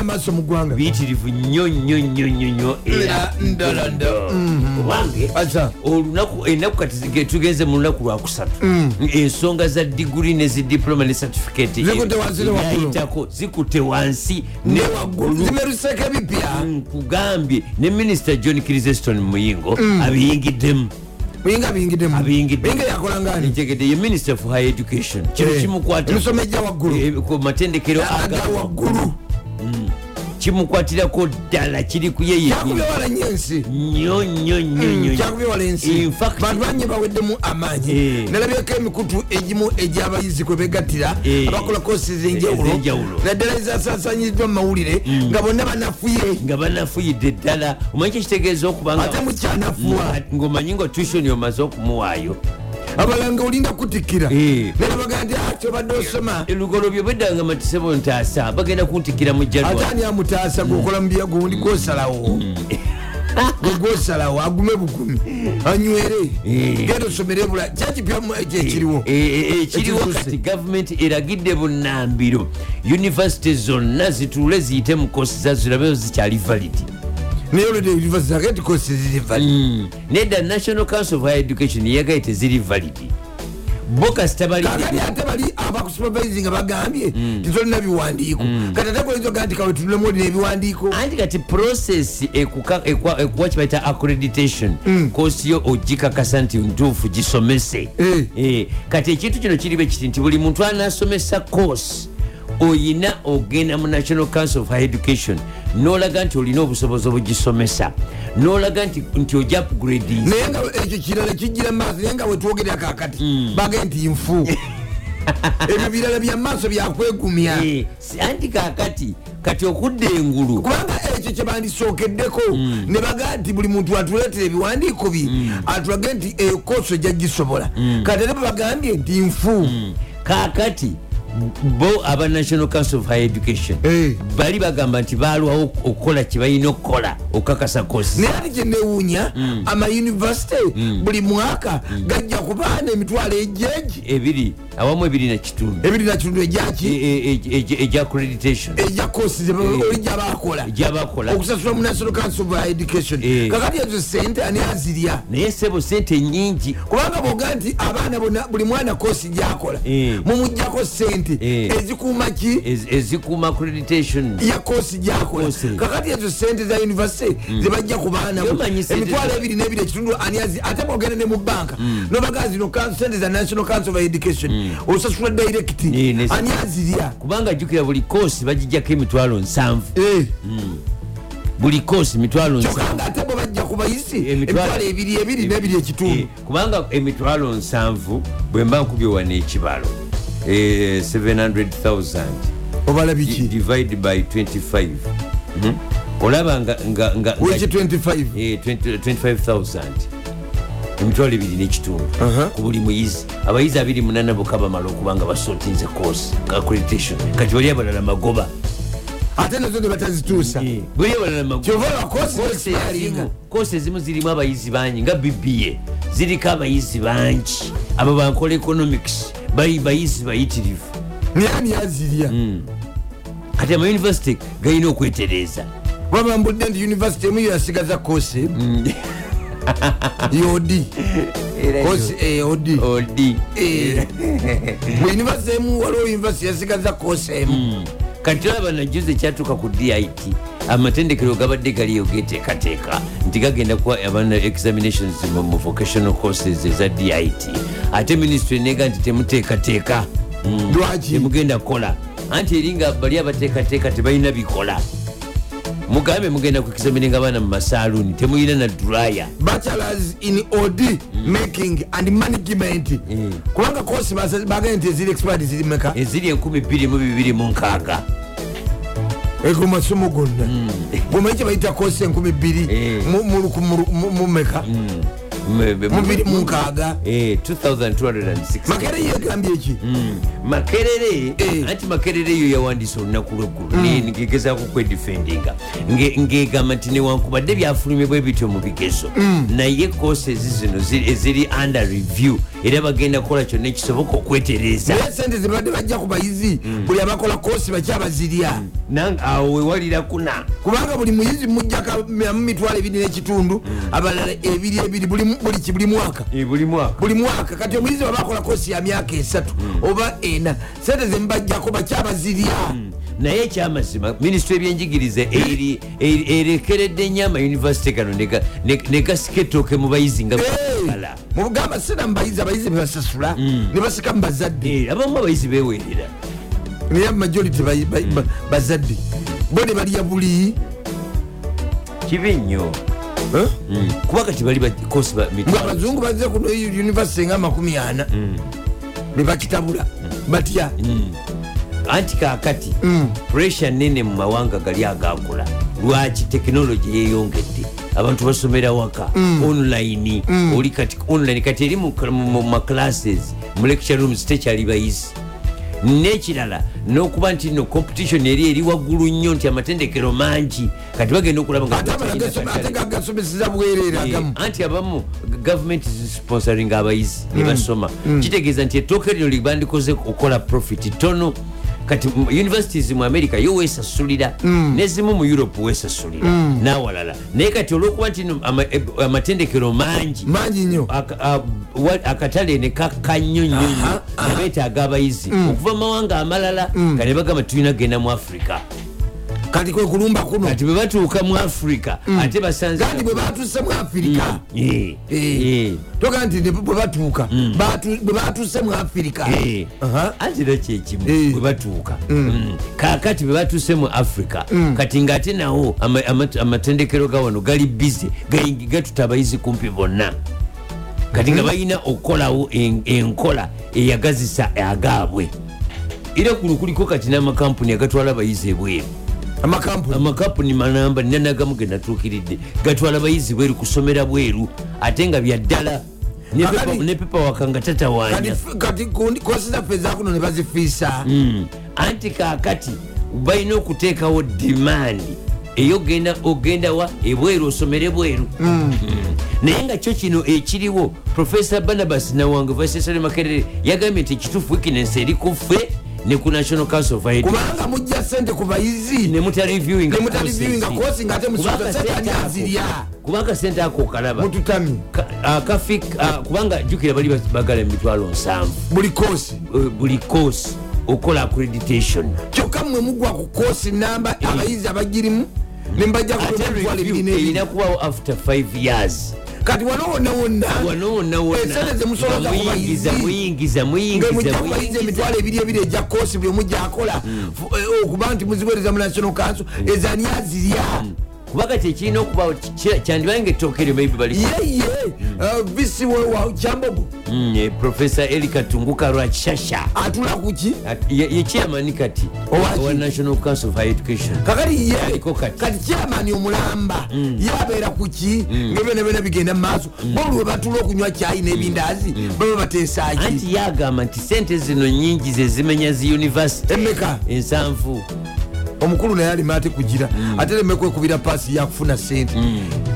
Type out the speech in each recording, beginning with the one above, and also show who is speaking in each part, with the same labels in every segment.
Speaker 1: amaaso mu ggwanga
Speaker 2: biyitirivu nnyo nnyo nnyo nnyo nnyo era ndolondo owange
Speaker 1: Aza.
Speaker 2: Mhm. olunaku eh, enaku kati zige- tugenze mu lunaku lwakusatu
Speaker 1: Mm.
Speaker 2: ensonga za diguri nezidiploma ne certificate
Speaker 1: Zikutte wansi ne waggulu.
Speaker 2: Nayitako, zikutte wansi ne waggulu
Speaker 1: zimeruseko ebipya
Speaker 2: nkugambye ne minisita john criseston muyingo
Speaker 1: Mm.
Speaker 2: abiyingiddemu
Speaker 1: buyinga biyingiddemu
Speaker 2: Abiyingiddemu.
Speaker 1: buyinga yakolangani
Speaker 2: njegede ye minister for higher education kino
Speaker 1: Eh, emisomo
Speaker 2: kimukwata
Speaker 1: ejja waggulu
Speaker 2: Eh, ku matendekero
Speaker 1: aga waggulu
Speaker 2: kimukwatirako ddala kiri ku yeye
Speaker 1: kyakubye wala nyo ensi
Speaker 2: nnyo nnyo nnyo
Speaker 1: Mm,
Speaker 2: nnyo
Speaker 1: kyakubye wala ensi
Speaker 2: In fact-
Speaker 1: bantu bangi baweddemu amaanyi
Speaker 2: Eh.
Speaker 1: nalabyeko emikutu egimu egy'abayizi kwe begattira
Speaker 2: Eh.
Speaker 1: abakola koosi ez'enjawulo
Speaker 2: Ez'enjawulo.
Speaker 1: naddala ezasaasanyiddwa mu mawulire
Speaker 2: Mm.
Speaker 1: nga bonna banafuye
Speaker 2: nga banafuyidde ddala omanyi kyekitegeeza
Speaker 1: ate
Speaker 2: okubanga Mm.
Speaker 1: mukyanafuwa
Speaker 2: ngaomanyi nga tuition omaze okumuwaayo
Speaker 1: abala nga olinda kutikkira
Speaker 2: Eh.
Speaker 1: nebabagaa nti "Ah, kyobadde osoma
Speaker 2: E, elugolobyo beddanga matisebo ntaasa bagenda kuntikira mu
Speaker 1: ate
Speaker 2: jjanwa
Speaker 1: ani amutaasa gwokola mubya gundi gwosalawo Gwe gwosalawo agume bugumi anywere
Speaker 2: Eh.
Speaker 1: genda osomere bula kyakipyamu ekyo ekiriwo
Speaker 2: E, ekiriwo
Speaker 1: Ekituuse.
Speaker 2: kati gavumenti eragidde bunnambiro yunivesity zonna zituule ziyite mu kosi zazo zirabeo zikyali validi
Speaker 1: naye olwedde university akati kosi
Speaker 2: Mm.
Speaker 1: zirivali
Speaker 2: nedda national council of higher education yagaye teziri validi bo kasita
Speaker 1: kakati
Speaker 2: balidde
Speaker 1: ate bali abakusupervisi nga bagambye
Speaker 2: Mm.
Speaker 1: titolina biwandiiko kati ate koyinzoga nti kawe tunulemu olina ebiwandiiko
Speaker 2: anti kati process ekuka- ekwa- ekuwa kibaita accreditation kosi yo ogikakasa nti ntuufu gisomese
Speaker 1: Eh.
Speaker 2: Eh, kati ekintu kino kiri bwe kiti nti buli muntu anasomesa course oyina ogenda mu national council of higher education nolaga nti olina obusobozi obugisomesa nolaga nti, nti oja upgrading
Speaker 1: naye nga ekyo kirala kijira maaso naye nga wetwogerera
Speaker 2: Mm.
Speaker 1: kakati bage nti nfu ebyo birala byamaaso byakwegumya
Speaker 2: Eh, si- anti kakati kati okudda engulu
Speaker 1: kubanga ekyo kyebandisookeddeko
Speaker 2: Mm.
Speaker 1: ne bagaa nti buli muntu atuleetera ebiwandiiko bye atulage nti ekooso ejja gisobola
Speaker 2: Mm.
Speaker 1: kati ate bebagambye nti nfu
Speaker 2: kakati bo aba national council of higher education
Speaker 1: Eh.
Speaker 2: bali bagamba nti balwawo okukola kyebalina okukola okukakasa kosi
Speaker 1: naye ati kyenewuunya
Speaker 2: Mm.
Speaker 1: amayunivasite buli mwaka gajja kubaana emitwalo ejegi
Speaker 2: ebiri awamu ebiri E- nekitundu
Speaker 1: ebiri nakitundu
Speaker 2: Eh.
Speaker 1: ejaki
Speaker 2: eja accreditation
Speaker 1: ejja koosi
Speaker 2: Eh.
Speaker 1: olija bakola
Speaker 2: gyabakola
Speaker 1: okusasula mu national council of education
Speaker 2: Eh.
Speaker 1: kakati ezo sente ani azirya
Speaker 2: naye sebo sente nyingi
Speaker 1: kubanga boga nti abaana bona buli mwana koosi gyakola
Speaker 2: Eh.
Speaker 1: mumugjako sente
Speaker 2: Eh.
Speaker 1: ezikuuma ki
Speaker 2: ez- ezikuuma accreditation
Speaker 1: ya kosi gyakola
Speaker 2: Koosi.
Speaker 1: kakati ezo sente za univesity
Speaker 2: Mm.
Speaker 1: zebajja ku baana bo.
Speaker 2: Yomanyi sente
Speaker 1: emitwalo
Speaker 2: za-
Speaker 1: ebiri nebiri ekitundu aniazi ate bwogenda ne mu banka
Speaker 2: Mm.
Speaker 1: nobagaa zino ka- sente za national council of education osasula direct
Speaker 2: Eh, ne-
Speaker 1: ani azirya
Speaker 2: kubanga jjukira buli kosi bagijjako emitwalo nsanvu
Speaker 1: Eh,
Speaker 2: buli kosi mitwalo nsanvu
Speaker 1: kyokka nga ate bwe bajja ku bayisi
Speaker 2: Emitwalo-
Speaker 1: emitwalo ebiri ebiri nebiri
Speaker 2: Eh,
Speaker 1: ekitundu
Speaker 2: kubanga emitwalo nsanvu bwe mba nkubye wano ekibalo eh, 700000
Speaker 1: obala biki
Speaker 2: divide by 25 Mhm. olaba nga- nga- nga- nga-
Speaker 1: weki 25
Speaker 2: eh, 20 25000 emitwalo ebiri n'ekitundu
Speaker 1: Aha.
Speaker 2: ku buli muyizi abayizi 28 bokka bamala okuba nga basotinze course accreditation kati bali abalala magoba
Speaker 1: ate nazo ne batazituusa
Speaker 2: Eh, bali abalala magoba
Speaker 1: kyova bakosi
Speaker 2: Koosi
Speaker 1: ekyalinga
Speaker 2: ezimu- koosi ezimu zirimu abayizi bangi nga bba ziriko abayizi bangi abo bankola economics bali bayizi bayitirivu
Speaker 1: naye ani azirya
Speaker 2: kati amayunivesity galina okwetereeza
Speaker 1: waba mbudde nti univesity emu yasigaza kosi yodi kosi eyodi
Speaker 2: odi Eh.
Speaker 1: bwe univesity emu waliwo univesity yasigaza kosi
Speaker 2: Mm.
Speaker 1: emu
Speaker 2: kati olaba najuza ekyatuuka ku dit amatendekero gabadde galiyo geteekateeka nti gagenda kuwa abaana examinations mu- mu vocational courses eza dit ate ministry nega nti temuteekateeka Mm.
Speaker 1: lwaki
Speaker 2: temugenda kukola anti eri nga bali abateekateeka tebalina bikola mugambe mugenda kukisamirenga abaana mu masaluuni temulina na duraya
Speaker 1: bachelors in od making and management kubanga kosi bagende nti eziri expired ziri meka
Speaker 2: eziri 2226
Speaker 1: ego masomo gonna gomanyi kye bayita kosi enkumi bbiri
Speaker 2: Eh.
Speaker 1: mu- mu luku- mu- mu- mu meka mubiri munkaaga
Speaker 2: Eh, 2260
Speaker 1: makere yegambye eki
Speaker 2: Mm. Hmm. makerere
Speaker 1: Eh.
Speaker 2: anti makerere yo yawandisa olunaku lweggulo ngegezaako kwedifendinga ngegamba nti newankubadde byafulumibwe bityo mu bigezo naye courses zino zi- eziri under review era bagenda kukola kyonna ekisoboka okwetereeza
Speaker 1: naye sente zibadde bajja ku bayizi buli abakola koosi bakyabazirya
Speaker 2: Nang- awo wewalirakuna
Speaker 1: kubanga buli muyizi mujjako mitwalo ebiri n'ekitundu abalala ebiri ebiri buli mu- buli ki- buli mwaka
Speaker 2: e, buli mwaka
Speaker 1: buli mwaka kati omuyizi baba akola koosi ya myaka esatu oba ena sente zemubajjako bakyabazirya
Speaker 2: Mm. naye ekyamazima minisitule ebyenjigiriza eri- eri- erekeredde nnyo amayunivasite gano nega- ne- negasika ettooke mu bayizi nga bala
Speaker 1: mubugamba sena mubayizi abayizi bebasasula ne basika mu bazadde
Speaker 2: abamu Eh, abayizi bewerera
Speaker 1: naye majority bayi- bayi- ba- bazadde bo ne balya buli
Speaker 2: kibi nnyo
Speaker 1: eh?
Speaker 2: Mm. kuba kati bali bakosi ba
Speaker 1: nga
Speaker 2: mitwalo
Speaker 1: abazungu baze kuno univesity nga amakumi ana bebakitabula batya
Speaker 2: anti kakati puresure nene mu mawanga gali agakula lwaki tekinologi yeyongedde abantu basomera waka online oli kati online kati eri mu mu- mu maclasses mu lecture rooms tekyali bayizi nekirala nokuba nti no competition eri eri waggulu nnyo nti amatendekero mangi kati bagenda okulaba nga-
Speaker 1: ate abala gaso- ate gagasomeseza bwereere agamu
Speaker 2: Eh, anti abamu gavumenti zisponsoring abayizi
Speaker 1: Mm.
Speaker 2: nebasoma kitegeeza nti ettooka lino libandikoze okukola profit tono kati mu- universities mu america yo wesasulira
Speaker 1: Mm.
Speaker 2: nezimu mu europe wesasulira nawalala naye kati olwokuba nti no ama- e- amatendekero mangi
Speaker 1: mangi nnyo
Speaker 2: Aka- a- wa- akatale nekakka nnyo nnyo nnyo nebetaaga abayizi
Speaker 1: Mm.
Speaker 2: okuva mu mawanga amalala kane bagamba tulina genda mu africa
Speaker 1: Mm. kati kwe kulumba kuno
Speaker 2: kati bwebatuuka mu africa ate basanze
Speaker 1: Mm. gandi bwe batuse mu afirika
Speaker 2: Eh, eh.
Speaker 1: toga nti ne bwe batuuka batu- bwe batuse mu afirika
Speaker 2: Eh.
Speaker 1: Aha.
Speaker 2: anti era kyekimu Mm.
Speaker 1: Eh.
Speaker 2: bwebatuuka kakati bebatuuse mu africa
Speaker 1: Mm.
Speaker 2: kati ngaate nawo ama- ama- amatendekero ga wano gali bize gatuta abayizi kumpi bonna kati
Speaker 1: Mm-hmm.
Speaker 2: nga balina okukolawo en- enkola eyagazisa agaabwe era kuno kuliko kati n'amakampuni agatwala abayizi ebweru
Speaker 1: Mm. amakampuni
Speaker 2: amakampuni manamba nanagamu genatuukiridde gatwala abayizi bweru kusomera bweru ate nga byaddala ne
Speaker 1: Kakati-
Speaker 2: pepa- ne pepa wakanga tatawaanya
Speaker 1: Kati f- kati kundi- kosi zaffe ezakuno ne bazifiisa
Speaker 2: Mm. anti kakati balina okuteekawo dimandi eyogenda ogendawa ebweru osomere e bweru
Speaker 1: Hmm.
Speaker 2: Mm. naye nga kyo kino ekiriwo profesa barnabas nawange vasesale makerere yagambye nti ekituufu weakness eri ku ffe ne ku national council of Education.
Speaker 1: kubanga mujja sente ku bayizi Ne muta reviewing nga course nga ate musuza sente ani azirya?
Speaker 2: kubanga sente ako okalaba
Speaker 1: mututami
Speaker 2: kafi ah, kubanga jjukira bali bas- bagala emitwalo nsanvu
Speaker 1: buli kosi
Speaker 2: eh, buli course okola accreditation
Speaker 1: kyokka mmwe mugwa ku kosi namba abayizi abagirimu
Speaker 2: ate review erina
Speaker 1: nembajjakuebina
Speaker 2: kubawo after 5 years
Speaker 1: kati wano wonna wonna
Speaker 2: wano wonna
Speaker 1: Esente ze musoloza ku
Speaker 2: wonamuyingiza
Speaker 1: bayizi.
Speaker 2: muyingiza
Speaker 1: nga
Speaker 2: muyingiza
Speaker 1: mujja kubayiza
Speaker 2: muyingiza
Speaker 1: emitwalo ebiri ebiri ejja kosi buli omujja akola
Speaker 2: Mm.
Speaker 1: Fu- eh, okuba nti muziweereza mu national council ezani azirya
Speaker 2: Mm. kuba kati ekirina okubawo kyandibanga ettooka eryo maybe bali
Speaker 1: yeye eh, visi we wa kyambogo
Speaker 2: Mm, eh, profesa erika tunguka lwakishasha
Speaker 1: atula kuki
Speaker 2: yekyamani kati
Speaker 1: Owa ki?
Speaker 2: owa national council for education
Speaker 1: kakati ye
Speaker 2: Aliko kati. Mm.
Speaker 1: kati kyamani omulamba yabeera kuki ngebyono byona bigenda mu maaso bolu we batula okunywa kyayi n'ebindaazi baba bateesaki
Speaker 2: Mm. anti yagamba nti sente zino nyingi zezimenya zi univesity
Speaker 1: Emeka?
Speaker 2: ensanvu
Speaker 1: omukulu naye alima ate kugira
Speaker 2: Mm.
Speaker 1: ate leme kwekubira paasi yakufuna sente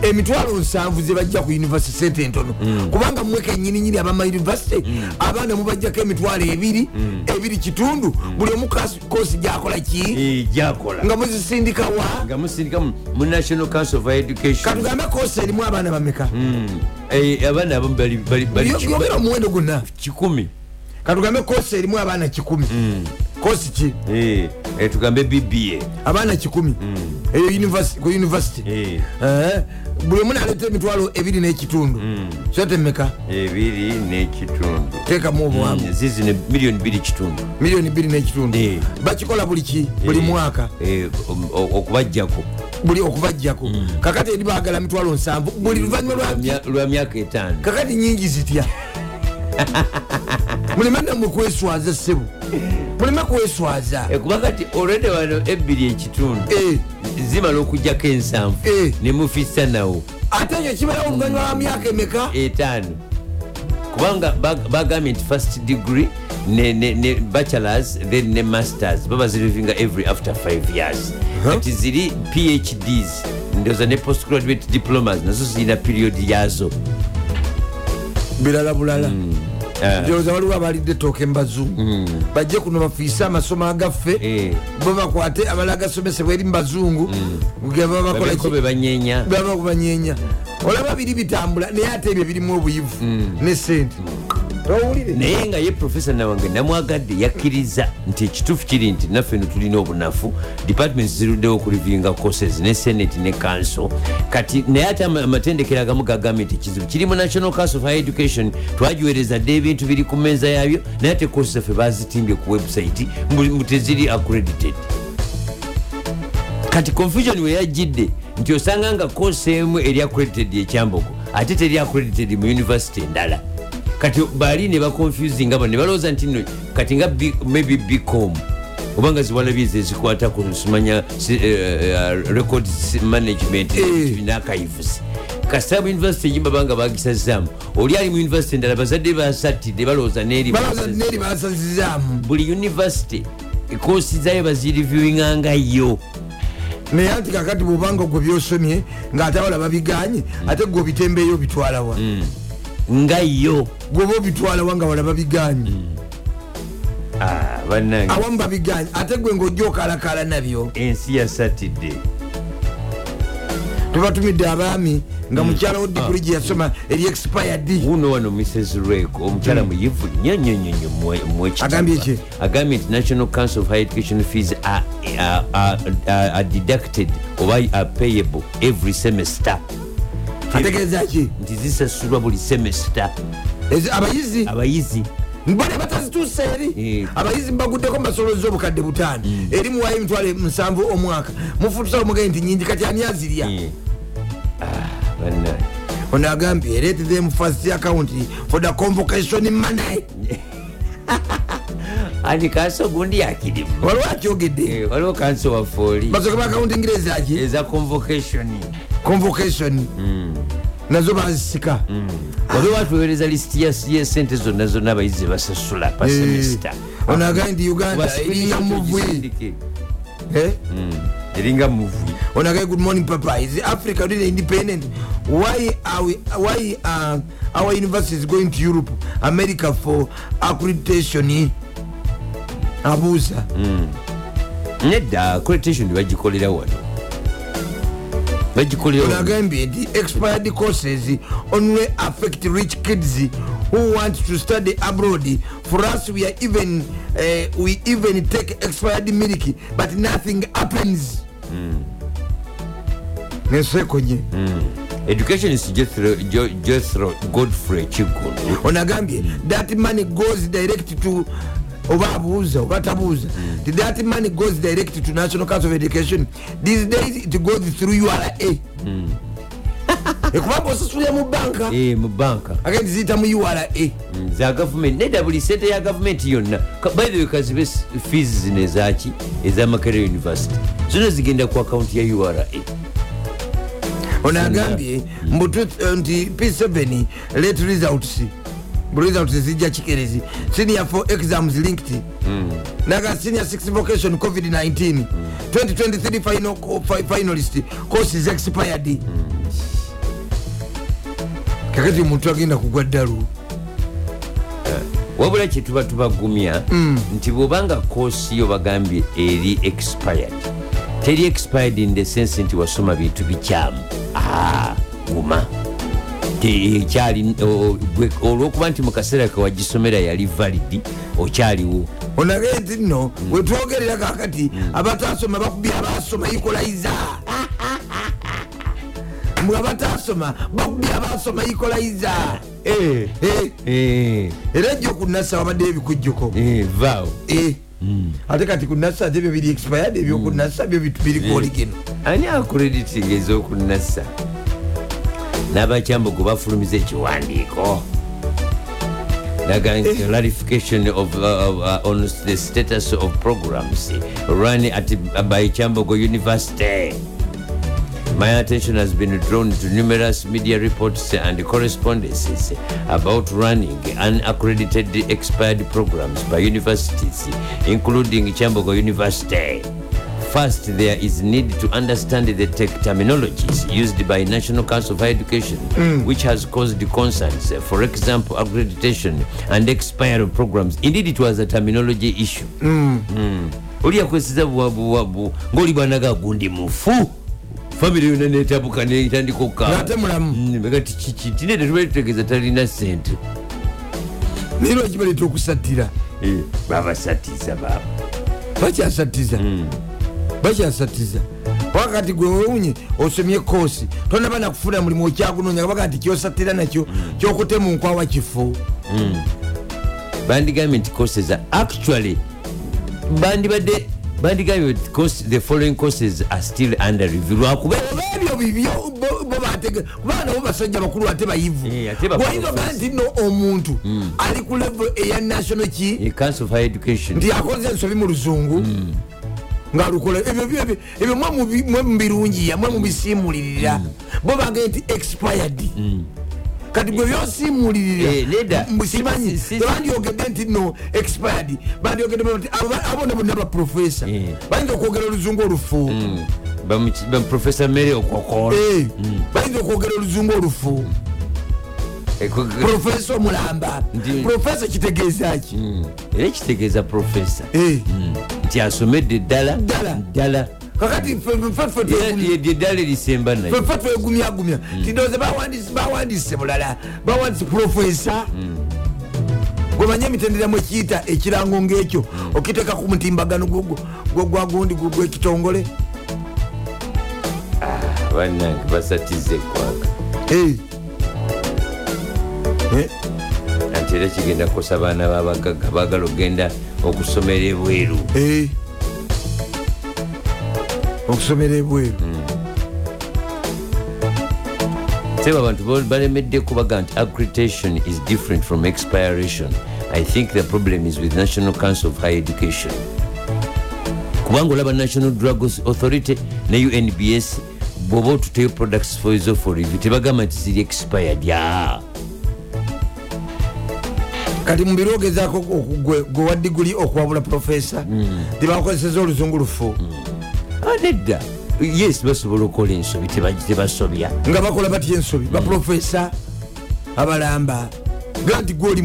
Speaker 1: emitwalo nsanvu ze bajja ku univesity sente entono
Speaker 2: Mm.
Speaker 1: kubanga mmwe kenyininyini abama univesity abaana mubajjako emitwalo ebiri
Speaker 2: Mm.
Speaker 1: ebiri kitundu buli omu kasi- koosi gyakola ki
Speaker 2: Eh, gyakola
Speaker 1: nga muzisindikawa
Speaker 2: nga musindika mu- mu national council for education
Speaker 1: katugambe koosi erimu abaana bameka
Speaker 2: Eh, abaana abamu bali- bali Mm. bali
Speaker 1: Yo- yogera omuwendo gwonna
Speaker 2: kikumi
Speaker 1: katugambe koosi erimu abaana kikumi
Speaker 2: Mm.
Speaker 1: koosi ki
Speaker 2: Eh, eh, tugambe bba
Speaker 1: abaana kikumi eyo univers- ku univesity
Speaker 2: Mm. Eh.
Speaker 1: Eh, buli omu naleeta emitwalo ebiri n'ekitundu
Speaker 2: Hmm.
Speaker 1: kyotemeka
Speaker 2: ebiri n'ekitundu
Speaker 1: teekamu obuwanvu
Speaker 2: Mm, zizino miliyoni biri kitundu
Speaker 1: miliyoni biri n'ekitundu
Speaker 2: Eh.
Speaker 1: bakikola buli ki buli
Speaker 2: Eh,
Speaker 1: mwaka
Speaker 2: eh, o- o- okubajjako
Speaker 1: buli okubajjako
Speaker 2: Hmm.
Speaker 1: kakati eri baagala mitwalo nsanvu buli luvanyuma
Speaker 2: Lwa
Speaker 1: lwa
Speaker 2: mya- lwa myaka etaano
Speaker 1: kakati nyingi zitya muleme nammwe kweswaza ssebo muleme kweswaza
Speaker 2: Eh, kuba kati olwedde wano ebbiri ekitundu
Speaker 1: Eh.
Speaker 2: zimala okujjako ensanvu
Speaker 1: Eh.
Speaker 2: nemufisa nawo
Speaker 1: ate ekyo kibalawo oluvanyuma lwa myaka emeka
Speaker 2: Eh. etaano kubanga bag- bagambye nti first degree ne, ne, ne bachelors then ne masters baba zirivinga every after 5 years kati ziri phds ndoza ne postgraduate diplomas nazo zirina period yazo
Speaker 1: birala bulala
Speaker 2: Hmm.
Speaker 1: ndowooza waliwo abalidde ettooka mubazungu bajje kuno bafiise amasomo agaffe
Speaker 2: Eh.
Speaker 1: bo bakwate abalala gasomesebwa eri mubazungu
Speaker 2: babeko
Speaker 1: gebabakolaki
Speaker 2: bebanyenya
Speaker 1: baba kubanyenya olaba biri bitambula naye ate ebyo birimu obuyivu ne sente owulire
Speaker 2: naye nga ye profesa nawange namwagadde yakkiriza nti ekituufu kiri nti naffe no tulina obunafu department ziruddewo okulivinga courses ne senate ne council kati naye ate ama- amatendekero agamu gagambye nti kizibu kiri mu national council of high education twagiweerezadde ebintu biri ku mmeeza yaabyo naye ate courses zaffe bazitimbye ku website mbu- mbu teziri accredited kati confusion weyajjidde nti osanga nga kosi emu eri accredited ekyambogo ate teri accredited mu univesity endala kati baali ne baconfusing nga bano ne balowooza nti no kati nga B- maybe bcom obanga ziwalabiza ezikwata ku simanya si- eh, eh, record si- management
Speaker 1: Eh.
Speaker 2: n'akayivuzi kasita mu univesity egimabanga bagisazaamu oli ali mu univesity endala bazadde basatidde balowooza n'eri
Speaker 1: balowooza
Speaker 2: basazza.
Speaker 1: neri basazizaamu
Speaker 2: buli e univesity ekosi zayo baziriviwinganga yo
Speaker 1: naye anti kakati bwobanga gwe byosomye ng'ate abala babiganye ate gwe obitembeeyo obitwalawa
Speaker 2: nga yo
Speaker 1: gweba obitwalawa nga bala babiganye
Speaker 2: Ah, bannange
Speaker 1: awamu babiganye ate gwe ngaojja okalakala nabyo
Speaker 2: ensi yasatidde
Speaker 1: tubatumidde abaami nga mukyalawo diguli gye yasoma eri expired
Speaker 2: wuno wano mrs reko omukyala muyivu nnyo nnyo nnyo nnyo muwe- muwe ekitiibwa.
Speaker 1: Hmm. Agambye ki?
Speaker 2: agambye nti national council of high education fees are, are, are, are deducted oba are payable every semester
Speaker 1: ategeeza ki
Speaker 2: nti zisasulwa buli semester
Speaker 1: Ezi- abayizi
Speaker 2: abayizi
Speaker 1: bali abatazituusa eri
Speaker 2: Eh.
Speaker 1: abayizi mbaguddeko mbasolozza obukadde butaano eri muwayo emitwalo musanvu omwaka mufutusawo mugee nti nyingi kati ani azirya
Speaker 2: Eh. Ah, bannange
Speaker 1: ono agambye let them first account for the convocation money
Speaker 2: andi kansi ogundi yakirimu
Speaker 1: waliwo akyogedde
Speaker 2: Eh, waliwo kansi waffe oli
Speaker 1: basoke bakawuntingire ezaki
Speaker 2: eza convocation
Speaker 1: convocation nazo bazisika
Speaker 2: waliwo atuweereza lisiti ya- yesente zonna zonna abayizi ze basasula pa semesita
Speaker 1: ono agambye nti Eh. uganda eringa muvwi Eh?
Speaker 2: Hmm. eringa muvi
Speaker 1: onakai good morning papa is africa really independent why are we, why uh, our universities going to europe america for accreditation eh? abuuza
Speaker 2: nedda accreditation bagikolera wano bagikolera wano.
Speaker 1: onagambye nti expired courses only affect rich kids who want to study abroad for us we are even uh, we even take expired milk but nothing happens nesekonye
Speaker 2: education is Jethro- Jo- jethro godfrey kigulu
Speaker 1: onagambye that money goes direct to oba abuuza oba tabuuza Ti that money goes direct to national council of education these days it goes through ura ekubanga osasulira mu banka
Speaker 2: Eh, mu banka
Speaker 1: agenti ziyita mu ura
Speaker 2: Mm, za gavumenti nedda buli sente ya gavumenti yonna Ka- by the way kazibe s- fees zino ezaki eza makerere university zona zigenda ku akawunti ya ura
Speaker 1: ono agambye mbu tu- eh, nti p7 let results Bu results zijja kikerezi senior for exams linked naga senior 6 vocation covid-19 2023 final, fi- finalist courses expired kakati omuntu agenda kugwa ddalu
Speaker 2: wabula kyetuba tubagumya nti bwobanga koosi yo bagambye eri expired teri expired in the sense nti wasoma bintu bikyamu Ah, guma Te- ekyali o- gwe- olwokuba nti mukaseera kewagisomera yali validi okyaliwo
Speaker 1: ono agambye nti nno wetwogerera kakati abatasoma bakubye abasoma ikolayiza mbwe abatasoma bakubye abasoma ikolayiza Eh.
Speaker 2: Eh,
Speaker 1: era jjo ku nasa wabaddeyo ebikujjuko
Speaker 2: eh, vaawo
Speaker 1: Eh. ate kati ku nasa ate byo biri expired ebyo ku nasa byo bitu- biri kooli geno
Speaker 2: ani akrediting ez'okunassa n'abakyambogo bafulumiza ekiwandiiko Nagang- clarification of, uh, of, uh, on the status uh, of programs run at by chambogo university My attention has been drawn to numerous media reports and correspondences about running unaccredited expired programs by universities, including Chambogo University. First, there is need to understand the tech terminologies used by National Council for Education, which has caused concerns. For example, accreditation and expired programs. Indeed, it was a terminology issue. olyakwesiza buwabuwabu ngaoli bwanaga gundi mufu famire yona netabuka netandika
Speaker 1: Ng'ate mulamu.
Speaker 2: kati kiki tinete tubetegeza talina sente
Speaker 1: nero ekibaleeta okusattira
Speaker 2: Eh, babasatiza baba
Speaker 1: bakyasatiza
Speaker 2: Hmm.
Speaker 1: bakyasatiza wakati gwe wewunye osomye koosi tonaba nakufuna mulimu okyagunonya baga nti kyosatira nakyo
Speaker 2: Hmm.
Speaker 1: kyokutema nkwawa kifo
Speaker 2: bandigambye nti courses are actually bandibadde bandigambye nti course- the following courses are still under review lwakuba
Speaker 1: olwebyo bibyo kuba nabo basajja bakulu ate bayivu
Speaker 2: Eh, ate bakulu
Speaker 1: gwainoga
Speaker 2: fasi.
Speaker 1: nti no omuntu ali ku level eya national ki
Speaker 2: eh, council for education
Speaker 1: nti akoze ensobi mu luzungu ngaalukola ebyo byo- ebyo mwe mubi- mwe mubirungiya mwe mubisiimulirira bo bage nti expired kati gwe
Speaker 2: Eh,
Speaker 1: byosiimulirira
Speaker 2: leader,
Speaker 1: mbusimanyi
Speaker 2: si- si- si-
Speaker 1: tebandyogedde nti no expired bandyogedde bati abo- abo ne bonna baprofesa
Speaker 2: Eh.
Speaker 1: bayinza okwogera oluzungu olufu
Speaker 2: Mm, professor mary okwokola
Speaker 1: Eh, bayinza okwogera oluzungu olufu
Speaker 2: Eh,
Speaker 1: profesa omulamba
Speaker 2: Ndi-
Speaker 1: profesa kitegeezaki
Speaker 2: Mm, era ekitegeeza professor
Speaker 1: Eh,
Speaker 2: nti asomedde ddala
Speaker 1: Ddala.
Speaker 2: ddala
Speaker 1: kakati ffe- ffe- ffe
Speaker 2: Era
Speaker 1: twegumya-
Speaker 2: lye- lye ddala erisemba nayo
Speaker 1: fefe twegumyagumya tindoze bawandise bulala bawandise profesa gwemanye emitenderamu ekiyita ekirango ngaekyo okiteeka ku mutimbagano gwagundi gwekitongole
Speaker 2: bannange basatiza eggwanga
Speaker 1: Eh,
Speaker 2: anti era kigenda kukosa baana babagaga baagala okgenda okusomera ebweru
Speaker 1: okusomera ebweru
Speaker 2: seba abantu bal- balemeddeko baga nti accreditation is different from expiration i think the problem is with national council of higher education kubanga olaba national drug Aus- authority ne unbs bwoba otuteyo products for izo for review tebagamba nti ziri expired ya
Speaker 1: kati mubiri ogezaako gwewa diguli okwabula profesa tebakozeseza oluzungu lufu
Speaker 2: nedda yes basobola okukola ensobi teba- tebasobya
Speaker 1: nga bakola batya ensobi baprofesa abalamba ga nti gwoli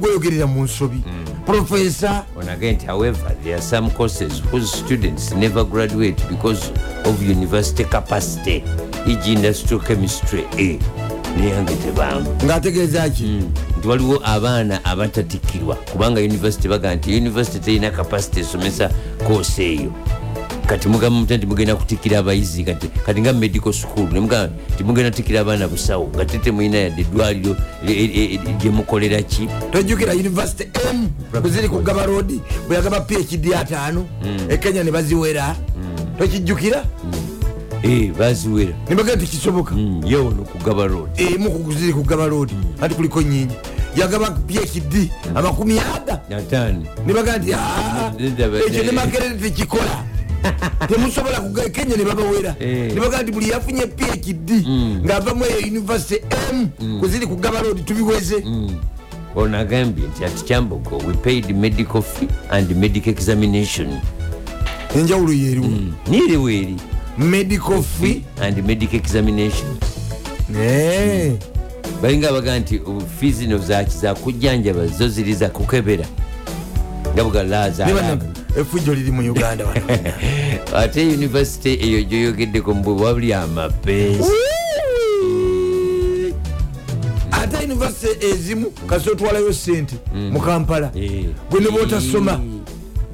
Speaker 1: gwoyogerera mu nsobi profesa
Speaker 2: And again, however, there are some courses whose students never graduate because of university capacity, e e.g. industrial chemistry A. neyange tebamu
Speaker 1: ngaategeeza ki
Speaker 2: nti waliwo abaana abatatikkirwa kubanga univesity baga nti univesity terina kapasity esomesa koosi eyo kati mugamba mutya nti mugenda kutikkira abayizi kati kati nga medical school nemugamba nti mugenda tikkira abaana busawo nga te temulina yadde eddwaliro e, gyemukolera ki
Speaker 1: tojjukira univesity m bweziri ku gaba road bweyagaba phd ataano ekenya ne baziwera tokijjukira
Speaker 2: Eh, baziwera Hmm,
Speaker 1: nibaga tikisoboka
Speaker 2: Mm. yewono kugaba road
Speaker 1: emu kuziri ku gaba road anti kuliko nyingi yagaba phd amakumi aga
Speaker 2: nataano
Speaker 1: nibaga nti "Ah,
Speaker 2: Nedda-
Speaker 1: ekyo ne makerere tekikola temusobola kuga kenya ne babawera
Speaker 2: Eh. Mm.
Speaker 1: nibaga nti buli yafunye phd ng'avamu eyo univesity m kuziri ku gaba road tubiweze
Speaker 2: Mm. ono agambye nti ati kyambogo we paid medical fee and medical examination
Speaker 1: enjawulo yeriwo
Speaker 2: nieriweeri
Speaker 1: Mm. medical fee
Speaker 2: and medical examination Mm.
Speaker 1: Eh.
Speaker 2: balinga abaga nti fee zino zaki zakujjanjaba zo ziri zakukebera nga
Speaker 1: Nebana,
Speaker 2: bugalaaza
Speaker 1: efujjo liri E mu uganda wano
Speaker 2: ate univesity eyo gyoyogeddeko mbwe wabuli amapesa
Speaker 1: ate univesity ezimu kasi otwalayo sente mu kampala
Speaker 2: Mm. Eh.
Speaker 1: gwe nebwotasoma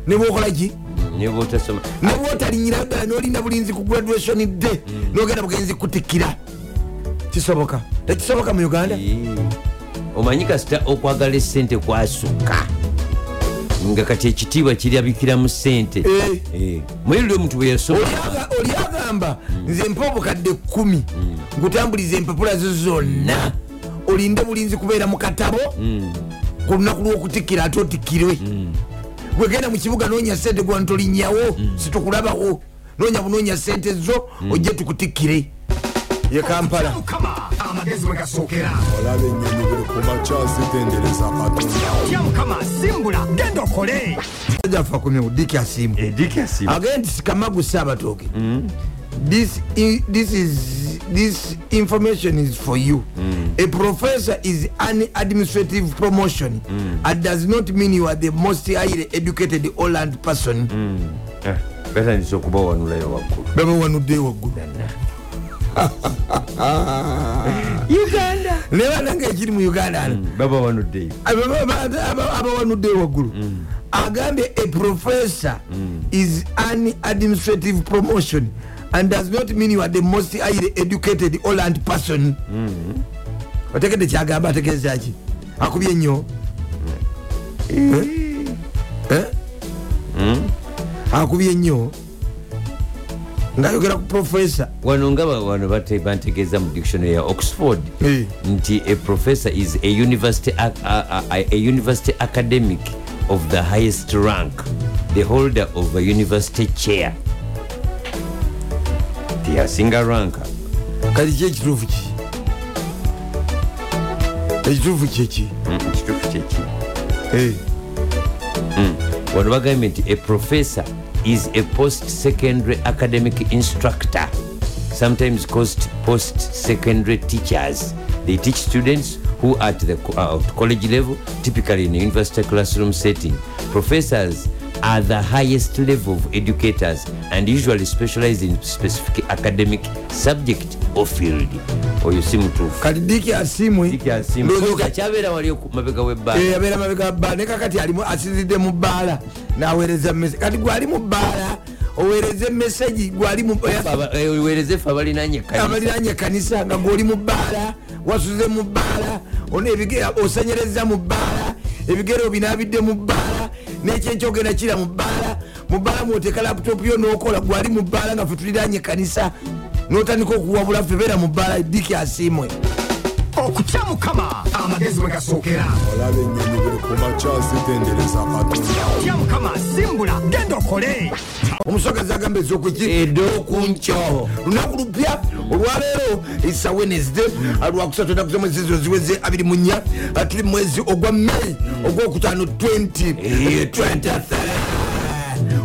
Speaker 1: nebwokolaki
Speaker 2: nebwotasoma
Speaker 1: nebwotalinyira ddala nolinda bulinzi ku graduation day nogenda bugenzi kutikkira kisoboka tekisoboka mu uganda
Speaker 2: Mm. omanyi kasita okwagala esente kwasuka nga kati ekitiibwa kirabikiramu sente
Speaker 1: Eh.
Speaker 2: mulirira omuntu bwe yasoma
Speaker 1: Olyaga- olyagamba nze mpa obukadde kumi nkutambuliza empapula zo zonna olinde bulinzi kubeera mu katabo ku lunaku lw'okutikkira ate otikkirwe gwegenda mu kibuga noonya sente gwantolinyawo situkulabawo nonya bunonya sente zo ojje tukutikkire ye kampala
Speaker 3: mukama amagezi we gasookera
Speaker 4: olabe ennyonyi buli ku makya zitendereza katonda
Speaker 3: tya mukama simbula genda okole
Speaker 1: jafa kumeu diki asimu again sikamagu sabatooke this, i- this is this information is for you a professor is an administrative promotion and does not mean you are the most highly educated oland person
Speaker 2: batandisa okubawanulayo waggulu
Speaker 1: babawanudde waggulu
Speaker 2: uganda
Speaker 1: naye bananga ekiri mu uganda ano
Speaker 2: babawanuddeyo
Speaker 1: Aba- aba- aba- abawanudde waggulu agambye a professor is an administrative promotion and does not mean you are the most highly educated oland person Mm. otegedde kyagamba ategeezaki akubye nnyo Mm. Eh? Eh? Mm. akubye nnyo ngaayogera ku professor
Speaker 2: wano nga ba- wano bate- bantegeeza mu dictionary ya oxford
Speaker 1: Eh.
Speaker 2: nti a professor is a university, ac- a, a, a university academic of the highest rank the holder of a university chair teyasinga ranka
Speaker 1: kati ki ekituufu ki ekituufu kyeki
Speaker 2: kituufu kyeki
Speaker 1: Eh.
Speaker 2: wano bagambye nti a professor is a post secondary academic instructor sometimes cost post secondary teachers they teach students who at the co- uh, at college level typically in a university classroom setting professors are the highest level of educators and usually specialize in specific academic subject or field oyo si mutuufu
Speaker 1: kati diki asimwe Ndowooza oka-
Speaker 2: kyabeera wali oku- mabega webba
Speaker 1: Eh, abeera mabega wa bbaala ne kakati alimu asinzidde mu bbaala naweereza mese kati gwali mu bbaala oweereza emeseji gwali mu
Speaker 2: owereze fe abalinanye kanisa
Speaker 1: abaliranye ekanisa nga gwoli mu bbaala wasuze mu bbaala ono ebige- osanyereza mu bbaala ebigero binaabidde mu bbaala nekyenkyogenda kira mu bbaala mu bbaala mwoteka laputopu yo nokola gwali mu bbaala nga fe tuliranye ekanisa notandika okuwabula fe beera mu bbaala diki asiimwe
Speaker 3: okutya mukama amagezi we gasookera
Speaker 4: olabe ennyonyi buli ku makya zitendereza katonda
Speaker 3: tya mukama simbula genda okole
Speaker 1: omusogezi agamba ezokuki
Speaker 2: edokunco
Speaker 1: lunaku lupya olwaleero isa wenesday lwakusatu enaku zomwezizo ziweze 24 tuli mwezi ogwa may ogwokutaano eh, 2023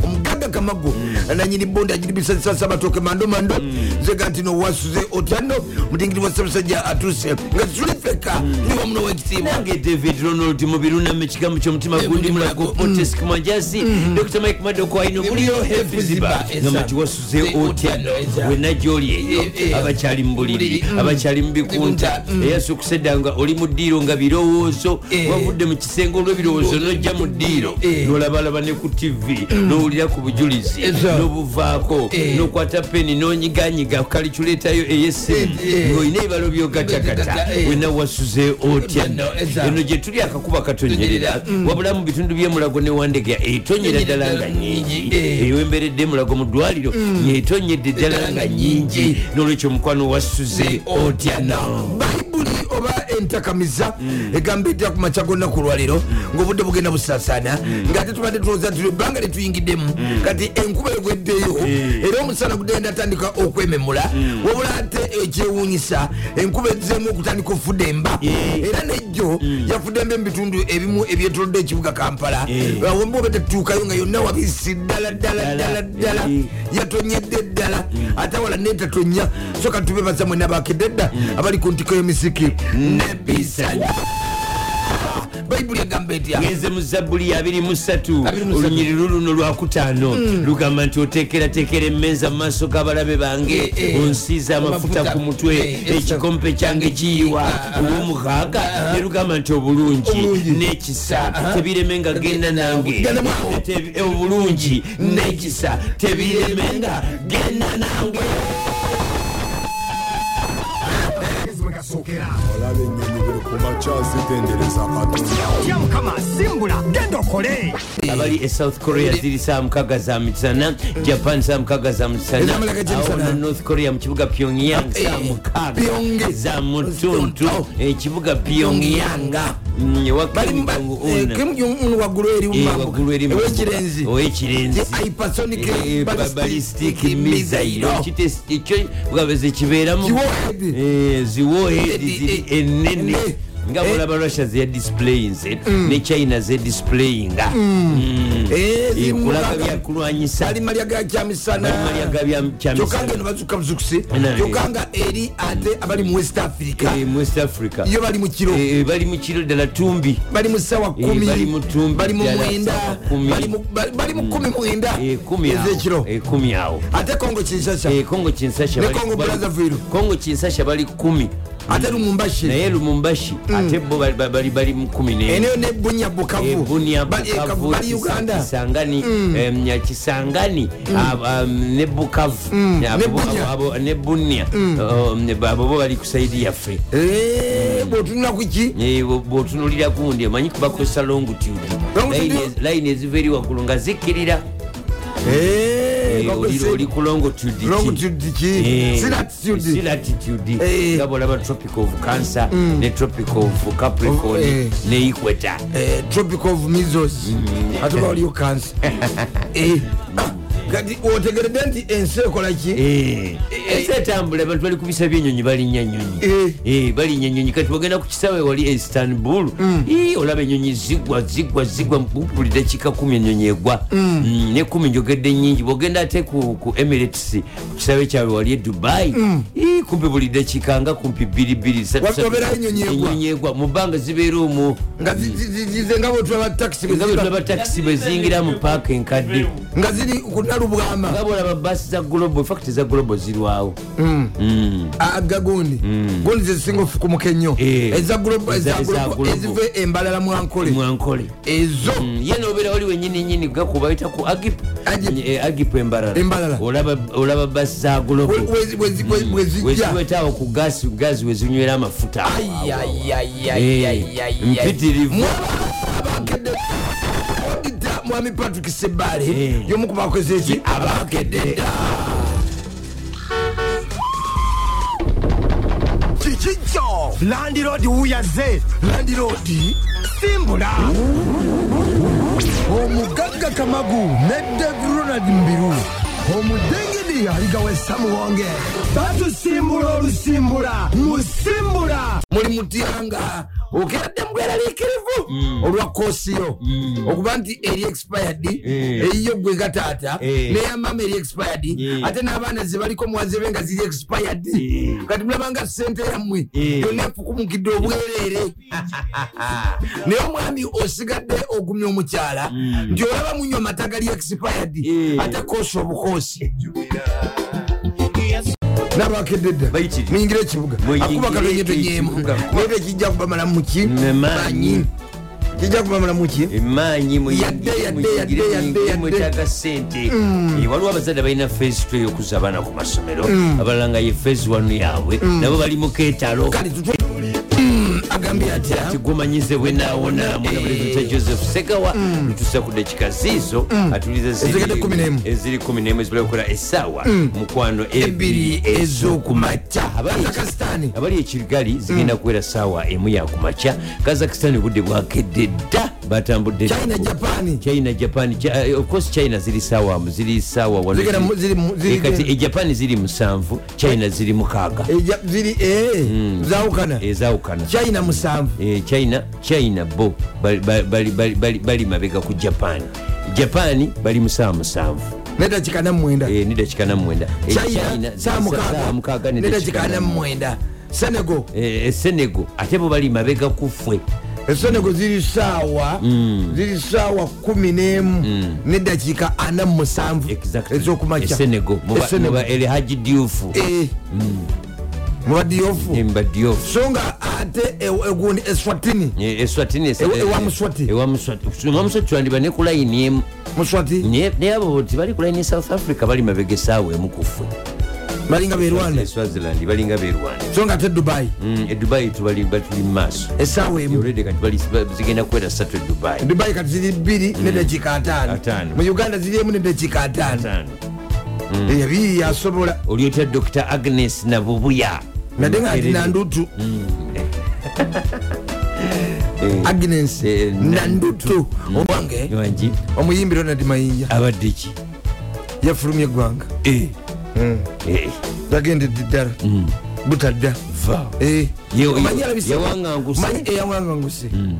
Speaker 1: omugaga kamagu nanyini bondi agiribisasasa batoke mando mando zega nti nowasuze otyano mutingiri wasabasajja atuse nga tulifeka niwamuno wekitiibwa
Speaker 2: nange david ronald mubirunama ekigambo kyomutima gundi mulago otesk mwajasi dr mike madoko alina omuliyo hefiziba nga mugiwasuze otyano wena gyoli eyo abakyali mu buliri abakyali mu bikunta eyasukuseddanga oli mu ddiiro nga birowoozo wavudde mu kisenge olw'ebirowoozo nojja mu ddiiro nolabalaba ne ku tv nowulira ku bujulizi nobuvaako nokwata peni nonyiganyiga kalikyuletayo ey'essimu ng'olina ebibalo byogatakata wena wasuze otya
Speaker 5: No, exactly.
Speaker 2: eno gye tuli akakuba katonyerera wabula mu bitundu by'emulago ne wandegeya etonyera ddala mm. nga nyingi
Speaker 5: Eh.
Speaker 2: ewemberedde emulago mu ddwaliro yetonyedde ddala nga nyingi n'olwekyo omukwano wasuze otya no
Speaker 1: bayibuli oba entakamiza egamba etya ku makya gonnaku olwaliro ngaobudde bugenda busaasaana ngaate tubadde tulowooza nti ebbanga lyetuyingiddemu kati enkuba egweddeyo era omusana gugenda atandika okwememula wabula ate ekyewuunyisa enkuba ezeemu okutandika ofudde emba era nejjo
Speaker 2: Mm.
Speaker 1: yafudde emba emubitundu ebimu ebyetolodde ekibuga kampala
Speaker 2: Mm.
Speaker 1: awemba oba tetuukayo nga yonna wabisi ddala ddala ddala ddala
Speaker 2: Mm.
Speaker 1: yatonyedde ddala ate wala netatonya
Speaker 2: Mm.
Speaker 1: so kati tubebaza mwena bakededda abali ku ntiko y'emisiki
Speaker 2: Mm. nebisanya
Speaker 1: bayibuli egamba etya
Speaker 2: genze mu zabbuli ya 23
Speaker 1: 23.
Speaker 2: olunyiriru luno lwakutaano lugamba nti oteekerateekera emmeeza mu maaso g'abalabe bange onsiiza amafuta ku mutwe ekikompe Eh, kyange kiyiwa ow'omukaaga ne lugamba nti obulungi n'ekisa tebiremenga genda Mm. nange Tebi- eh, obulungi n'ekisa tebiremenga genda nange
Speaker 3: amagezi we gasookera
Speaker 4: olabe ennyonyi buli ku makya zitendereza katonda
Speaker 3: tya mukama simbula genda okole
Speaker 2: abali e south korea ziri saa mukaaga za misana japan saa mukaaga za misana
Speaker 1: Ezamalaka gy'emisana.
Speaker 2: Awo na north korea mu kibuga
Speaker 1: Eh,
Speaker 2: pyongyang saa mukaaga
Speaker 1: Pyongy.
Speaker 2: za mutuntu ekibuga Eh, pyongyang Mm,
Speaker 1: balikimu jungunu waggulu
Speaker 2: Eh, waggulu eri mu-
Speaker 1: erimuwekirenzi
Speaker 2: owekirenzi
Speaker 1: Ye hypersonic
Speaker 2: Eh, eh,
Speaker 1: ballistic
Speaker 2: ballistic
Speaker 1: missile. Oh,
Speaker 2: missile. Ekite- ekyo bugabe kibeeramu
Speaker 1: Ziwarhead.
Speaker 2: Eh, ziwarhead
Speaker 1: Eh,
Speaker 2: ziri
Speaker 1: eh,
Speaker 2: enene
Speaker 1: eh.
Speaker 2: nga
Speaker 1: Eh. Mm.
Speaker 2: bulaba russia zeyadisplayinze ne china Mm. zedisplayinga Eh,
Speaker 1: Eh,
Speaker 2: kulaga byakulwanyisa
Speaker 1: alimalya ga kyamisana
Speaker 2: balimalya
Speaker 1: kyokka ngeno
Speaker 2: gabyamkyamisana
Speaker 1: bazuka buzukusi
Speaker 2: Ena-
Speaker 1: kyokka nga eri ate abali mu west africa
Speaker 2: west Eh, africa
Speaker 1: yo bali mu kiro
Speaker 2: Eh, eh, bali mu kiro ddala tumbi
Speaker 1: bali mu sawa kumi
Speaker 2: bali mu tumbi,
Speaker 1: bali mu
Speaker 2: ddala sawa
Speaker 1: mwenda
Speaker 2: kumi.
Speaker 1: bali mu- bali- bali mu kumi mwenda
Speaker 2: Eh, kumi awo.
Speaker 1: ezekiro
Speaker 2: Eh, kumi awo
Speaker 1: ate kongo kinsasa
Speaker 2: Eh, congo kinsasha
Speaker 1: Ne
Speaker 2: bali-
Speaker 1: Congo
Speaker 2: bali-
Speaker 1: Brazzaville.
Speaker 2: congo kinsasha bali kumi
Speaker 1: ate lumumbashi Mm.
Speaker 2: naye lumumbashi ate bo bali- bali- bali bali mu kumi n'emu.
Speaker 1: eneyo ne bunya
Speaker 2: Eh,
Speaker 1: bukavu
Speaker 2: Bunia,
Speaker 1: Bali- eh, Kavu,
Speaker 2: Bukavu, Eh,
Speaker 1: bali
Speaker 2: Kisa-
Speaker 1: uganda Mm.
Speaker 2: kisangani em, ya kisangani ab- am, Ah, um, ne bukavu
Speaker 1: Mm. ne
Speaker 2: Abo- abo-
Speaker 1: Bunia. Mm.
Speaker 2: abo- ne bunia Oh, ne- abo bo bali ku saidi yaffe
Speaker 1: bwotunula kuki
Speaker 2: Eh, bwo- bwotunulira gundi omanyi kubakozesa longitude
Speaker 1: Longitude?
Speaker 2: layini eziva eri waggulu nga zikkirira
Speaker 1: Eh,
Speaker 2: Eh, oli
Speaker 1: bakozesa-
Speaker 2: oli ku longitude ki?
Speaker 1: longitude ki
Speaker 2: Eh,
Speaker 1: si latitude
Speaker 2: si latitude
Speaker 1: Eh. Mm.
Speaker 2: nga bwolaba tropic of cancer ne tropic of capricorn
Speaker 1: Eh.
Speaker 2: ne equator
Speaker 1: eh, tropic of measles
Speaker 2: Mm.
Speaker 1: ate ba waliyo cancer Eh, ah, kati otegeredde nti ensi
Speaker 2: Eh.
Speaker 1: ekolaki
Speaker 2: ensi etambula Eh, abantu bali kubisa byenyonyi balinnya
Speaker 1: Eh.
Speaker 2: nyonyi balinnya nyonyi kati bagenda ku kisaawe wali estanbul
Speaker 1: Mm.
Speaker 2: Ii, olaba enyonyi zigwa zigwa zigwa buli dakiika kumi enyonyi egwa Mm, ne kumi njogedde nyingi bwogenda ate ku ku emirates ku kisaawe kyabwe wali e dubai
Speaker 1: Mm.
Speaker 2: Ii, kumpi buli dakiika nga kumpi bbiri bbiri satu,
Speaker 1: Wabula
Speaker 2: satu.
Speaker 1: obeerayo ennyonyi egwa.
Speaker 2: Ennyonyi egwa mu bbanga zibeera omwo
Speaker 1: nga zi- zi- zi- zize nga bwetulaba taxi bwe
Speaker 2: nga
Speaker 1: ziba-
Speaker 2: bwetulaba takisi bwe ziyingira mu paaka enkadde
Speaker 1: nga ziri ku nalubwama
Speaker 2: nga bwolaba baasi za global fakiti za global zirwawo Mm.
Speaker 1: aga gundi gundi zezisinga ofukumuka ennyo
Speaker 2: Eh.
Speaker 1: eza gulobo
Speaker 2: Eza- Mm. eza global.
Speaker 1: eziva embalala mwankole
Speaker 2: mwankole
Speaker 1: ezo
Speaker 2: ye nobeera wali wenyini nyini gakubayita ku agip
Speaker 1: Agip.
Speaker 2: Eh, agip embalala
Speaker 1: Embalala.
Speaker 2: Olaba- olaba basi za global
Speaker 1: bwezijja
Speaker 2: weziwetaawo ku gasi gazi wezinywera amafuta Eh, mpitirivu
Speaker 1: abakeddeodita mwami patrick sebale
Speaker 2: Eh.
Speaker 1: yomu ku bakoze eki abakedde
Speaker 3: kiki kyo landiroodi wuyaze
Speaker 1: landiroodi
Speaker 3: simbula
Speaker 1: omugagga kamagu ne david ronald mbiru
Speaker 3: omudengidi aligawo essamuwonge batusimbula olusimbula musimbula
Speaker 1: muli mutyanga okedde mweraliikirivu
Speaker 2: Mm.
Speaker 1: olwa koosiyo okuba nti eri expired
Speaker 2: Eh.
Speaker 1: eyiyo gwe gataata
Speaker 2: Eh.
Speaker 1: neyamama eri expired
Speaker 2: Eh.
Speaker 1: ate n'abaana zebaliko muwazebe nga ziri expired
Speaker 2: Eh.
Speaker 1: kati mulabanga sente yammwe
Speaker 2: Eh.
Speaker 1: yonna efukumukidde obwereere naye omwami osigadde ogumya omukyala nti olaba munywa amata gali expired
Speaker 2: Mm. Eh.
Speaker 1: ate koosi obukoosi nabakedde dda
Speaker 2: Bayitirivu.
Speaker 1: muyingire ekibuga
Speaker 2: Muyingire
Speaker 1: akuba kalonye tonyeemu
Speaker 2: ekibuga.
Speaker 1: naye tekijja kubamala muki
Speaker 2: Ne maanyi.
Speaker 1: maanyi kijja kubamala muki
Speaker 2: E emaanyi
Speaker 1: Yadde, yadde, yadde, yadde, yadde.
Speaker 2: mwetaga sente Eh, waliwo abazadde balina fase t eyokuzza abaana ku masomero abalala nga ye fase wanu yaabwe nabo bali mu keetalo
Speaker 1: kale tutu Mm, agambye atya
Speaker 2: tigumanyize
Speaker 1: Mm.
Speaker 2: bwenaawona munabuleeta
Speaker 1: Eh.
Speaker 2: joseph segawa lutusa ku dakika ziizo
Speaker 1: Mm.
Speaker 2: atuliza ziri-
Speaker 1: Ezigedde kkumi n'emu.
Speaker 2: eziri 11 ezibula okukola essaawa
Speaker 1: Mm.
Speaker 2: mukwano
Speaker 1: ebbiri
Speaker 2: ebiri
Speaker 1: ez'okumakya
Speaker 2: Abali-
Speaker 1: pakisitaani
Speaker 2: abali ekirigali zigenda
Speaker 1: Mm.
Speaker 2: kuwera saawa emu yakumakya kazakistan obudde bwakedde dda batambudde
Speaker 1: china japani
Speaker 2: china japan Cha- eh, of course china ziri sawa ziri sawa wano
Speaker 1: Zigera mu-
Speaker 2: ziri-
Speaker 1: ziri mu- ziri-
Speaker 2: Eh, kati e japan ziri musanvu china ziri mukaaga
Speaker 1: Eja- ziri
Speaker 2: Mm.
Speaker 1: eh, zawukana
Speaker 2: ezawukana
Speaker 1: china musanvu
Speaker 2: Eh, china china bo bali- bali- bali- bali- bali bali mabega ku japan japan bali musaa musanvu
Speaker 1: nedakika namwenda
Speaker 2: Eh, ne dakika namwenda Eh, China
Speaker 1: china
Speaker 2: ziri
Speaker 1: saa
Speaker 2: saa mukaaga
Speaker 1: mukaaga
Speaker 2: ne
Speaker 1: nedakika
Speaker 2: dakika nam-
Speaker 1: namwenda senego
Speaker 2: Eh, eh, senegal ate bo bali mabega kufwe
Speaker 1: esenego ziri saawa ziri saawa kumi n'emu nedakiika ana mu musanvu
Speaker 2: E
Speaker 1: ez'okumakya
Speaker 2: esenego
Speaker 1: Esenego.
Speaker 2: muba elhaji diufu
Speaker 1: Eh, mubadiofu
Speaker 2: emba diufu
Speaker 1: so nga ate e- eguni eswatini
Speaker 2: Eh, eswatini es-
Speaker 1: Ewa-
Speaker 2: eh,
Speaker 1: ewa
Speaker 2: eh,
Speaker 1: Muswati.
Speaker 2: ewa muswati ewa muswati wandiba ne ku layini emu
Speaker 1: muswati
Speaker 2: Naye- naye abo ti bali ku layini e south africa bali mabega esaawa emu kufwe
Speaker 1: balinga berwanda
Speaker 2: Eh, swaziland balinga berwanda
Speaker 1: so nga ate dubai E
Speaker 2: edubayi tubali batuli mu maaso
Speaker 1: esaawa emu
Speaker 2: olwedde kati bali- ba- zigenda kuwera satu e dubayi
Speaker 1: dubai kati ziri bbiri nedakiika ataano
Speaker 2: Ataano.
Speaker 1: mu uganda ziri emu nedakiika ataano ebi yasobola
Speaker 2: olyotya dr agnes nabubuya
Speaker 1: nadde nga ati nandutu
Speaker 2: Hmm. Eh,
Speaker 1: Eh. agnes
Speaker 2: Eh, Hmm.
Speaker 1: nandutu owange
Speaker 2: wangi
Speaker 1: omuyimbi ronald mayinja
Speaker 2: abadde ki
Speaker 1: yafulumya eggwanga
Speaker 2: Eh. Eh.
Speaker 1: yagendedde ddala
Speaker 2: Hmm.
Speaker 1: butadda
Speaker 2: Va.
Speaker 1: Eh.
Speaker 2: Ye-
Speaker 1: Omanyi
Speaker 2: ye-
Speaker 1: alabise-
Speaker 2: yawanganguse.
Speaker 1: Omanyi eyawanganguse
Speaker 2: Hmm.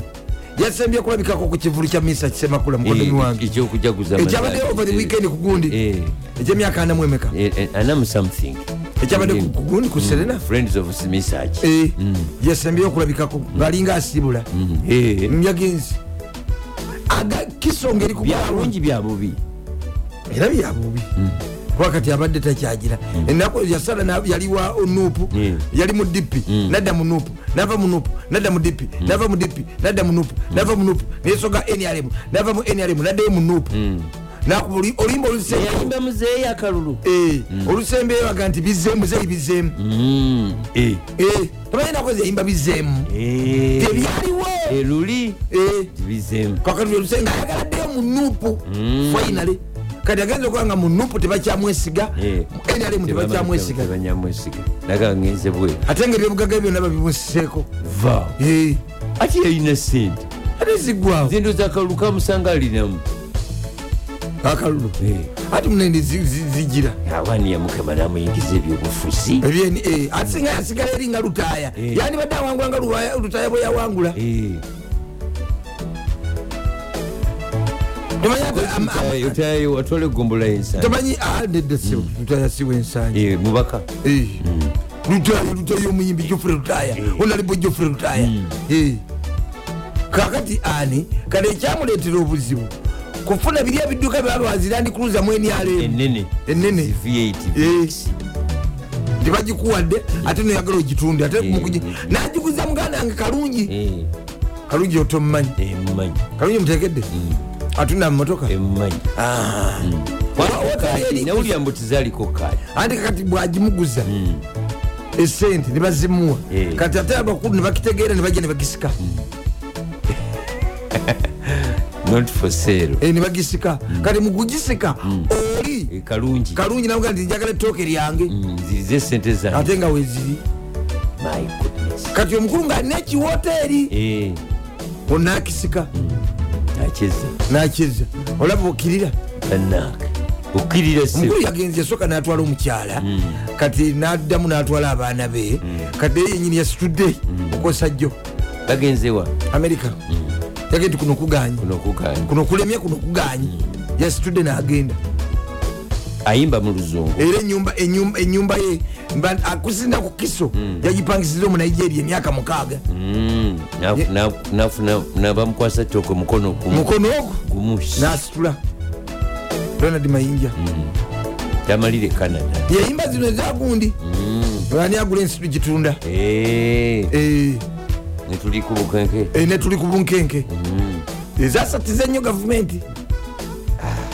Speaker 1: yasembye kulabikako ku kivulu kya misa kisemakula mukodoni
Speaker 2: Eh,
Speaker 1: wange
Speaker 2: ekyokujaguza
Speaker 1: ekyabadde
Speaker 2: amazaali.
Speaker 1: over the weekend ku gundi
Speaker 2: Eh,
Speaker 1: ekyemyaka anamu emeka
Speaker 2: eh, eh, anam something
Speaker 1: ekyabadde Eh, ku-
Speaker 2: Again,
Speaker 1: ku gundi ku serena
Speaker 2: friends of smisach
Speaker 1: Eh,
Speaker 2: Hmm.
Speaker 1: yasembyeyo okulabikako ngalinga asibula
Speaker 2: Eh.
Speaker 1: Hmm. myagenzi kisonga eri kubalungi
Speaker 2: byalungi byabubi
Speaker 1: era byabubi kubakati Hmm. abadde takyagira enaku yasala na- yali wa nupu
Speaker 2: Mm.
Speaker 1: yali mu dipi nadda mu nupu nava mu nupu nadda mu dipi nava mu dipi nadda mu nupu nava mu nupu nesoga nrm nava mu nrm naddayo mu nupu olimba olusembe
Speaker 2: yayimba muzeeyo akalulu
Speaker 1: olusembeyo aga nti bizeemu zeyi bizeemu
Speaker 2: Hmm.
Speaker 1: tamanyi nakozi yayimba bizeemu tebyaliwo
Speaker 2: Eh. luli
Speaker 1: Eh.
Speaker 2: bizemu
Speaker 1: kakati olusenga ayagaladdeyo mu nupu fainale kati agenza okuba nga mu nupu tebakyamwesiga nrm tebakyamwesiga
Speaker 2: tebanyamwesiga naga ngenze bwe
Speaker 1: ate nga ebyobugaga byonna babimusiseeko
Speaker 2: va
Speaker 1: Eh,
Speaker 2: ati yalina sente
Speaker 1: ate ziggwawo
Speaker 2: nze ndoozi akalulu kamusanga alinamu
Speaker 1: akalulu ati munene zi- zi- zigira
Speaker 2: abaani yamukema namuyingiza ebyobufuzi
Speaker 1: Ebyen- eh, ate singa yasigala eri nga lutaaya
Speaker 2: Eh.
Speaker 1: yandibadde awangula nga Luwaya- lutaaya bwe yawangula Tomanyi ate- am- am-
Speaker 2: eh, otayo watwala egombolola yensa
Speaker 1: tomanyi ah, nedda si- lutaaya siwe ensangi
Speaker 2: mubaka
Speaker 1: Eh. lutaaya lutaaya omuyimbi jofre lutaaya
Speaker 2: Eh.
Speaker 1: olalibo jofre lutaaya
Speaker 2: Hmm.
Speaker 1: Eh. kakati ani kale ekyamuleetera obuzibu kufuna biri ebidduka byabazirandikuluza mu nrm
Speaker 2: enene
Speaker 1: enene Eh. tebagikuwadde ate noyagala ogitunde ate
Speaker 2: Eh.
Speaker 1: mukugi- nagiguza muganda wange kalungi
Speaker 2: v8
Speaker 1: kalungi otomumanyi
Speaker 2: Eh. emanyi
Speaker 1: kalungi mutekedde
Speaker 2: Hmm.
Speaker 1: atunda mumotoka
Speaker 2: emanyi Mm. nawulira mbu tizaaliko kaali
Speaker 1: anti kakati bwagimuguza esente nebazimuwa
Speaker 2: Hmm. Eh.
Speaker 1: kati ate abakulu nebakitegeera nebajja nebagisika
Speaker 2: not for sale
Speaker 1: Eh, nebagisika kati mukugisika
Speaker 2: Eh,
Speaker 1: oli
Speaker 2: kalungi
Speaker 1: kalungi namuga nti njagala ettooke lyange
Speaker 2: Mm. nzirize sente zange
Speaker 1: ate nga weziri
Speaker 2: my goodness Eh,
Speaker 1: kati omukulu ngaalina ekiwoteeri onakisika
Speaker 2: nakeza
Speaker 1: nakizza olaba okirira
Speaker 2: banaka okkirira se
Speaker 1: omukulu yagenzi yasooka n'atwala omukyala kati n'addamu n'atwala abaana be kati eye yenyini yasitudde okosa jjo
Speaker 2: bagenzewa
Speaker 1: amerika yage ti kuno kuganye
Speaker 2: kuno kukaali
Speaker 1: kuno kulemye kuno kuganye yasitudde n'agenda
Speaker 2: ayimba mu luzungu
Speaker 1: era enyumba- enyumba- enyumba ye mba- akusinda ku kiso yagipangisiza omu nigeria emyaka mukaaga
Speaker 2: Mm, nabamukwasa toko mukono gumu
Speaker 1: mukono ogwo
Speaker 2: gumu
Speaker 1: n'asitula ronald mayinja
Speaker 2: tamalire canada
Speaker 1: yeyimba zino ezagundi ani agula ensi tugitunda Eh,
Speaker 2: netuliku bukenke
Speaker 1: eh, ne tuli ku bunkenke E, ezasatiza nnyo gavumenti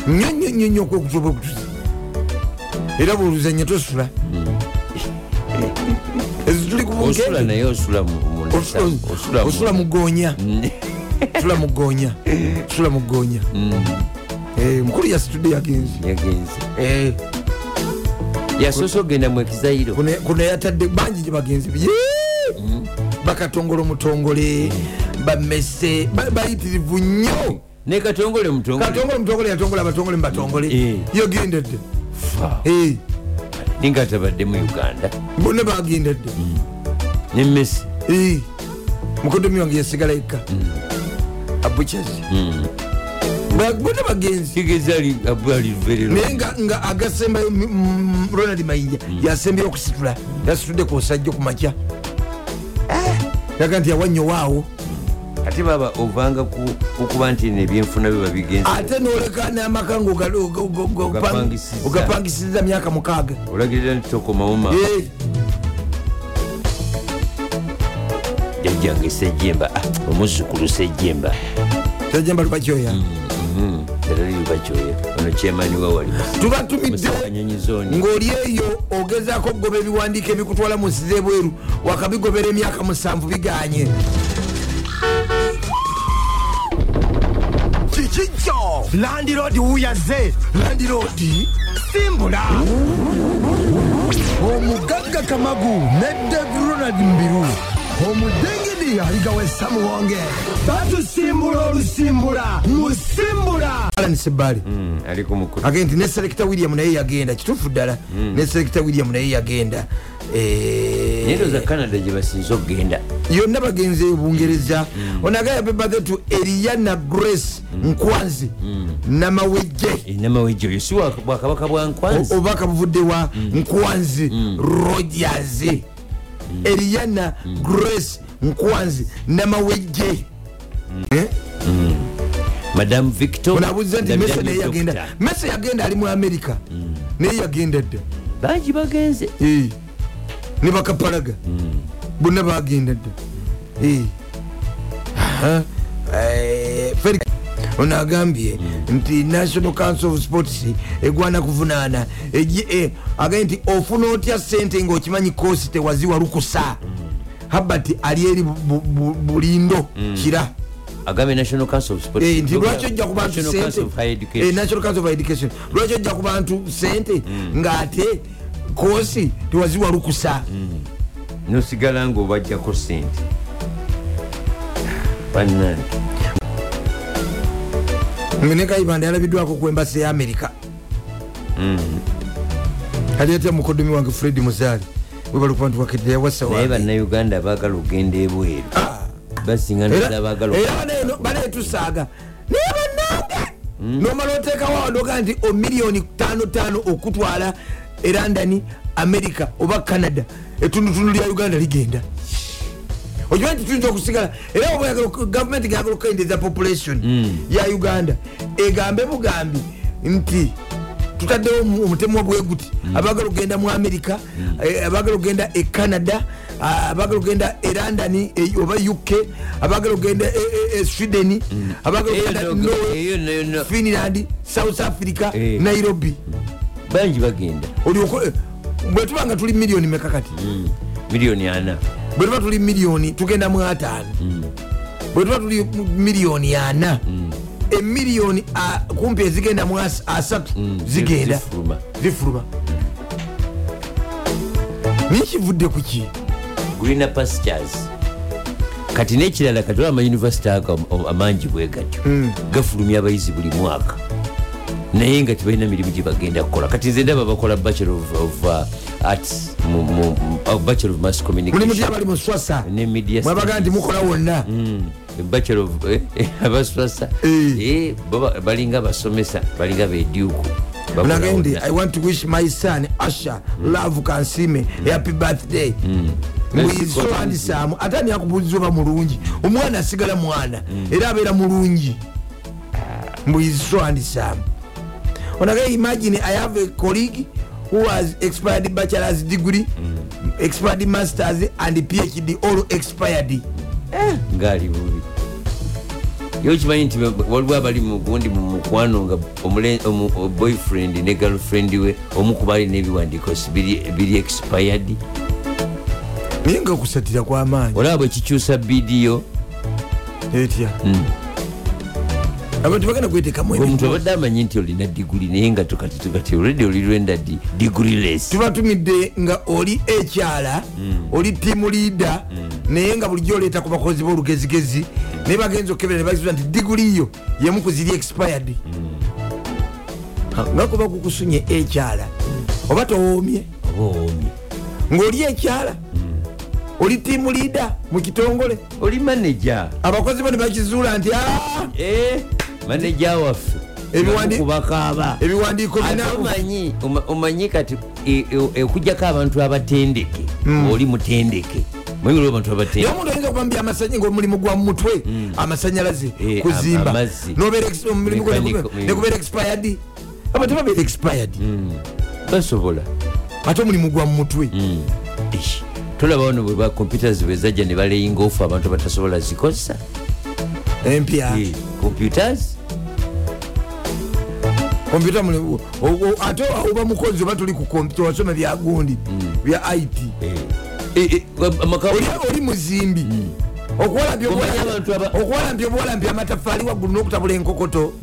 Speaker 1: nnyo nnyo nnyo nnyo okwokutuba okutuzi era buluzanya tosula ezituli ku
Speaker 2: osula
Speaker 1: bunkenke
Speaker 2: naye osula mu- mu-
Speaker 1: Osu-
Speaker 2: osula mu-
Speaker 1: osula mugonya sula mugonya sula mugonya
Speaker 2: Mm.
Speaker 1: Eh, mukulu yasitudde yagenzi
Speaker 2: yagenze Eh. yasoose ogenda mu ekizairo
Speaker 1: Kuno- kuno yatadde bangi gye bagenzi bi- Yee! bakatongola omutongole bamese ba- bayitirivu nnyo
Speaker 2: ne katongole mutongole
Speaker 1: katongole omutongole yatongola abatongole mubatongole
Speaker 2: Eh.
Speaker 1: yogendedde
Speaker 2: Fa.
Speaker 1: Eh,
Speaker 2: ninga atabadde mu uganda
Speaker 1: bonna bagendedde
Speaker 2: ne messi
Speaker 1: Eh, mukodomi wange yasigala ekka abuchazi bonna bagenzi
Speaker 2: kigeza abali luberero
Speaker 1: naye nga- nga agasembayo m- m- ronald mayinja yasembayo okusitula yasitudde kusajja kumakya Eh, yaga nti yawanyowaawo
Speaker 2: ate baba ovanga ku- okuba nti nebyenfuna biba bigenze
Speaker 1: ate noleka n'amaka
Speaker 2: Ogapangisiza.
Speaker 1: ngaogapangisiza myaka mukaaga
Speaker 2: olagirira nti tokomawo ma
Speaker 1: Eh,
Speaker 2: jajjange sejjemba Ah, omuzzukulu sejjemba
Speaker 1: jajja mbaluba kyoya
Speaker 2: eraliba kyoyo ono kyemaniwa wali
Speaker 1: tubatumidde
Speaker 2: musawanyonyizoni
Speaker 1: ng'oli eyo ogezaako okugoba ebiwandiiko ebikutwala mu nsi z'ebweru wakabigobera emyaka musanvu biganye
Speaker 3: kiki kyo landiroodi wuyaze landiroodi simbula omugagga kamagu ne dev ronald mbiru omudengede oli aligawa essamu wonge batusimbula olusimbula musimbula
Speaker 1: alan sebaali
Speaker 2: Hmm, ali ku mukutu
Speaker 1: agenda nti ne selecta william naye yagenda kituufu ddala ne selecta william naye yagenda Eh,
Speaker 2: nendo za canada gye basinze okugenda
Speaker 1: yonna bagenze e bungereza onagaya bebathe to eriana grace nkwanzi namawejje
Speaker 2: enamawejo yo si wa bwakabaka bwa nkwanzi
Speaker 1: obubaka buvudde wa nkwanzi rogers eriana grace nkwanzi namawejje
Speaker 2: madamu victor
Speaker 1: onabuuza nti
Speaker 2: na
Speaker 1: mese
Speaker 2: Madam
Speaker 1: naye yagenda
Speaker 2: Doctor.
Speaker 1: mese yagenda ali mu amerika naye yagenda dda
Speaker 2: bangi bagenze
Speaker 1: Eh. ne bakapalaga
Speaker 2: Hmm.
Speaker 1: bonna bagenda dda Eh. Aha. Eh, Felix ono agambye
Speaker 2: Hmm.
Speaker 1: nti national council of sports egwana kuvunaana Egi- eh, agambye nti ofuna otya sente ngaokimanyi kosi tewaziwalukusa
Speaker 2: Hmm.
Speaker 1: habert ali eri bu- bu- bu- bulindo kira
Speaker 2: agambye national council of sports
Speaker 1: Eh, nti lwaki ojja ku bantu
Speaker 2: National Council of Higher
Speaker 1: sente Eh,
Speaker 2: Education.
Speaker 1: national council of education lwaki ojja ku bantu sente
Speaker 2: Hmm.
Speaker 1: ngaate kosi tewaziwalukusa
Speaker 2: nosigala nga obajjako sente banange
Speaker 1: nekaibanda yalabiddwako ku embasi ya amerika ali atya mukodomi wange fred muzaali webalikuba nti wakedde yawasa
Speaker 2: naye
Speaker 1: wange.
Speaker 2: bannayuganda baagala okugenda ebweru basinga
Speaker 1: Ah. Era-
Speaker 2: nala baagala
Speaker 1: era banaeno- baletusaaga naye banange nomala oteekawo awandoga nti omiliyoni 55 okutwala e london america oba canada E etundutundu lya uganda ligenda okimanyi nti tuyinza okusigala era oba oyagala- gavumenti gayagala okukendeeza population
Speaker 2: Mm.
Speaker 1: ya uganda E egambe bugambi nti tutaddewo omu- omutemwa bweguti
Speaker 2: Mm.
Speaker 1: abagala okugenda mu america eh, abagala okugenda e canada ah, abagala okugenda e london eh, oba uk abagala okugenda e- e- e sweden abagala okugenda
Speaker 2: Eyo Mm. Eh, no- eyo no-
Speaker 1: norway
Speaker 2: no-
Speaker 1: finland south africa
Speaker 2: Eh.
Speaker 1: nairobi
Speaker 2: bangi bagenda
Speaker 1: olyoko bwetuba nga tuli miliyoni meka kati
Speaker 2: miliyoni ana
Speaker 1: bwe tuba tuli miliyoni tugenda mu ataano bwe tuba tuli mu miliyoni ana emiliyoni ah, kumpi ezigenda mu as- asatu
Speaker 2: Mm.
Speaker 1: zigenda
Speaker 2: zifuluma.
Speaker 1: zifuluma naye kivudde ku ki
Speaker 2: gulina pastures kati nekirala kati olaba amayunivesity ago am- amangi bwe gatyo
Speaker 1: Hmm.
Speaker 2: gafulumya abayizi buli mwaka naye nga tebalina mirimu gye bagenda kukola kati nze ndaba bakola bachelor of, of uh, arts mu, mu, mu- uh, bachelor of mass
Speaker 1: mulimu
Speaker 2: communication
Speaker 1: gyabali mu swasa
Speaker 2: ne media
Speaker 1: mwabagaa nti
Speaker 2: studies.
Speaker 1: mukola wonna
Speaker 2: bachelor of- eh, eh, abaswasa
Speaker 1: Eh.
Speaker 2: eh, baba- balinga basomesa balinga bedyuku
Speaker 1: nagende i want to wish my son asha love kansime happy birthday wisoanisamu ate ani akubuuliza oba mulungi omwana asigala mwana era abeera mulungi mbuisoanisamu onaga imagine i have a colleague who has expired bachelors degree expired masters and phd all expired
Speaker 2: ngaali bubi ye okimanyi nti ba- waliwo abali mugundi mu mukwano nga omule- omu- o- boyfriend ne girlfriend we omu kuba alina ebiwandiiko si biri biri expired
Speaker 1: naye nga kusatira kwamaanyi
Speaker 2: olaba bwe kikyusa bidiyo
Speaker 1: etya abantu bagenda kwetekamu
Speaker 2: omuntu
Speaker 1: ebintu
Speaker 2: abadde amanyi nti olina diguli naye nga tukatitukaty olwedi olirwenda di diguliless
Speaker 1: tubatumidde nga oli ekyala oli tiimu liida naye nga bulijjo oleeta ku bakozi b'olugezigezi naye bagenza okukebera ne bazibuza nti diguriyo yemu ku ziri expired nga kuba kukusunye ekyala oba towoomye
Speaker 2: oba owomi
Speaker 1: ng'oli ekyala oli tiimu liida mu kitongole
Speaker 2: oli manaja
Speaker 1: abakozi bo ne bakizuula nti "Ah,
Speaker 2: manaja Eh? waffe
Speaker 1: Ebiwandi-
Speaker 2: kubakaaba
Speaker 1: ebiwandiiko binaku
Speaker 2: omanyi oma- omanyi kati e, okujjako abantu abatendeke oli mutendeke muyiro abantu
Speaker 1: naye
Speaker 2: abatendeke
Speaker 1: omuntu oyinza okuba mubi amasanyi ngaomulimu gwa mutwe amasanyalaze
Speaker 2: Hmm. Eh,
Speaker 1: kuzimba
Speaker 2: am- amazzi.
Speaker 1: Nobeera ex- omulimu gwe
Speaker 2: Mechanical, Hmm.
Speaker 1: nekube-
Speaker 2: mm.
Speaker 1: nekubeera expired aba tebabeera expired
Speaker 2: basobola
Speaker 1: ate omulimu gwa mutwe
Speaker 2: Hmm. Ish. tolaba wano bweba computers bwezajja ne balayinga ofu abantu abatasobola zikozesa
Speaker 1: empya
Speaker 2: Hmm. computers
Speaker 1: kompyuta mulimu- o- o- ate oba mukozi oba tuli ku kompyuta wasoma byagundi bya it
Speaker 2: Hmm. Eh, eh, wa- amaka-
Speaker 1: Oli- oli muzimbi Okuwalampya-
Speaker 2: Omanyi
Speaker 1: obuwalampya-
Speaker 2: abantu aba-
Speaker 1: okuwalampya obuwalampya amatafaali waggulu n'okutabula enkokoto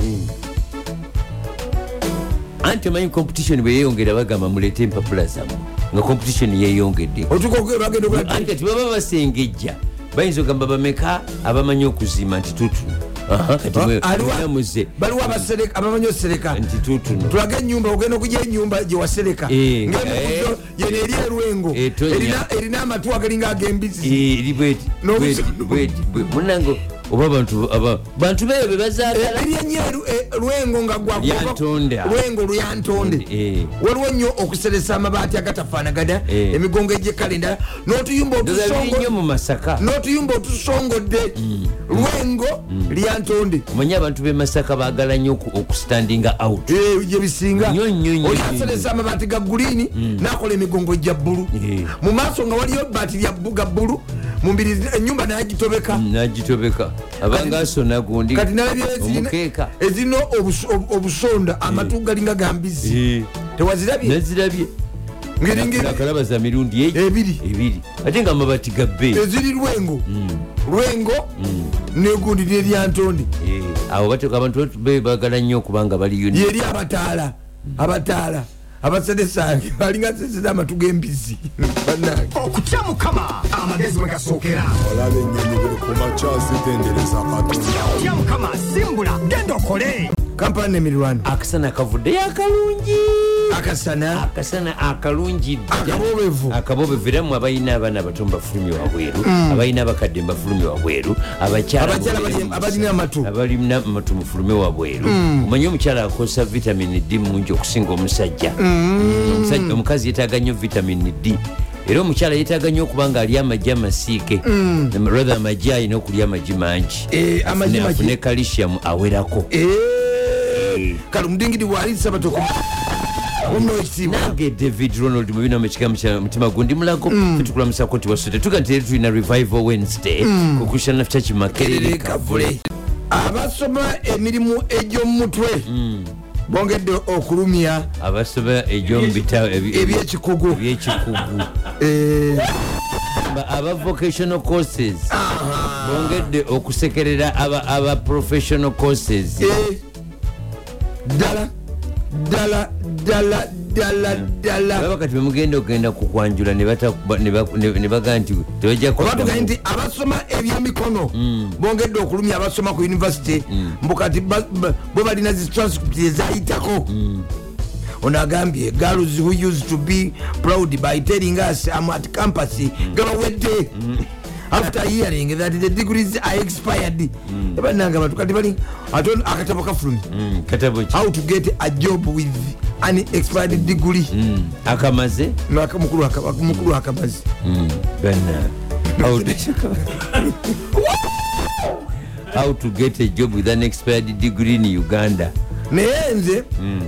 Speaker 2: anti omanyi competition bweyeyongera bagamba muleete empapula zammwe nga competition yeyongedde
Speaker 1: otuka bagenda okula-
Speaker 2: anti tebaba basengejja bayinza ogamba bameka abamanyi okuziima nti tutuno Aha, kati mwe-
Speaker 1: Aliwa-
Speaker 2: mwenna muze
Speaker 1: baliwo abasereka- abamanyi osereka
Speaker 2: nti tutuno
Speaker 1: tulaga enyumba ogenda okuja enyumba gyewasereka
Speaker 2: Eh.
Speaker 1: ngaemukuzo yene eri erwengo
Speaker 2: Eh, tonya.
Speaker 1: Erina- erina amatu agalinga agembizi
Speaker 2: eri Eh, bweti bweti,
Speaker 1: N'obuzibu.
Speaker 2: bweti bwe- munange oba bantu aba- bantu beyo be bazaagala
Speaker 1: erya nyo eru- eh, lwengo nga gwa-
Speaker 2: Lyantonda.
Speaker 1: lwengo lyantonde
Speaker 2: Eh.
Speaker 1: waliwo nnyo okuseresa amabaati agatafaanagana
Speaker 2: Eh.
Speaker 1: emigongo egyekala endala n'otuyumba
Speaker 2: ndowooza biri nnyo
Speaker 1: otusongo-
Speaker 2: mu masaka
Speaker 1: n'otuyumba otusongodde
Speaker 2: Mm.
Speaker 1: lwengo lyantonde
Speaker 2: omanyi abantu be masaka baagala nnyo oku- okustandinga out
Speaker 1: Eh, gyebisinga
Speaker 2: Nnyo, nnyo, nnyo,
Speaker 1: oli
Speaker 2: nnyo,
Speaker 1: aseresa amabaati ga guliini n'akola emigongo gya bbulu
Speaker 2: Hmm. Eh.
Speaker 1: mu maaso nga waliyo baati lya bbu- ga bbulu mumbiri enyumba nagitobeka
Speaker 2: Hmm. nagitobeka abanga asona gundi
Speaker 1: kati nalabye ezirina-
Speaker 2: omukeeka
Speaker 1: ezirina obus- ob- obusonda amatu galinga gambizi
Speaker 2: Eh,
Speaker 1: tewazirabye
Speaker 2: nazirabye
Speaker 1: ngeringeri
Speaker 2: nakalaba za mirundi egi-
Speaker 1: ebiri
Speaker 2: ebiri ate nga mabati ga bbeeyi
Speaker 1: eziri lwengo
Speaker 2: Hmm.
Speaker 1: lwengo negundi neryantondi
Speaker 2: Eh, awo bateeka abantu be baagala nnyo okubanga bali uni
Speaker 1: yeri abataala
Speaker 2: Hmm.
Speaker 1: abataala abaseresange balinga sesera amatu gembizi banange
Speaker 3: okutya mukama amagezi we gasookera
Speaker 4: olaba ennyonyi buli ku makya zitendereza katonda
Speaker 3: otya mukama simbula genda okole
Speaker 1: kampala nemirirwano
Speaker 2: akasana kavuddeyo akalungi
Speaker 1: akasana
Speaker 2: akasana akalungi dda.
Speaker 1: Akabobevu.
Speaker 2: akabobevu era mwe abalina abaana abato mbafulumye wabweru abalina abakadde mbafulumye wabweru abakyala
Speaker 1: Mm. Abakyala
Speaker 2: mubere
Speaker 1: abali-
Speaker 2: mu
Speaker 1: abalina
Speaker 2: nsa.
Speaker 1: amatu. Mm.
Speaker 2: abalina amatu mufulume wabweru omanye omukyala akozesa vitamini d mungi okusinga omusajja
Speaker 1: Mm.
Speaker 2: Omusajja- omukazi yetaaga nnyo vitamini d era omukyala yetaaga nnyo okuba nga alya amagi amasiike rathe amagi alina okulya amagi mangi
Speaker 1: Mm. Eh, amagi
Speaker 2: Afune-
Speaker 1: magi.
Speaker 2: afune calcium awerako
Speaker 1: Eh, kale omudingidi bwalisa batoko omno ekitiibwa
Speaker 2: nange david ronald mubinamu ekigambo kya mutima gundi mulago
Speaker 1: Mm.
Speaker 2: tetukulamusako tiwaso tetuga nti leero tulina revival wednesday
Speaker 1: Mm.
Speaker 2: kukushana church makerere kavule
Speaker 1: kavule abasoma emirimu egy'omumutwe bongedde okulumya
Speaker 2: abasoma egyomubitabo
Speaker 1: ebyekikugu
Speaker 2: ebyekikugu
Speaker 1: Eh,
Speaker 2: Ba- aba vocational courses bongedde okusekerera aba, aba professional courses
Speaker 1: eh, ddala ddala ddala ddala ddala
Speaker 2: baba kati bemugenda okgenda kukwanjula ne batakuba- ne ba- ne- ne bagaa nti tebajja
Speaker 1: oba tugaye
Speaker 2: kuddamu.
Speaker 1: nti abasoma ebyemikono bongedde okulumya abasoma ku univesity mbu kati ba- ba- bwe balina zitranscript ezayitako ono agambye girls who used to be proud by telling us am at campus gabawedde after hearing that the degrees are expired ebananga batu kati bali ate ono akatabo kafulumi
Speaker 2: Mm, katabo ki
Speaker 1: how to get a job with an expired degree
Speaker 2: Mm, akamaze
Speaker 1: Maka- mukulu akaba- mukulu akabazi
Speaker 2: Bernard, uh, how to, how to get a job with an expired degree in Uganda.
Speaker 1: naye nze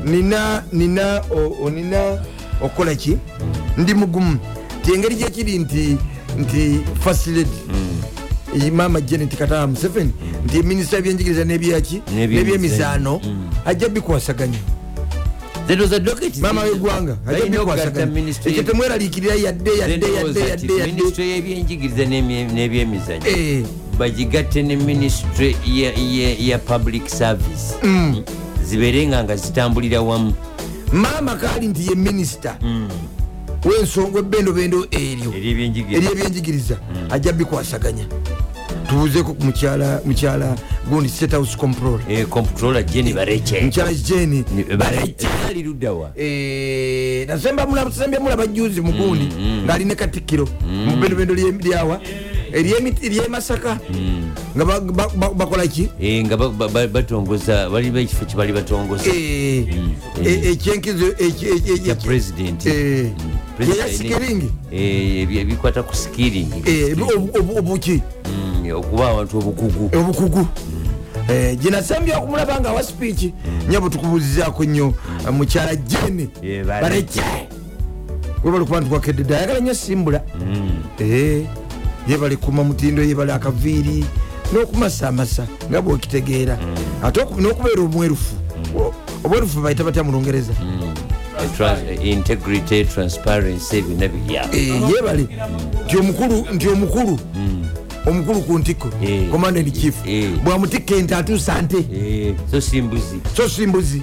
Speaker 1: nina nina o- o- nina okukola ki ndi mugumu ti engeri gyekiri nti nti fasiledi
Speaker 2: Mm.
Speaker 1: mama janet kataba museveni nti minisita ebyenjigiriza nebyaki
Speaker 2: N'ebyemizaano.
Speaker 1: nebyemisano
Speaker 2: Mm.
Speaker 1: ajja bikwasaganya
Speaker 2: Ndowooza docket
Speaker 1: mama
Speaker 2: ziri-
Speaker 1: weggwanga ajja
Speaker 2: balina okugatta
Speaker 1: bikwasaganya
Speaker 2: ministry-
Speaker 1: ekyo temweraliikirira yadde yadde yadde
Speaker 2: ndowooza ti
Speaker 1: yadde yadde
Speaker 2: ministry y'ebyenjigiriza n'emye- n'ebyemizannyo
Speaker 1: Eh,
Speaker 2: bagigatte ne ministry ya- ya- ya public service
Speaker 1: Mm.
Speaker 2: zibeere nga nga zitambulira wamu
Speaker 1: maama kaali nti ye minisita
Speaker 2: Mm.
Speaker 1: wensonga ebbendobendo eryo
Speaker 2: eri ebyenjigiriza
Speaker 1: eryebyenjigiriza
Speaker 2: Hmm.
Speaker 1: ajja bikwasaganya tubuuzeko ku mukyala mukyala gundi state house control
Speaker 2: Eh, comptroller Jenny Bareke
Speaker 1: mukyala jeni
Speaker 2: Bareke ali luddawa
Speaker 1: e, nasembye mulaba juzi mugundi
Speaker 2: Hmm,
Speaker 1: ngaali ne katikkiro mubendobendo lyawa e eryemasaka
Speaker 2: Hmm.
Speaker 1: nga ba- ba- ba- bakola ki
Speaker 2: nga Eh, ba- ba- ba- batongoza bali ekifo kye bali batongoza
Speaker 1: Eh, eh, ekyenkizo eki- eki- eki-
Speaker 2: Hmm. ya president Hmm.
Speaker 1: Eh,
Speaker 2: President
Speaker 1: yeya sikiringi
Speaker 2: Eh, ebi- ebikwata ku skiring
Speaker 1: Eh, obu- obu- obuki
Speaker 2: Mm, okuba abantu obukugu
Speaker 1: Eh, obukugu gyenasembye okumulaba nga wa sipiiki nyabo tukubuuzizaako nnyo eh, mukyala jeni
Speaker 2: Eh, Bareke.
Speaker 1: bareke webali kuba ntukwakedde dda ayagala nnyo simbula
Speaker 2: Hmm.
Speaker 1: Eh, yebale kuma mutindo yebale akaviiri n'okumasamasa nga bwokitegeera
Speaker 2: Hmm.
Speaker 1: ate oku- n'okubeera omwerufu O- obwerufu bayita batya mu lungereza
Speaker 2: Eh, trans- eh, integrity transparency byonna
Speaker 1: Eh,
Speaker 2: biryako
Speaker 1: yebale nti omukulu nti omukulu omukulu ku ntikko
Speaker 2: Hmm. Eh.
Speaker 1: command and chief
Speaker 2: Eh.
Speaker 1: bwamutikka ente atuusa nte
Speaker 2: Eh, so si mbuzi
Speaker 1: so si mbuzi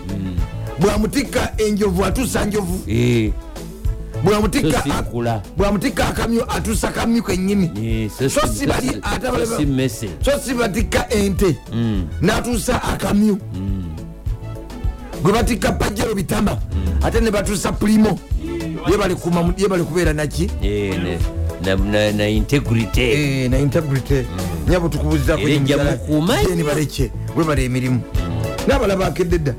Speaker 1: bwamutikka enjovu atuusa njovu
Speaker 2: Eh,
Speaker 1: bwamutikka
Speaker 2: So si nkula.
Speaker 1: bwamutikka akamyu atuusa kamyu kennyini
Speaker 2: Yes, Eh, so
Speaker 1: so
Speaker 2: si-
Speaker 1: si bali
Speaker 2: so-
Speaker 1: ate
Speaker 2: so si
Speaker 1: balaba-
Speaker 2: mmese.
Speaker 1: so si batikka ente n'atuusa akamyu gwe batikka pajero bitama ate ne batuusa pulimo ye bali kuma mu- ye bali kubeera naki
Speaker 2: Eh, ne- na- na- na integrity
Speaker 1: Eh, na integrity nyabo tukubuzizako
Speaker 2: Era ejja mukuuma nnyo.
Speaker 1: baleke webala emirimu n'abalaba akedde dda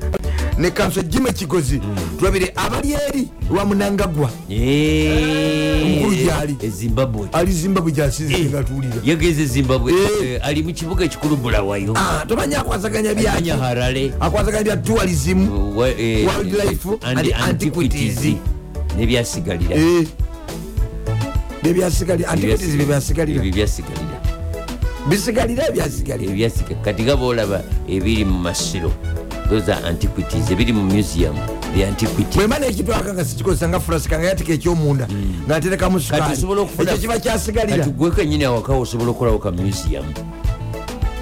Speaker 1: ne kanso jima kigozi tulabire abali eri lwamunangagwa
Speaker 2: Eh,
Speaker 1: Omukulu gyali.
Speaker 2: e, ezimbabwe
Speaker 1: ali zimbabwe gyasize tegatuwulira
Speaker 2: yageze zimbabwe
Speaker 1: Eh.
Speaker 2: eh, ali mu kibuga ekikulu bulawayo
Speaker 1: Ah, tomanyi akwasaganya byaki
Speaker 2: anya harale
Speaker 1: akwasaganya bya tourism
Speaker 2: wa- eh,
Speaker 1: Wildlife
Speaker 2: and
Speaker 1: and
Speaker 2: antiquities.
Speaker 1: antiquities.
Speaker 2: nebyasigalira
Speaker 1: Eh. Bebyasigalira antiquities bebyasigalira
Speaker 2: Ebyo byasigalira
Speaker 1: bisigalira ebyasigalira
Speaker 2: ebyasika kati nga boolaba ebiri mu masiro those are antiquities ebiri mu museum the antiquity
Speaker 1: bwemba nekitwaka nga sikikozesa nga fulasika nga yatika ekyomunda nga nterekamu
Speaker 2: kati
Speaker 1: sukaali
Speaker 2: osobola okufuna-
Speaker 1: ekyo kiba kyasigalira
Speaker 2: kati gwe kenyini awaka osobola okolawo ka museum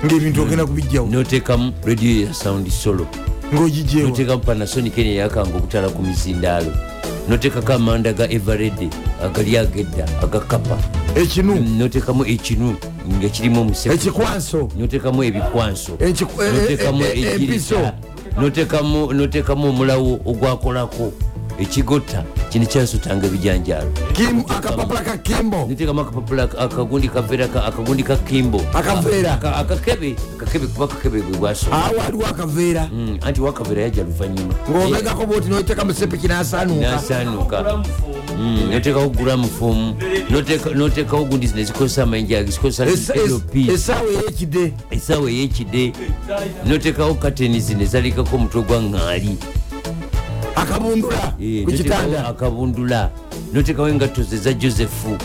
Speaker 1: ngaebintu ogenda kubijjawo
Speaker 2: notekamu radio ya sound solo
Speaker 1: ng'ogijeewa
Speaker 2: notekamu panasonic eno eyakanga obutala ku mizindaalo notekako amanda ga everede agali agedda agakapa Hmm.
Speaker 1: ekinu
Speaker 2: notekamu ekinu nga kirimu omuseko
Speaker 1: ekikwanso
Speaker 2: notekamu ebikwanso
Speaker 1: Ekiku- e- e-
Speaker 2: notekamu
Speaker 1: e- e-
Speaker 2: egirisa notekamu notekamu omulawo ogwakolako ekigotta kino kyasutanga ebijanjaalo
Speaker 1: Kim- akapapula ka kimbo
Speaker 2: notekamu akapapula ak- akagundi kaveera akagundi ka kimbo
Speaker 1: Akaveera.
Speaker 2: Aka- akakebe akakebe kuba akakebe bwe bwasoma
Speaker 1: awo aliwo akaveera
Speaker 2: anti wakaveera yajja luvanyuma
Speaker 1: ng'ovegako bwoti noteka musepiki n'asaanuuka
Speaker 2: nasanuka Hmm, notekawo guramufomu notekawo gundi zino ezikozesa amayinja ago, ezikozesa
Speaker 1: Es- es-
Speaker 2: LP.
Speaker 1: essaawa ey'ekide
Speaker 2: esaawa eyekide notekawo kateni zino ezalikako omutwe gwa ŋŋaali
Speaker 1: akabundula
Speaker 2: Eh,
Speaker 1: ku
Speaker 2: notekawo
Speaker 1: kitanda
Speaker 2: akabundula notekawo engatto ze za josefu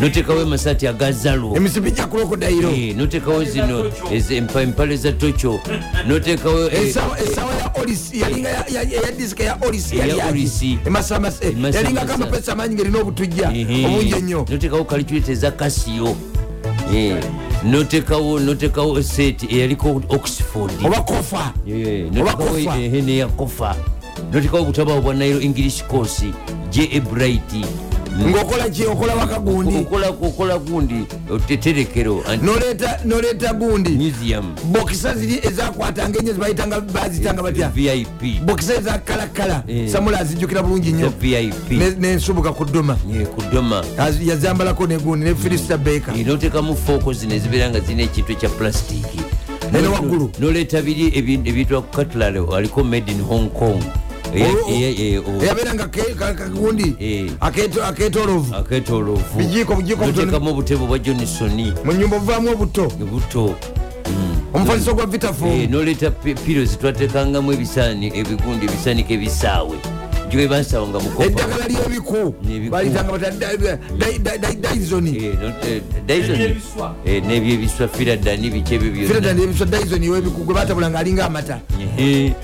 Speaker 2: notekawo emasaati agazalwo
Speaker 1: emisipi gya krokodayiro
Speaker 2: Eh, notekawo zino eze- empa- empale za tocho notekawo eh,
Speaker 1: Essaawa- essaawa ya olis yalinga ya- ya- ya disika ya olis
Speaker 2: Eya
Speaker 1: yali E
Speaker 2: Oris.
Speaker 1: yaki emasamasa
Speaker 2: Emasamasa.
Speaker 1: yalingako amapesa amanyi ngaerina obutujja
Speaker 2: Ehe.
Speaker 1: obungi ennyo
Speaker 2: notekawo kaliculata eza kasiyo Eh, notekawo notekawo seti eyaliko oxford
Speaker 1: oba kofa
Speaker 2: Yeah,
Speaker 1: Oba
Speaker 2: notekawo
Speaker 1: kofa.
Speaker 2: ehe, neyakofa notekawo obutabawo bwa nairo english course j ebright
Speaker 1: ng'okola ki okola waka gundi
Speaker 2: okola gundi teterekero anti
Speaker 1: noleeta noleeta gundi
Speaker 2: museum
Speaker 1: bokisa ziri ezakwatanga enyo zebayitanga bazitanga batya
Speaker 2: vip
Speaker 1: bokisa ezakalakala
Speaker 2: Eh.
Speaker 1: samula azijjukira bulungi nnyo
Speaker 2: vip
Speaker 1: Ne- nensubuka ku ddoma
Speaker 2: Yeah, kudoma
Speaker 1: Az- yazambalako negundi ne filisita beka
Speaker 2: notekamu foko zino ezibeera nga zirina ekintu ekya pulasitiki
Speaker 1: Nene waggulu.
Speaker 2: noleeta biri ebi- ebiyitwa kukatlalo aliko made in hong kong Eya-
Speaker 1: Olwo-
Speaker 2: eya- eh, o-
Speaker 1: eyabeera oh. nga ke- ka- ka- gundi
Speaker 2: Eh.
Speaker 1: aketo- aketolovu
Speaker 2: aketolovu
Speaker 1: Bijiiko- bijiiko butono.
Speaker 2: notekamu obutebo bwa johnson
Speaker 1: mu nyumba ovaamu obuto
Speaker 2: ebuto
Speaker 1: omufaliso gwa vitafo
Speaker 2: Eh, Mm. noleta pi- piro zitwatekangamu ebisaani ebigundi ebisaaniko ebisaawe gyowe basawanga mukopa
Speaker 1: eddagala lyebiku
Speaker 2: Lyebiku.
Speaker 1: balitanga
Speaker 2: Eh.
Speaker 1: dizoni
Speaker 2: nebyebiswa firadani biki ebyo
Speaker 1: firadan ebiswa dizoni webiku gwe batabula nga alinga amata
Speaker 2: byona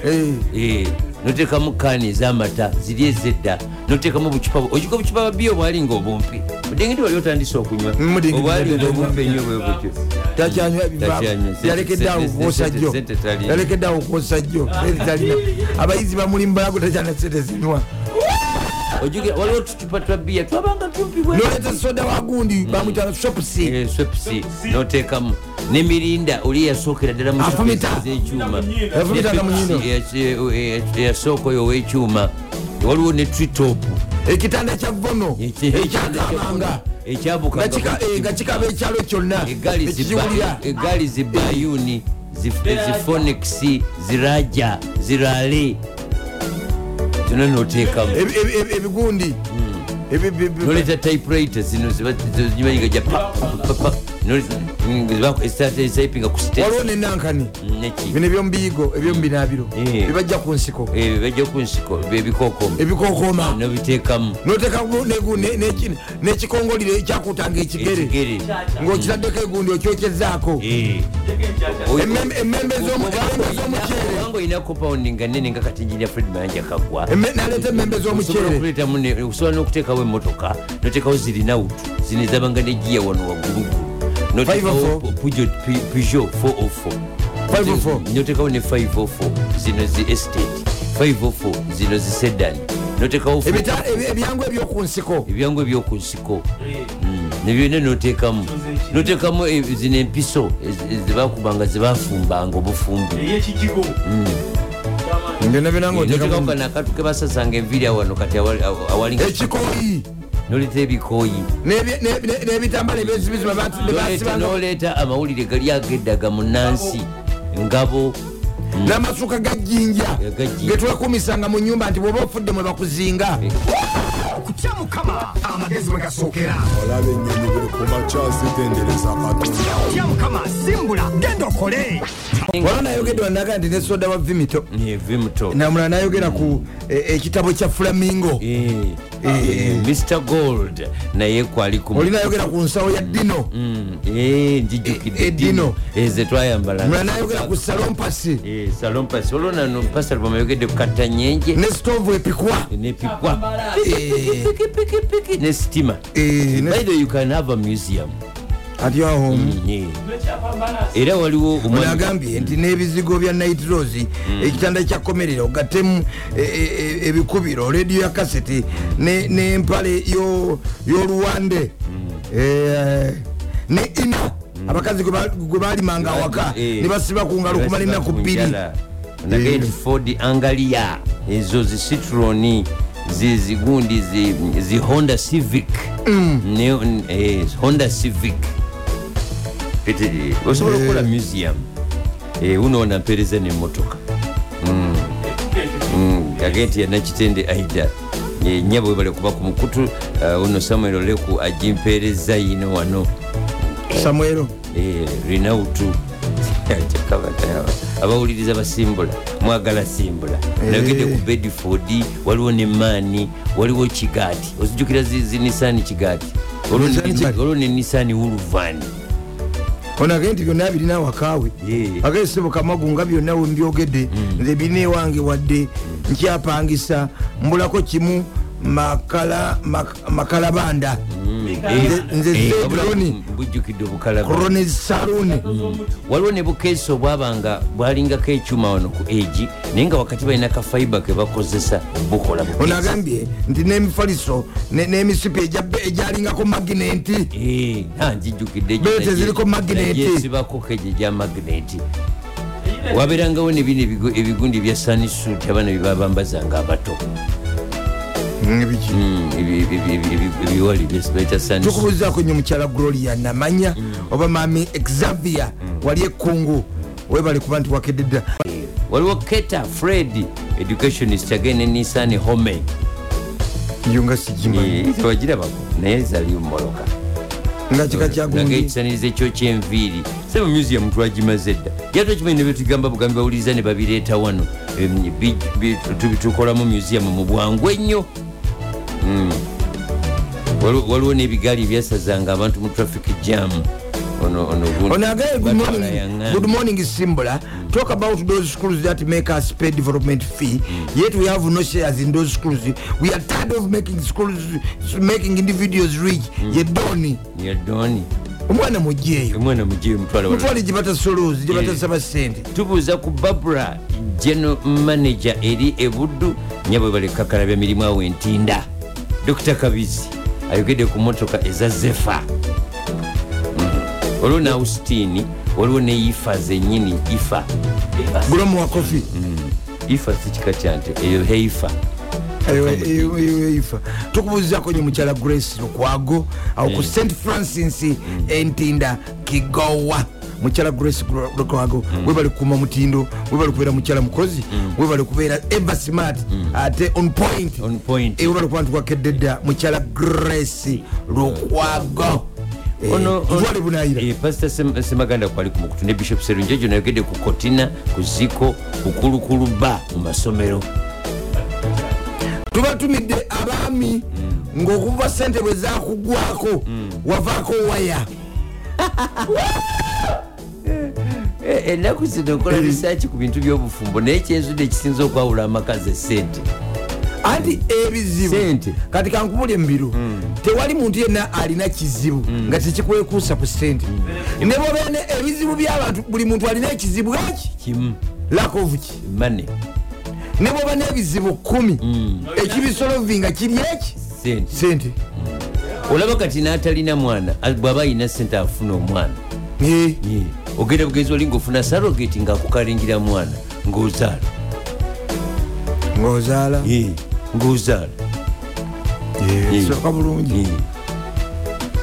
Speaker 1: Eh.
Speaker 2: notekamu kaani ezamata ziri ezedda notekamu bucupa ogika obucupa babiyo bwali nga obumpi budengedi wali otandisa okunywa
Speaker 1: Mm, mudengidi
Speaker 2: obwali
Speaker 1: wali
Speaker 2: nga obumpi
Speaker 1: otandisa.
Speaker 2: enyo bwebutyo
Speaker 1: takyanywa
Speaker 2: Takyanywa. Sente-
Speaker 1: yalekeddeawo
Speaker 2: sente-
Speaker 1: okuwosa
Speaker 2: sente-
Speaker 1: jjo
Speaker 2: sente Ah. talina.
Speaker 1: yalekeddeawo okuwosa jjo eritalina abayizi bamuli mbalago takyana sente zinywa
Speaker 2: waliwo tucupa twa biya twabanga tumpibwa
Speaker 1: noleta soda wagundi bamwitana
Speaker 2: Eh.
Speaker 1: shopusi
Speaker 2: swepsi notekamu nemirinda oli eyasookera ddala mu
Speaker 1: Afumita.
Speaker 2: shopping z'ekyuma
Speaker 1: Afumita nga munyindo.
Speaker 2: eh, eyasooka oyo ow'ekyuma waliwo ne tritop
Speaker 1: ekitanda kya vono ekyakamanga nga kika- eh, nga kikaba ekyalo kyonna ekikiwulira
Speaker 2: egaali zibayuni zifonix ziraja zirale zino notekamu
Speaker 1: Ebi- ebi- ebi- ebigundi Ebi- ebi- ebi-
Speaker 2: noleta typewriter zino zimanyiga ja papapapapinga
Speaker 1: waliwo
Speaker 2: kusi
Speaker 1: nenankani
Speaker 2: neki
Speaker 1: bino ebyomubiyigo ebyomubinaabiro
Speaker 2: Eh.
Speaker 1: bibajja ku nsiko
Speaker 2: ebyo bijja ku nsiko byebikokomo
Speaker 1: ebikokoma
Speaker 2: Hmm. nobiteekamu
Speaker 1: notekako nekikongoliro ekyakutanga ekigere
Speaker 2: ekigere
Speaker 1: ngaokitaddeko egundi okyokyezaako
Speaker 2: Hmm.
Speaker 1: Emmembe- emmembe z'omu- emmembe z'omuceere
Speaker 2: obanga olina compawundi nga nene nga katinjirya fred mayanja kagwa
Speaker 1: Emme- naleeta emmembe
Speaker 2: osobola
Speaker 1: z'omuceere
Speaker 2: okuletamu ne- osobola n'okuteekawo emmotoka notekawo zirinawutu zino ezabanga negiya wano waggulugulu notekawo
Speaker 1: 504.
Speaker 2: Peugeot- Pu- Peugeot 404
Speaker 1: 504.
Speaker 2: notekawo ne 504 zino zi estate 504 zino zisedan notekawo
Speaker 1: Ebita- ebi- ebyangu ebyoku nsiko
Speaker 2: ebyangu ebyoku nsiko Mm. nebyona notekamu notekamu e- zino empiso ezi- ezebakubanga zebafumbanga obufumbi
Speaker 5: eyekikigo
Speaker 1: byona byona
Speaker 2: notekamu
Speaker 1: ngaotekamu
Speaker 2: kano akatu ke basasanga enviiri awano kati awali- awa- awali
Speaker 1: ekikoyi
Speaker 2: noleta ebikooyi
Speaker 1: n'ebye- n'e- n'e- n'ebitambala ebyezibiziba
Speaker 2: Noleeta- noleeta amawulire gali ageddaga mu nansi ngabo
Speaker 1: n'amasuka gajjinja
Speaker 2: Gajjinja.
Speaker 1: getulakumisanga mu nyumba nti bwoba ofudde mwe bakuzinga
Speaker 3: okutya mukama amagezi we gasookera
Speaker 4: olaba ennyonyi buli ku makya zitendereza katonda
Speaker 3: otya mukama simbula genda okole
Speaker 1: wala nayogeddwa naga nti nesoda wa vimito
Speaker 2: evimuto
Speaker 1: namula nayogera ku eh, ekitabo kya
Speaker 2: Eh,
Speaker 1: flamingo eh,
Speaker 2: mr ah, gold naye kwali ku-
Speaker 1: olinayogera ku nsawo ya dino
Speaker 2: Mm, eh,
Speaker 1: E-
Speaker 2: njijukidde
Speaker 1: edino.
Speaker 2: dino Eh,
Speaker 1: mula
Speaker 2: zetwayambala
Speaker 1: nayogera ku salompasi
Speaker 2: Eh, salompas olwonano pasal bwemayogedde kukata nyenje
Speaker 1: ne sitovu epikwa
Speaker 2: nepikwa
Speaker 1: Eh,
Speaker 2: pikipiki ne sitima
Speaker 1: eh, ne-
Speaker 2: baithe you can have a museum
Speaker 1: ati ahomu
Speaker 2: Eh. era waliwo omwami-
Speaker 1: munagambye nti n'ebizigo bya nitrosi ekitanda kyakomerera ogatemu e- e- e- ebikubiro rediyo ya kaseti ne- n'empale yo- y'oluwande Eh, ne ina abakazi gwe ba- Hmm. gwe balimanga awaka
Speaker 2: Eh.
Speaker 1: ne basiba ku ngalo kumala ennaku bbiri
Speaker 2: Njala. Nagenda
Speaker 1: Eh.
Speaker 2: nti ford angalia ezo zicitroni zizigundi zi, zi honda civic Ne- n- eh, honda civic Eti- osobola okukola museum Eh, unoona mpereza nemotoka Mm. agee nti yanakitende aida Eh, nyabwe bale kuba ku mukutu uh, uno samuel oleku agimpereza yino wano
Speaker 1: samwero
Speaker 2: Eh, rinautu abawuliriza basimbula mwagala simbula
Speaker 1: Eh.
Speaker 2: nagende ku bedford waliwo ne maani waliwo kigaati ozijukira zinisani kigaati Olwo ne-
Speaker 1: Nissan Kigali.
Speaker 2: olwo ne nisani wuluvani
Speaker 1: ono agee nti byonna birina awakaawe
Speaker 2: Yeah.
Speaker 1: agee sebo kamagu nga byonna wembyogedde nze birina ewange wadde nkyapangisa mbulako kimu makala- mak- makalabanda Mm.
Speaker 2: Mm. Eh,
Speaker 1: nze zedroni
Speaker 2: bujjukidde obukalaba
Speaker 1: krone salone
Speaker 2: waliwo ne bukeesi obwabanga bwalingako ekyuma wano ku egi naye nga wakati balina kafaiba ke bakozesa obukola
Speaker 1: ono agambye nti n'emifaliso ne- n'emisipi ejja- ejjalingako maginenti
Speaker 2: Eh, njijukidde
Speaker 1: Bete ziriko magneti.
Speaker 2: gyesibako keje gya magneti waberangawo nebino ebigu- ebigundi bya sanisuti abaana byebabambazanga abato Mm, ebi- ebi- ebi- ebi- ebiwali byebeta sanisuti
Speaker 1: tukubuzaako nnyo mukyala gloria namanya oba maami exavia wali ekkungu webale kuba nti wakedde dda
Speaker 2: waliwo keta fred educationist agene nisani home Hmm,
Speaker 1: yo nga sigimanyi
Speaker 2: tewagirabako naye zali mumoloka
Speaker 1: nga kika kyagundi
Speaker 2: ekisanirizo ekyo kyenviiri se museum twagimaze dda era tokimanyi nebetugamba bugambi bawuliriza ne babireeta wano Em, bi- bi- tu- tukolamu museum mu bwangu ennyo Mm. Wali- waliwo n'ebigaali ebyasazanga abantu mu traffic jam ono ono gundi-
Speaker 1: ono agaye good
Speaker 2: batwala
Speaker 1: morning,
Speaker 2: yaŋŋamba.
Speaker 1: good morning simbola talk about those schools that make us pay development fee yet we have no shares in those schools we are tired of making schools making individuals rich ye doni
Speaker 2: Ya doni
Speaker 1: omwana mujeeyo
Speaker 2: omwana mugiye mutwala wala.
Speaker 1: mutwale gye batasoloozi gye
Speaker 2: Yeah.
Speaker 1: batasaba sente
Speaker 2: tubuuza ku babura general manager eri ebuddu nyabwe balekakala bya mirimu awo entinda dr kabizi ayogedde ku motoka eza zefa Mm. waliwo ne austin waliwo ne ifa zenyini ifa
Speaker 1: gulomu wa kofi
Speaker 2: ifa si kika kyante eyo heifa
Speaker 1: ifa tukubuuzizako nyo mukyala grace lukwago awo ku st francis entinda kigowa mukyala grace Gro- lukwago webali kukuuma mutindo webali kubeera mukyala mukozi webali kubeera eva smart ate on point
Speaker 2: On point.
Speaker 1: Eh, webali kuba ntukwakedde dda mukyala grace lukwago Eh, tutwale bunayira
Speaker 2: pasita Eh, semaganda kwali ku mukutu ne bishop serunjejo nayogedde ku kotina ku ziko ku kulukuluba mu masomero
Speaker 1: tubatumidde abaami ngaokuva sente bwe zakugwako wavaako waya
Speaker 2: Eh, ennaku zino nkola risaaki ku bintu by'obufumbo naye kyenzudde ekisinza okwawula e amaka ze sente
Speaker 1: anti ebizibu
Speaker 2: Sente.
Speaker 1: kati kankubula embiro tewali muntu yenna alina kizibu nga tekikwekuusa ku sente ne bobene ebizibu byabantu buli muntu alina ekizibu aki
Speaker 2: kimu
Speaker 1: lakovuki
Speaker 2: mane
Speaker 1: ne bwoba n'ebizibu kumi ekibisolovinga kiri eki
Speaker 2: sente
Speaker 1: sente
Speaker 2: olaba kati n'atalina mwana a- bw'aba ayina sente afuna omwana
Speaker 1: Eh,
Speaker 2: Yeah. ogenda bugenzi oli ngaofuna sarogeti ng'akukalingira mwana ng'ozaala
Speaker 1: ng'ozaala
Speaker 2: Yeah. ng'ozaala
Speaker 1: Eh,
Speaker 2: Mm.
Speaker 1: soka bulungi
Speaker 2: Yeah.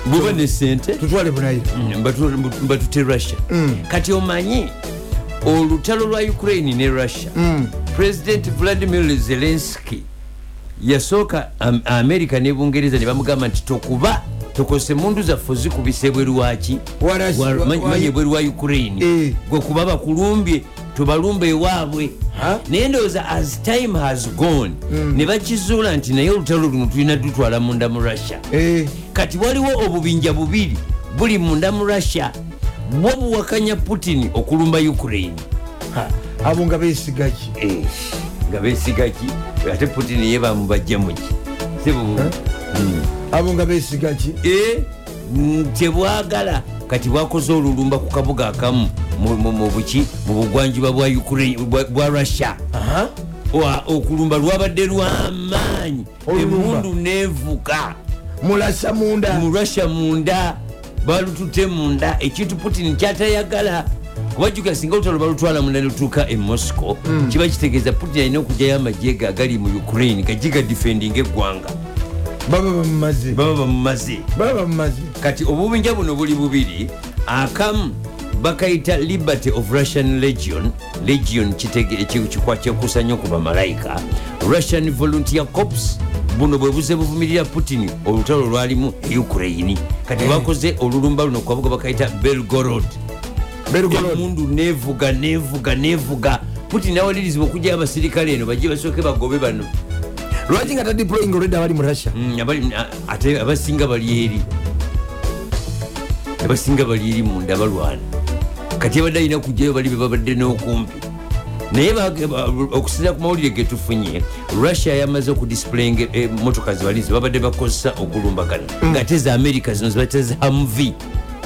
Speaker 2: bwoba ne sente
Speaker 1: tutwale bunayira
Speaker 2: Mm, mbatu- mbatute russia
Speaker 1: Mm.
Speaker 2: kati omanyi olutalo lwa ukraine ne russia
Speaker 1: Mm.
Speaker 2: president vladimir zelensky yasooka Am- america ne bungereza ne bamugamba nti tokuba tokose mundu zaffe zikubisa ebweru waki
Speaker 1: Wa Russia-
Speaker 2: Wa-
Speaker 1: wa-
Speaker 2: ma-
Speaker 1: wa-
Speaker 2: manyi ebweru wa ukraine
Speaker 1: Eh.
Speaker 2: gwe kuba bakulumbye tubalumbe ewaabwe
Speaker 1: Ha? Mm.
Speaker 2: naye ndowooza as time has gone ne bakizuula nti naye olutalo luno tulina dutwala munda mu russia
Speaker 1: Eh,
Speaker 2: kati waliwo obubinja bubiri buli munda mu russia bwo buwakanya putin okulumba ukraine
Speaker 1: abo nga beesigaki
Speaker 2: Eh, nga besigaki ate putin ye bamubajja muki sibubu Mm.
Speaker 1: abo nga beesigaki
Speaker 2: Eh, tebwagala mm, kati bwakoze olulumba ku kabuga akamu mu- mu- mu buki mu bugwanjuba bwa Ukraine- bwa- bwa russia
Speaker 1: Aha.
Speaker 2: Wa- okulumba lwabadde lwamaanyi
Speaker 1: Olulumba.
Speaker 2: emundu neevuga
Speaker 1: mulasa munda
Speaker 2: mu russia munda balutute munda ekintu putin kyatayagala kubajjuka singa olutalo balutwala munda nelutuuka e moscow kiba kitegeeza putin alina okugjayo amagye ge agali mu ukraine gajiga difendinga eggwanga
Speaker 1: baba bamumaze
Speaker 2: baba bamumaze
Speaker 1: baba bamumaze
Speaker 2: kati obubinja buno buli bubiri akamu bakayita liberty of russian legion legion kikwakekusa nnyo ku bamalayika russian volunteer corps buno bwe buze buvumirira putin olutalo lwalimu e ukraine kati bakoze olulumba luno kwabuga bakayita belgorod
Speaker 1: berugoloni
Speaker 2: emundu nevuga nevuga nevuga putin awalirizibwa okujja abasirikale eno bajje basooke bagobe bano
Speaker 1: lwaki nga tadiployinga olwedda abali mu russia
Speaker 2: Mm, abali- a- ate abasinga bali eri abasinga bali eri munda balwana kati abadde alina kujjayo bali bebabadde n'okumpi naye ba- ba- okusinziira ku mawulire getufunye eh. russia yamaze okudisplaying emotoka zebali zebabadde bakozesa okulumbagana ngaate za america zino zibate za muvi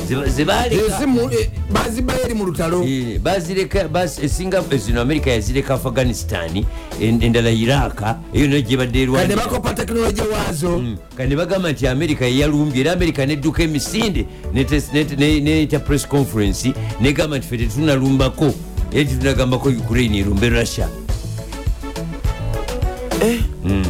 Speaker 1: ensi mu- eh, bazibayo eri mu lutalo
Speaker 2: Eh, singapore zino america yazireka afghanistan en- endala iraka eyo nayo gyebadde
Speaker 1: kane
Speaker 2: erwanira
Speaker 1: bakopa tekinologi waazo
Speaker 2: kati nebagamba nti america yeyalumbye era america nedduka emisinde nete- nete- ne- neyita press conference negamba nti fe tetunalumbako era tetunagambako ukraine erumbe russia Mm.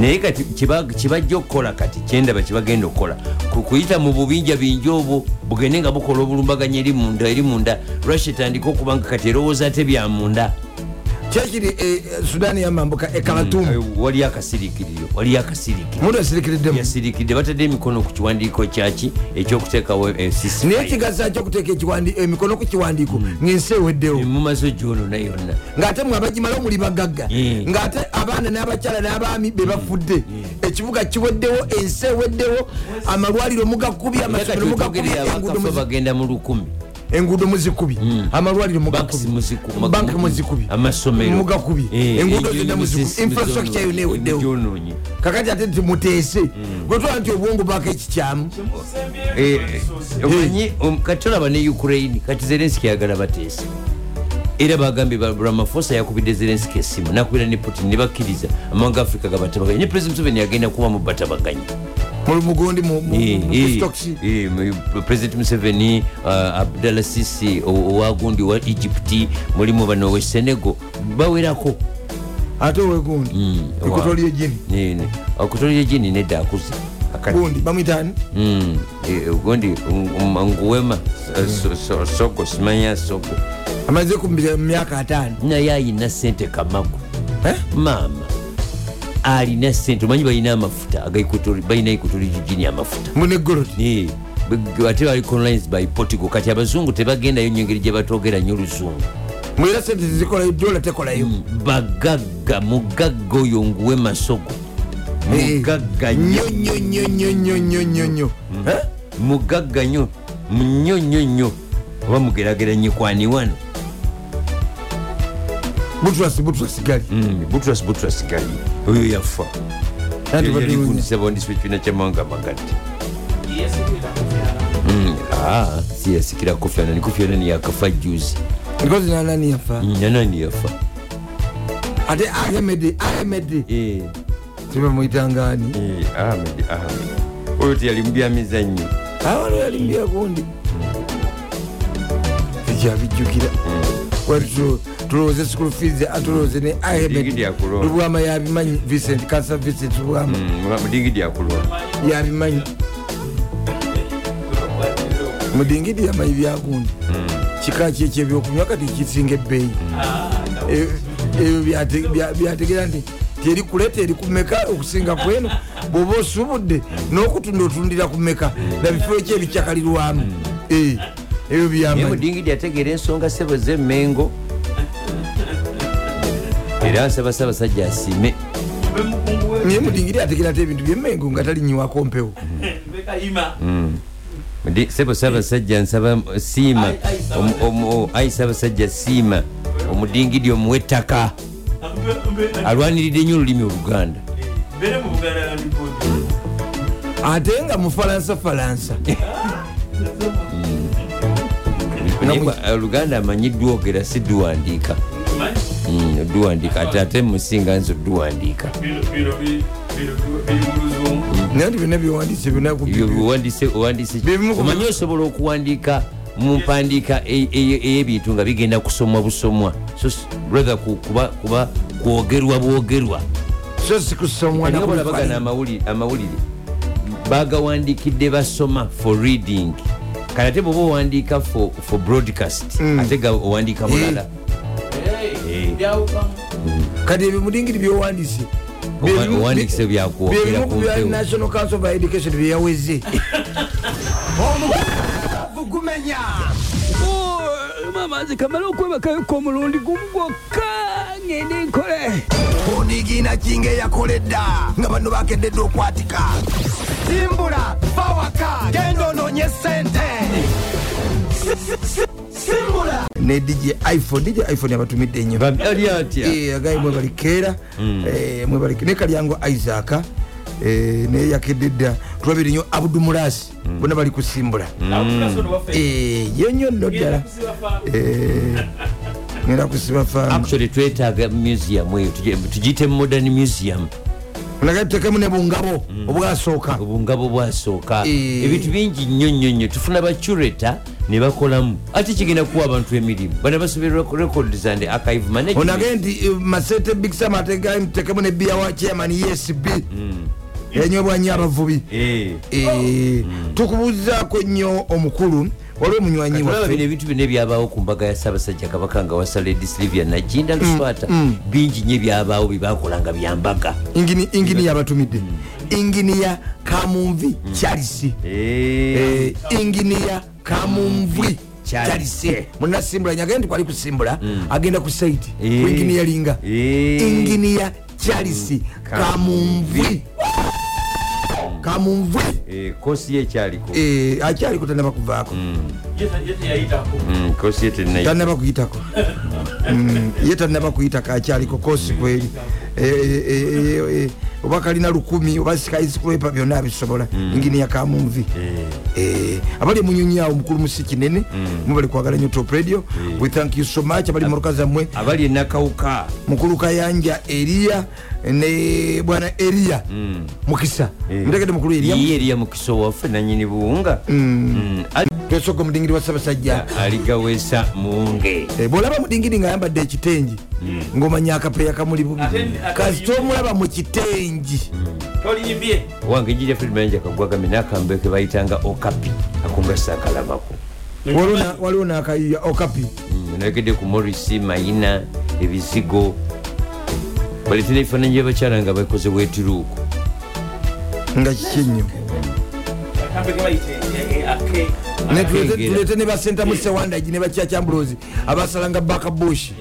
Speaker 2: naye kati kiba- kibajja okukola kati kyendaba kibagenda okukola ku- kuyita mu bubinjabinja obwo bugende nga bukola obulumbaganya eri munda eri munda russia etandika okubanga kati erowooza te byamunda
Speaker 1: kyekiri sudaani eh, yamambuka ekalatumu
Speaker 2: waliyo akasiriikiriro waliyo akasiriikiriro
Speaker 1: muntu asirikireddemu
Speaker 2: yasirikidde batadde emikono ku kiwandiiko kyaki ekyokuteekawo
Speaker 1: naye ekigaza kyokuteeka ekiwandi- emikono ku kiwandiiko ngaensi eweddewo
Speaker 2: mumaso gyono na yonna
Speaker 1: ng'ate mwe abagimala omuli bagagga
Speaker 2: Mm.
Speaker 1: ng'ate abaana n'abakyala n'abaami be bafudde ekibuga kiweddewo ensi eweddewo amalwaliro mugakubye amasomero mugakubye enguudo
Speaker 2: abakafa
Speaker 1: muzi-
Speaker 2: bagenda mu lukumi
Speaker 1: enguudo muzikubye
Speaker 2: Hmm.
Speaker 1: amalwaliro
Speaker 2: Banks muziku-
Speaker 1: banki muzikubye
Speaker 2: amasomero
Speaker 1: mugakubye
Speaker 2: Eh,
Speaker 1: enguudo
Speaker 2: enjoyi
Speaker 1: zonna muzikubye
Speaker 2: muzisi-
Speaker 1: infrastructure yonna
Speaker 2: muzono-
Speaker 1: eweddewo
Speaker 2: gyonoonye.
Speaker 1: kakati ate nti muteese
Speaker 2: Hmm.
Speaker 1: gwetwala nti obwongo bwako ekikyamu
Speaker 2: Eh, omanyi om- kati olaba ne ukraine kati zelenski yagala bateesa era bagambye ba- ramaphosa yakubidde zelenski esimu nakubira ne putin ne bakkiriza amawanga africa gabatabaganya ne president museveni yagenda kuba mu batabaganya
Speaker 1: mulugundi
Speaker 2: Eh, eh,
Speaker 1: mustoks
Speaker 2: eh, mu- president museveni uh, abdalla sisi o- owagundi wa egypt mulimu bano we senego bawerako
Speaker 1: ate owegundi
Speaker 2: Hmm,
Speaker 1: ekotolyo jini
Speaker 2: okutolira jini nedda akuze Akati,
Speaker 1: gundi bamwitaani
Speaker 2: mm, eh, gundi mm, nguwema so- so- soko simanya soko
Speaker 1: amaze ku mu myaka ataano
Speaker 2: naye ayina sente kamagu Eh? maama alina sente omanyi balina amafuta agaikutu- balina ikutolijju jini amafuta
Speaker 1: munegoloti
Speaker 2: Eh, bwe- ate bali colonized by portugal kati abazungu tebagendayo nyo engeri gye batwogera nnyo oluzungu
Speaker 1: mwera sente zikolayo dola tekolayo
Speaker 2: bagagga mugagga oyo nguwe masogo
Speaker 1: Eh,
Speaker 2: mugagga
Speaker 1: nnyo
Speaker 2: nyo
Speaker 1: nnyo nnyo nnyo nnyo nnyo nnyo nnyo Eh?
Speaker 2: mugagga nyo nnyo nnyo nnyo oba mugerageranye kwaniwano
Speaker 1: butrasi butrasi gali
Speaker 2: Mm, butras butras gali oyo yafa Eh,
Speaker 1: Anti badunya.
Speaker 2: yaligundisa bawandisi b'ekibiina kyamawanga amagati Mm. Ah, siyasikira kofi eh, anani kofi anani yakafa juzi Hmm. Mm,
Speaker 1: nikozi nanani yafa
Speaker 2: nanani yafa
Speaker 1: ate ahmed ahmed
Speaker 2: Eh,
Speaker 1: tibamwitangaani
Speaker 2: eh, Ahmed, Ahmed. oyo teyalimbyamiza nnyo
Speaker 1: awalo yalimbya gundi ekyabijjukira watu tulowooze school fees atulowooze ne ahmed
Speaker 2: Digidi akulonda.
Speaker 1: lubwama yabimanyi vincent kansa vincent lubwama
Speaker 2: Hmm, mudingidi akulwa
Speaker 1: yabimanyi mudingidi yamanyi byagundi kika ki ekyebyokunywa kati Eh, kisinga ebbeeyi Ebyo- ebyo byate- bya- byategeera nti terikuleeta eri kumeka okusinga kweno bwoba osubudde n'okutunda otundira kumeka nabifo eki ebicyakalirwamu Eh, ebyo
Speaker 2: naye
Speaker 1: byamanyi
Speaker 2: mudingidi ategeera ensonga sebo z'emmengo era nsaba saabasajja asiime
Speaker 1: naye mudingiri ategeera te ebintu byemengo nga talinyiwako mpewo
Speaker 6: Hmm.
Speaker 2: Ndi- sebo saabasajja nsaba siima Omu- omu- ayi saabasajja siima omudingidi omuwa ettaka alwaniridde nnyo olulimi oluganda
Speaker 1: ate nga mufalansa falansa
Speaker 2: Naye nga, eh, oluganda amanyiddwa ogera si duwandiika Mm, odduwandiika ate ate musinga nze odduwandiika
Speaker 1: naye nti byonna byewandiise byonna ku-
Speaker 2: ebyo biwandiise owandiise ki?
Speaker 1: Byebimu ku-
Speaker 2: omanyi osobola okuwandiika mu mpandiika e- e- ey'ebintu nga bigenda kusomwa busomwa so s- rather ku- kuba- kuba kwogerwa bwogerwa
Speaker 1: so sikusomwa
Speaker 2: Ani obola bagana
Speaker 1: nakubifaananyi.
Speaker 2: amawuli- amawulire bagawandikidde basoma for reading kale ate bwoba owandiika for, for broadcast ate ga owandiika bulala
Speaker 1: kati ebyo mudingiri byowandiise
Speaker 2: Owa- owandiise byakwogera
Speaker 1: byebimu
Speaker 2: ku mpewo.
Speaker 1: kubya national council of education byeyaweze
Speaker 3: gumenya
Speaker 5: mama Oh, nze kamala okwebakayoko omulundi gumu gwokka ngende nkole
Speaker 3: odigiina kinga eyakoledda nga banno bakededde okwatika simbula bawaka genda onoonye sente simbula
Speaker 1: ne dj iphone dj iphone abatumidde ennyo
Speaker 2: Ba- ali atya
Speaker 1: Eh, agaye mwebalikeera Eh, ne kalyango isaaka naye yakedde dda tulabire nnyo abudumulasi bona bali kusimbula
Speaker 6: Mm.
Speaker 1: Eh, ye nnyo nno ddala Eh, ngenda kusiba faamu
Speaker 2: actually twetaaga museum eyo tugi- tugiyite modern museum
Speaker 1: onaga tuteekemu ne bungabo obwasooka
Speaker 2: obungabo bwasooka
Speaker 1: Eh.
Speaker 2: ebintu bingi nnyo nnyo nnyo tufuna baculeta ne bakolamu ate kigenda kuwa abantu emirimu bana basoberera records and archive management
Speaker 1: onage nti eh, masete big sam atekemu ne bia wa chairman E esb enywebwa nnyo abavubi
Speaker 2: Eh.
Speaker 1: Eh, tukubuuzizaako nnyo omukulu waliwo munywanyi
Speaker 2: Tulaba
Speaker 1: waffe
Speaker 2: bino ebintu bino ebyabaawo ku mbaga ya ssaabasajja kabaka nga wasaledi silivia
Speaker 1: Mm,
Speaker 2: naginda luswata bingi nnyo ebyabaawo byebakolanga bya mbaga
Speaker 1: Ingini- inginiya abatumidde inginiya kamunvi charles Eh, inginiya kamunvi charles munasimbula nyagenda nti kwali kusimbula agenda ku saiti
Speaker 2: Eh.
Speaker 1: inginiya linga
Speaker 2: Eh.
Speaker 1: inginiya charles kamunvi kamunvi
Speaker 2: Eh. kosi ye ekyaliko
Speaker 1: Eh, akyaliko tanaba kuvaako
Speaker 2: Mm, kosi ye tenna
Speaker 1: tanaba kuyitako Mm, ye tanaba kuyitako akyaliko kosi kweri Eh, eh, eh, eh, eh, oba kalina lukumi oba sikaisikulepa byonna abisobola inginiya kamunvi Eh, abali munyonyi awo omukulu musi kinene mubali kwagala nyo top radio we thank you so much abali mumoroka zammwe
Speaker 2: abali e enakawuka
Speaker 1: mukulu kayanja eriya ne bwana eriya mukisa mutegede mukulu eriya
Speaker 2: Mm. Eh. ye eriya mukisa waffe nanyini buwunga Mm, ali-
Speaker 1: twesoga omudingiri wa sabasajja
Speaker 2: aligaweesa muwunge
Speaker 1: Eh, bwolaba mudingiri ngaayambadde ekitengi
Speaker 2: Mm.
Speaker 1: ngaomanya akapeya kamuli bubi kasita omulaba mu kitengi
Speaker 2: wange jija fridmanja kagwagame nakambe ke bayitanga okapi akunga saakalabako
Speaker 1: Waliwo na- waliwo nakayiya okapi
Speaker 2: Mm, nayogedde ku morisi mayina ebizigo baletera ebifaananyi byabakyala nga bakoze bwetiruuku
Speaker 1: nga kiki ennyo Ne tulete-
Speaker 2: Ah, Akengera. Eh.
Speaker 1: tulete ne basentamu sewandagi ne bakyakyambulozi abasalanga bakabushi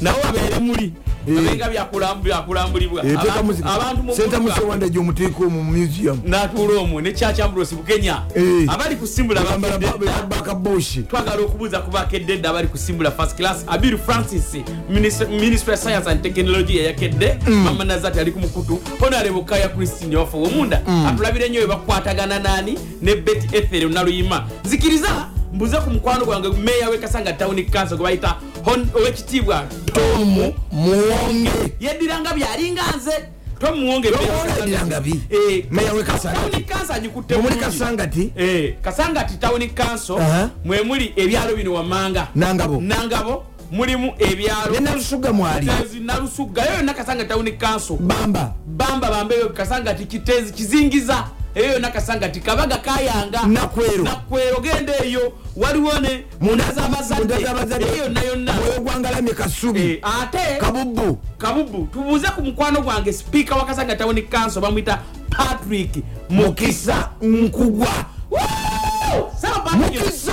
Speaker 6: nawe abeere muli abeega byakulambulibwa
Speaker 1: Eh, senta musewanda gyomutiiko mu museum
Speaker 6: natuula omwo ne chakyambulosi bukenya
Speaker 1: Eh.
Speaker 6: abali kusimbula bakedde dda.
Speaker 1: bakabushi
Speaker 6: twagala okubuuza ku bakedde edda abali kusimbula first class abiru francis Minis- ministry of science and technology eyakedde mama nazati ali ku mukutu honarebo kaya christine waffe womunda atulabire nnyo webakwatagana naani ne bet ethel naluyima nzikiriza mbuze ku mukwano gwange meya wekasanga town council gwe bayita Hon- owekitiibwa
Speaker 1: tomu muwonge
Speaker 6: yeddiranga byalinga nze tomuwonge
Speaker 1: olabiranga bi
Speaker 6: Eh,
Speaker 1: meya we
Speaker 6: tawuni
Speaker 1: kasangati
Speaker 6: kansa agikutte
Speaker 1: mumuli
Speaker 6: bulungi.
Speaker 1: kasangati
Speaker 6: Eh, kasangati tawuni kanso
Speaker 1: Aha.
Speaker 6: mwemuli ebyalo bino wamanga
Speaker 1: nangabo
Speaker 6: nangabo mulimu ebyalo
Speaker 1: nenalusuga mwali
Speaker 6: Kitenzi, nalusuga yo yonna kasanga tawuni kanso
Speaker 1: bamba
Speaker 6: bamba bambeyo kasanga ti kitenzi kizingiza eyo yonna kasanga ti kabaga kayanga
Speaker 1: Nakwero.
Speaker 6: nakwero genda eyo waliwo ne
Speaker 1: Munda
Speaker 6: munda
Speaker 1: z'abazadde.
Speaker 6: z'abazadde eyo yonna yonna
Speaker 1: mwoyo gwangalamye
Speaker 6: Eh,
Speaker 1: kasubi
Speaker 6: ate
Speaker 1: kabubu
Speaker 6: kabubu tubuuze ku mukwano gwange sipiika wa kasanga tawuni kanso bamwita patrick mukisa
Speaker 1: mukisa nkugwa
Speaker 6: Woo! Saba Patrick.
Speaker 1: mukisa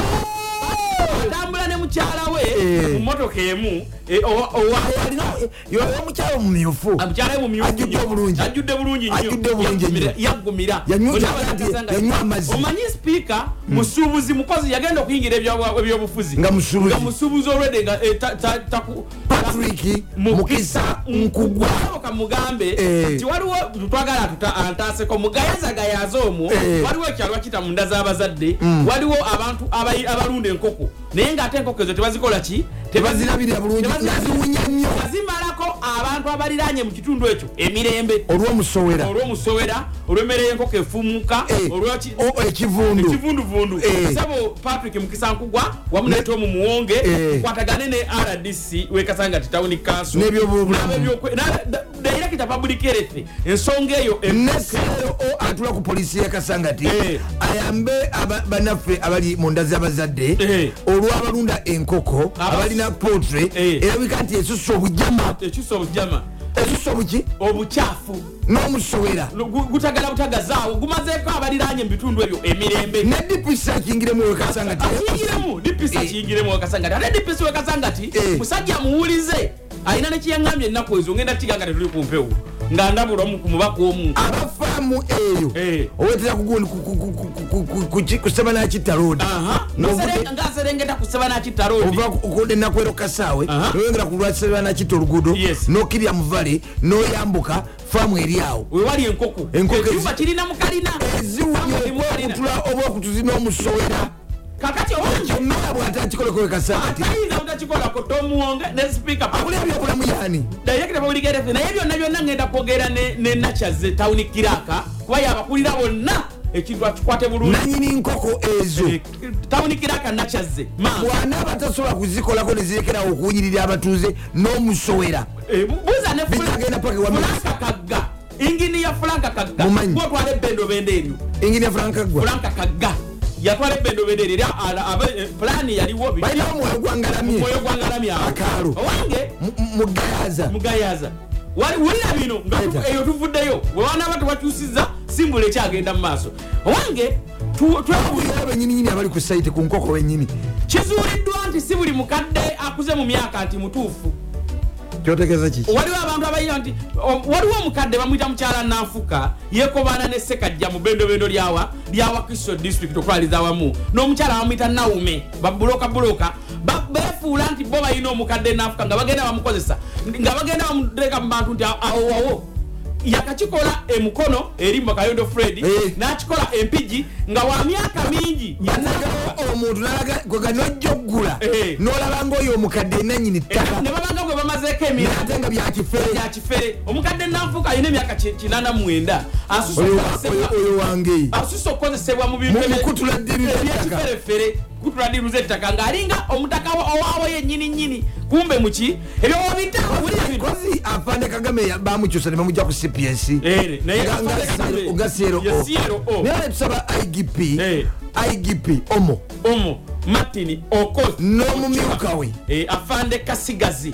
Speaker 6: atambula ne mukyala
Speaker 1: Eh.
Speaker 6: we mu motoka emu eh, owa- owa-
Speaker 1: yomukyalo mumyufu
Speaker 6: mukyala we mu myufu
Speaker 1: Ajjudde
Speaker 6: nnyo.
Speaker 1: obulungi.
Speaker 6: ajjudde bulungi nnyo.
Speaker 1: Ajjudde obulungi nnyo.
Speaker 6: Yaggumira- yaggumira
Speaker 1: Yanywa
Speaker 6: Bonna
Speaker 1: kyala
Speaker 6: abazadde
Speaker 1: ye-
Speaker 6: basanga-
Speaker 1: yanywa amazzi. Hmm.
Speaker 6: omanyi sipiika musuubuzi mukozi yagenda okuyingira ebyobu- ebyobufuzi
Speaker 1: Nga musuubuzi.
Speaker 6: nga musuubuzi olwedde nga eh, ta- ta- taku-
Speaker 1: Patrick Mukisa Nkugwa.
Speaker 6: Kamuka mugambe
Speaker 1: Eh.
Speaker 6: nti waliwo twagala atuta- antaaseko mugayazagayaze omwo
Speaker 1: Eh. Mm.
Speaker 6: waliwo ekyalo bakiyita munda z'abazadde waliwo abantu abayi- abalunda enkoko naye ng'ate enkoko ezo tebazikola ki
Speaker 1: tebazirabirira bulungi
Speaker 6: Tebazirabirira.
Speaker 1: naziwunya nnyo
Speaker 6: azimalako abantu abaliranye mu kitundu ekyo emirembe
Speaker 1: olwomusowera
Speaker 6: olw'omusowera olw'emmere y'enkoko efumuka
Speaker 1: Oh. Eh,
Speaker 6: olw'eki-
Speaker 1: o-
Speaker 6: e
Speaker 1: ekivundu
Speaker 6: ekivunduvundu
Speaker 1: Eh.
Speaker 6: sebo patrick mukisankugwa wamu ne tomu muwonge
Speaker 1: Eh.
Speaker 6: kwatagane ne rdc wekasanga titawuni kanso
Speaker 1: N'ebyobulamu.
Speaker 6: dairekita public health ensonga eyo e-
Speaker 1: nesero atula ku polisi yakasangati
Speaker 6: Eh.
Speaker 1: ayambe aba- banaffe abali munda z'abazadde
Speaker 6: Eh.
Speaker 1: olw'abalunda enkoko
Speaker 6: Aba-
Speaker 1: abalina potre
Speaker 6: Eh.
Speaker 1: erabika nti esusa obujama
Speaker 6: ekyusa obujama
Speaker 1: esusa obuki
Speaker 6: obukyafu
Speaker 1: n'omusowera
Speaker 6: gu- gutagala butagazaawo gumazeeko abaliranye mu bitundu ebyo emirembe
Speaker 1: ne dipisi akingiremu wekasangati
Speaker 6: akiyingiremu dipisi
Speaker 1: Eh.
Speaker 6: akiyingiremu wakasangati ate dipisi wekasangati
Speaker 1: Eh.
Speaker 6: musajja amuwulize alina nekiyaŋambye ennaku ezo ngenda tiga nga tetuli ku mpewo nga ndabulwa mu- ku mubaka omu
Speaker 1: abafaamu eyo
Speaker 6: Eh.
Speaker 1: owetera kusaba nakitaloodi
Speaker 6: Aha.
Speaker 1: N'ovuga-
Speaker 6: ngaaserengeta ku sebanakitalobi
Speaker 1: ova okuda enakwero kasaawe
Speaker 6: Aha.
Speaker 1: noyongera ku lwasebanakita oluguudo
Speaker 6: Yes.
Speaker 1: n'okirya muvale n'oyambuka faamu eri awo
Speaker 6: wewali enkoko
Speaker 1: Enkoko ezi-
Speaker 6: ekyuma kirina mukalina
Speaker 1: eziwunya
Speaker 6: Samuli mwalina.
Speaker 1: okutula oba okutuzi n'omusowera
Speaker 6: kakati owange
Speaker 1: kyonna bwe atakikoleko wekasangati
Speaker 6: atayinza butakikolako tomuwonge ne sipiika
Speaker 1: akula ebyobulamu yaani
Speaker 6: dairekita bawuligerese naye byonna byonna ngenda kwogera ne nakyaze tawuni kiraka kuba yabakulira bonna ekintu akikwate bulungi E,
Speaker 1: nanyini nkoko ezo
Speaker 6: tawunikiraka nakyaze
Speaker 1: bw'anaaba tasobola kuzikolako nezirekerawo okuwunyirira abatuuze n'omusowera
Speaker 6: e, buuza ne Frank-
Speaker 1: Bitagenda paka ewa Messi.
Speaker 6: Frank kagga inginiya fulanka kagga
Speaker 1: Mumanyi.
Speaker 6: gwotwala ebendo bende eryo
Speaker 1: engini ya franka gwa
Speaker 6: fulanka kagga yatwala ebendo bende eryo era ala- aba- eh, pulaani yaliwo bi-
Speaker 1: balina omwoyo gwangalamye
Speaker 6: mwoyo gwangalamya
Speaker 1: Akaalo.
Speaker 6: owange
Speaker 1: mugayaza
Speaker 6: mugayaza Wali- wulira bino nga tu-
Speaker 1: Leeta.
Speaker 6: eyo tuvuddeyo wewanaaba tewakyusiza simbula ekyagenda mu maaso owange tu- twewuunya
Speaker 1: era benyininyini abali ku saiti ku nkoko wenyini
Speaker 6: kizuuliddwa nti si buli mukadde akuze mu myaka nti mutuufu
Speaker 1: kyotegeeza kiki
Speaker 6: waliwo abantu abalina nti o- waliwo omukadde bamwita mukyala nanfuka yekobaana ne sekajja mu bendobendo lyawa lyawakiso district okwaliza awamu n'omukyala bamwita naume babuloka buloka ba- befuula nti bo balina omukadde nanfuka nga bagenda bamukozesa nga bagenda bamuteeka mu bantu nti a- awowawo yakakikola emukono eri mu kayondo fred
Speaker 1: Eh.
Speaker 6: n'akikola empigi nga wa myaka mingi
Speaker 1: banagawo omuntu nalaga kwega nojja oggula
Speaker 6: Eh.
Speaker 1: n'olaba ngaoyo omukadde enanyini ttaka
Speaker 6: ne babaga gwe bamazeeko emira
Speaker 1: ate nga byakifeera
Speaker 6: yakifere omukadde nanfuuka alina emyaka 89 asusa
Speaker 1: Oyo-
Speaker 6: okukozesebwa-
Speaker 1: oyo- oyo wange
Speaker 6: asusa okukozesebwa mu
Speaker 1: Mu-
Speaker 6: bintu
Speaker 1: mu
Speaker 6: ebye-
Speaker 1: kutula ddiru z'ettaka.
Speaker 6: ebyekiferefere kutula ddiru z'ettaka ng'alinga omutaka wa- owaawo yennyini nnyini kumbe muki ebyowabitaawulira
Speaker 1: kozi afande kagame bamukyusa ne bamugja ku cps
Speaker 6: Eh,
Speaker 1: Nga- nga CLO nga clo naye netusaba igp
Speaker 6: oh. Eh.
Speaker 1: igp omo
Speaker 6: omo martin okoth
Speaker 1: n'omumyuka we
Speaker 6: Eh, afande kasigazi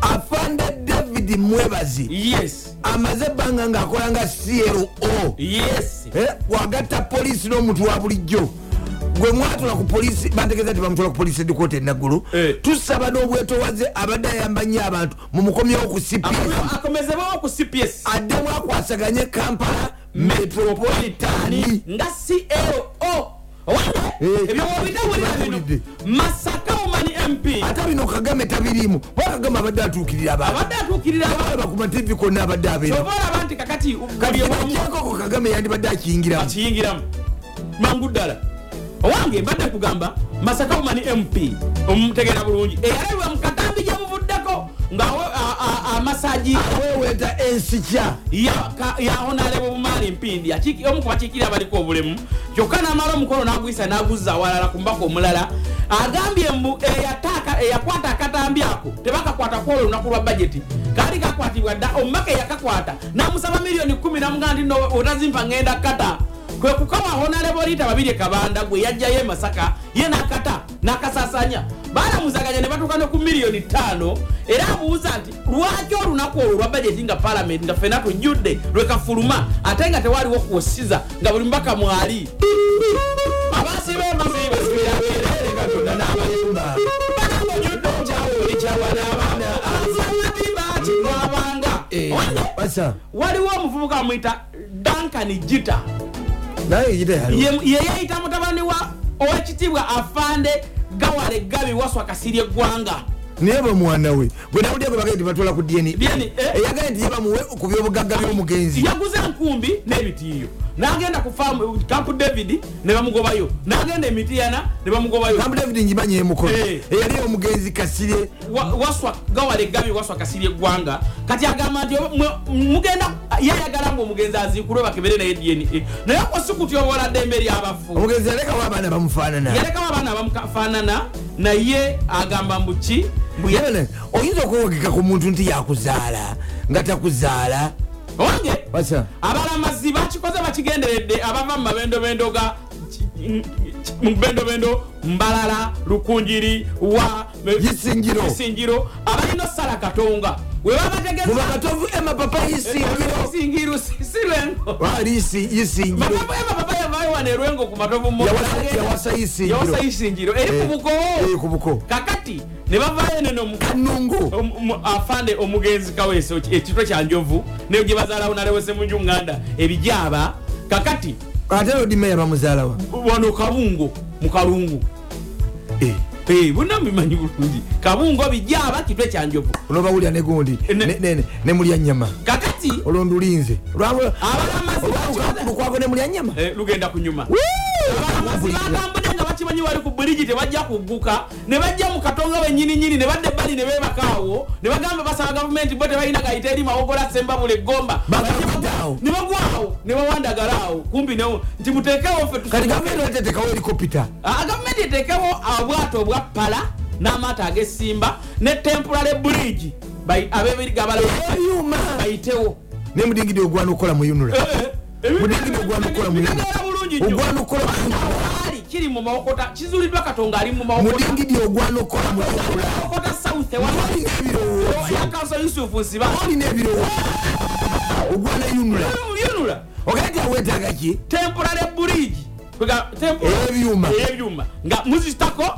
Speaker 1: afande david mwebazi
Speaker 6: yes
Speaker 1: amaze ebbanga ng'akola nga clo
Speaker 6: yes
Speaker 1: Eh, wagatta poliisi n'omuntu wa bulijjo gwe mwatula ku polisi bategeza nti bamutula ku e polisi edikota enaggulu
Speaker 6: Eh.
Speaker 1: tusaba n'obwetowaze abadde ayamba nnyo abantu mumukomyewo ku cps
Speaker 6: Akomye- akomezebwawo ku cps
Speaker 1: addemu akwasaganye kampala metropolitani
Speaker 6: metropolitani nga cao owange
Speaker 1: Eh,
Speaker 6: ebyowobitawulira
Speaker 1: bawulidde.
Speaker 6: bino masaka omani mp
Speaker 1: ate bino kagame tabiriimu oba kagame abadde atuukirira abantu
Speaker 6: abadde atuukirira
Speaker 1: alaba ku mativi konna abadde abeera
Speaker 6: obalaba nti kakati buli ewamu
Speaker 1: katiekoko kagame yandibadde akiyingiramu
Speaker 6: akiyingiramu mangu ddala owange mbadde kugamba masaka omani mp omutegera bulungi eyalabibwa amasaji
Speaker 1: weweta ensikya
Speaker 6: ya- ka- ya honalebo bumaali empindi Achiki- omu ku bakiikirira abaliko obulemu kyokka n'amala omukono n'aguyisa n'aguzza awalala ku mbaka omulala agambye mbu eyataaka- eyakwata akatambi ako tebakakwatako olwo olunaku lwa bajeti kaali kakwatibwa dda omumaka eyakakwata n'amusaba miliyoni 1 namugaa nti "No, otazimpa ngenda kata kwe kukawa honalebo liita babiri e kabanda gwe yajjayo emasaka ye n'akata n'akasasanya balamuzaganya ne batuuka ne ku miliyoni ttaano era abuuza nti lwaki olunaku olwo lwa bajeti nga palamenti nga fena tujjudde lwekafuluma ate nga tewaliwo kuwosiza nga buli mubaka mwali abasiba emaziba sibirakerere katonda n'abayimba banabojudde okyawuli kyawanaabana azawadiba kinwabanga
Speaker 1: basa
Speaker 6: waliwo omuvubuka amuyita dankan gita
Speaker 1: naye gita yali
Speaker 6: Ye- ye yayita mutabani wa owekitiibwa afande gawale gabi waswa kasiri eggwanga
Speaker 1: naye ba mwana we gwe nawulire gwe bagende batwala ku dna
Speaker 6: DNA, eh?
Speaker 1: eyagala nti yebamuwe ku byobugagga by'omugenzi
Speaker 6: yaguze enkumbi n'ebitiiyo n'agenda ku faamu kampu david ne bamugobayo n'agenda emitiyana ne bamugobayo
Speaker 1: kambu david njimanyi emukono
Speaker 6: Eh.
Speaker 1: eyali omugenzi kasirye
Speaker 6: Wa- waswa gawale gabi waswa kasiri eggwanga kati agamba nti oba- mwe- mugenda yayagala ngaomugenzi aziikulwe bakebere naye dna naye kosikutyoboola ddembe lyabafu
Speaker 1: omugenzi yalekawo abaana bamufaanana
Speaker 6: yalekawo abaana abamufaanana naye agamba mbu ki mbu ya-
Speaker 1: Yalala, oyinza okwewagika ku muntu nti yakuzaala nga takuzaala
Speaker 6: owange
Speaker 1: basa
Speaker 6: abalamazi bakikoze bakigenderedde abava mu mabendobendo ga mu bendobendo mbalala lukunjiri wa
Speaker 1: Isingiro.
Speaker 6: Isingiro, abalina osala katonga
Speaker 1: muba
Speaker 6: webabategeza
Speaker 1: katovu emapapa yisingiro
Speaker 6: isingiro si- si lwengo
Speaker 1: ali Ah, yisingiro
Speaker 6: Mapapa- mapapa yavaayo wano erwengo ku matovu mu-
Speaker 1: Yawasa- yawasa yisingiro.
Speaker 6: Yawasa isingiro eri ku
Speaker 1: Eh, eh,
Speaker 6: bukowo
Speaker 1: ku buko
Speaker 6: kakati ne bavaayo neno mu
Speaker 1: kanungu
Speaker 6: Om- mu- afande omugenzi kaweesa ekitwe kyanjovu naye gye bazaalawo nalewesemunju nganda ebijaaba kakati
Speaker 1: ate lodimeya bamuzaalawa
Speaker 6: wano kabungo mu kalungu
Speaker 1: Eh,
Speaker 6: bonna mbimanyi bulungi kabungo bijaaba kitwe kyanjovu
Speaker 1: olobawulya negundi
Speaker 6: Eh, Ne-
Speaker 1: nemulya nyama
Speaker 6: kakati
Speaker 1: olondulinze
Speaker 6: abalamazi bakikoze-
Speaker 1: lukwago nemulya nyama
Speaker 6: Eh, lugenda kunyuma abalamuzi batambudde nga bakimanyi wali ku buligi tebajja kugguka ne bajja mu katonga wenyininyini ne badda ebbali ne beebakaawo ne bagamba basaba gavumenti bo tebalina gayita eri mawogola sembabula eggomba
Speaker 1: Bagaguddeawo.
Speaker 6: ne bagwawo ne bawandagalawo kumpi newo nti muteekewo ffe
Speaker 1: kati
Speaker 6: tusobole-
Speaker 1: gavumenti otetekawo helikopita
Speaker 6: Ah, gavumenti etekewo obwato obwa pala n'amaato agesimba ne temporary bridge
Speaker 1: Ebyuma.
Speaker 6: bayitewo
Speaker 1: nemudingidi ogwana okukola muyunula mudingidi ogwana okukola muyunula
Speaker 6: bulungi nnyo
Speaker 1: ogwana okukola muyunula
Speaker 6: ali kiri mu mawokota kizuuliddwa katonga ali mu mawokota
Speaker 1: mudingidi ogwana okukola muyunula
Speaker 6: mawokota south ewa-
Speaker 1: olina ebirowoozo
Speaker 6: yakanso yusuf nsiba
Speaker 1: olina ebirowoozo ogwana yunula
Speaker 6: yunula
Speaker 1: ogaiti awetaaga ki
Speaker 6: temporary bridge Kwega- temporary-
Speaker 1: Ebyuma.
Speaker 6: ebyuma nga muzitako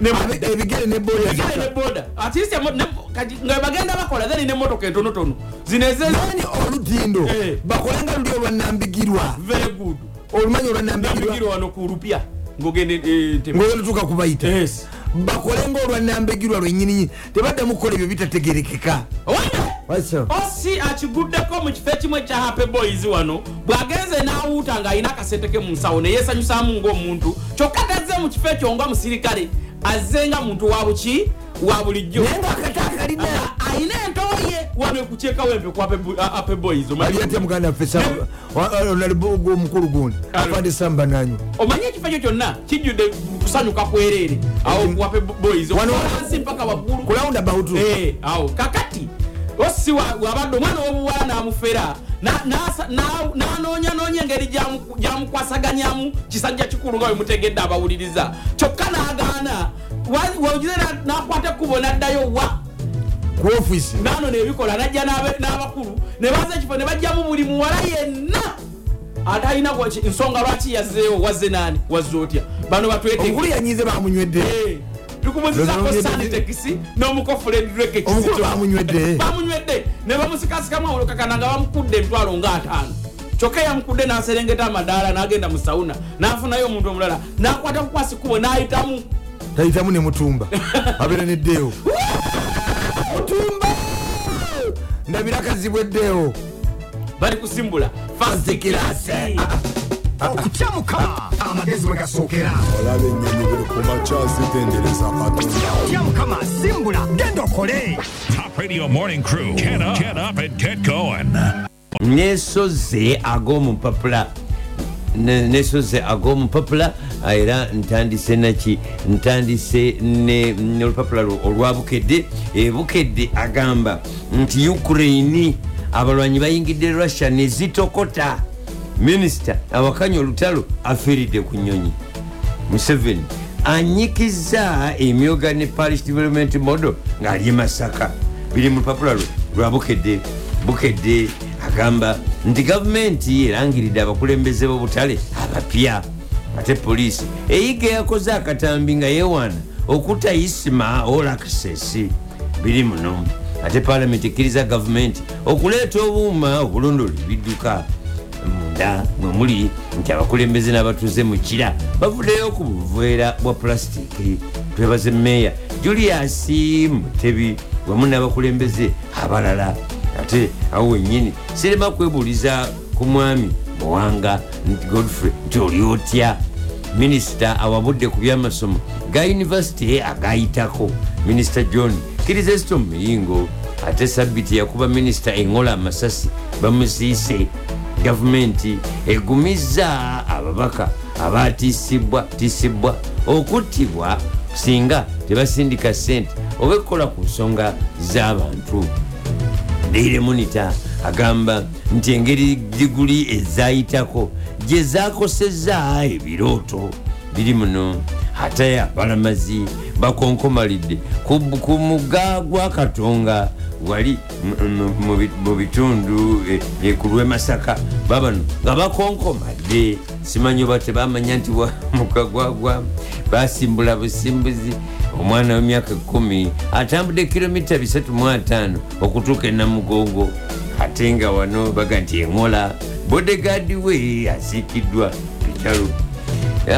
Speaker 6: ne
Speaker 1: Abe- ebigere ne boya
Speaker 6: Egere ne boda atist nga bagenda bakola then nemotoka entonotono zineze
Speaker 1: ani olutindo
Speaker 6: Eh.
Speaker 1: bakolenga luli olwanambigirwa
Speaker 6: very good
Speaker 1: olumanyi
Speaker 6: nambigirwa
Speaker 1: olwanambigirwa
Speaker 6: wano ku lupya ngogende eh,
Speaker 1: ngaolutuuka kubayita
Speaker 6: yes
Speaker 1: bakolenga olwanambigirwa lwennyini tebaddamu kukola ebyo bitategerekeka
Speaker 6: Owange,
Speaker 1: Wasa.
Speaker 6: osi akiguddeko mu kifo ekimu ekya happy boys wano bw'agenze n'awuuta ng'alina akasente ke mu nsawo ne yeesanyusaamu ng'omuntu kyokka tazze mu kifo ekyo nga musirikale azze nga muntu wa buki wa bulijjo
Speaker 1: naye ngaakataakalina
Speaker 6: A- ayina entooye wano ekuceekawo empe ku Happy Bo- a- happy boys omanyi-
Speaker 1: ali atya muganda waffe onalibogo omukulu gundi
Speaker 6: Ali.
Speaker 1: afande sambananyo
Speaker 6: omanyi ekifo ekyo kyonna kijjudde kusanyuka kwereere awo ku happy boys
Speaker 1: Wano-
Speaker 6: wansi mpaka waggulu
Speaker 1: kulawunda bautu
Speaker 6: Eh, awo kakati osi wa- wabadde omwana wobuwala namufera nanoonyanoonya engeri gyamu- gyamukwasaganyamu kisajja kikulu nga wemutegedde abawuliriza kyokka n'agaana wagize nakwata ekkubo n'addayo wa
Speaker 1: ku ofisi
Speaker 6: nano nebikola najja n'abe- n'abakulu ne baza ekifo ne bajjamu buli muwala yenna ate alina gwaki- ensonga lwaki yazzeewo wazze naani wazze otya bano batwete
Speaker 1: okuluyanyize bamunywedde
Speaker 6: Eh. tukumuzizako
Speaker 1: Lwaki-
Speaker 6: sanitekisi n'omukofulendrekekisi
Speaker 1: Omukulu bamunywedde.
Speaker 6: bamunywedde ne bamusikasikamu olukakana nga bamukudde emitwalo nga ataano kyokka yamukudde n'aserengeta amadaala n'agenda mu sawuna n'afunayo omuntu omulala n'akwata kukwasi kubo n'ayitamu
Speaker 1: tayitamu ne mutumba abeera neddeewo mutumba ndabira e kazibwa eddeewo
Speaker 6: bali kusimbula
Speaker 1: First class.
Speaker 6: fasikirasi
Speaker 3: okutya mukama amagezi bwe gasookera
Speaker 4: olabe ennyonyi buli ku makya zitendereza katonda
Speaker 3: otya mukama simbula genda okole
Speaker 7: Top Radio Morning Crew. Get up, get up and get going.
Speaker 2: nesoze ag'omupapula Ne- nesoze ag'omupapula ah, era ntandise naki ntandise ne- n'olupapula lwo olwa bukedde Eh, bukedde agamba nti ukraine abalwanyi bayingidde e russia nezitokota minisita awakanya olutalo afiiridde ku nyonyi museveni anyikiza emyoga ne parish development model ng'ali e masaka biri mu lupapula lwe lwa bukedde bukedde agamba nti gavumenti erangiridde abakulembeze b'obutale abapya ate poliisi eyiga yakoze akatambi nga yeewaana okutayisima all access biri muno ate paalamenti ekkiriza gavumenti okuleeta obuuma obulondole bidduka munda mwemuli nti abakulembeze n'abatuuze mu kira bavuddeyo ku buveera bwa pulasitiki twebaze meeya julius mutebi wamu n'abakulembeze abalala ate awo wennyini sirema kwebuuliza ku mwami muwanga nti godfrey nti oli otya minisita awabudde ku byamasomo ga yunivasite agayitako minisita john kkiriza esito muyingo ate sabbiti yakuba minisita engola amasasi bamusiise gavumenti egumizza ababaka abatisibwa tisibwa okuttibwa singa tebasindika sente oba ekukola ku nsonga z'abantu daily monitor agamba nti engeri diguli ezayitako gye zakosezza ebirooto biri muno ate abalamazi bakonkomalidde ku ku mugga gwa katonga wali mu- mu- mu bi- mu bitundu eh, eh, ku lwemasaka babano nga bakonkomadde simanyi oba tebamanya nti wa- mugga gwagwa basimbula busimbuzi omwana w'emyaka ekumi atambudde kilomita 35 okutuuka enamugongo ate nga wano baga nti engola bodegaadi we asiikiddwa ekitalo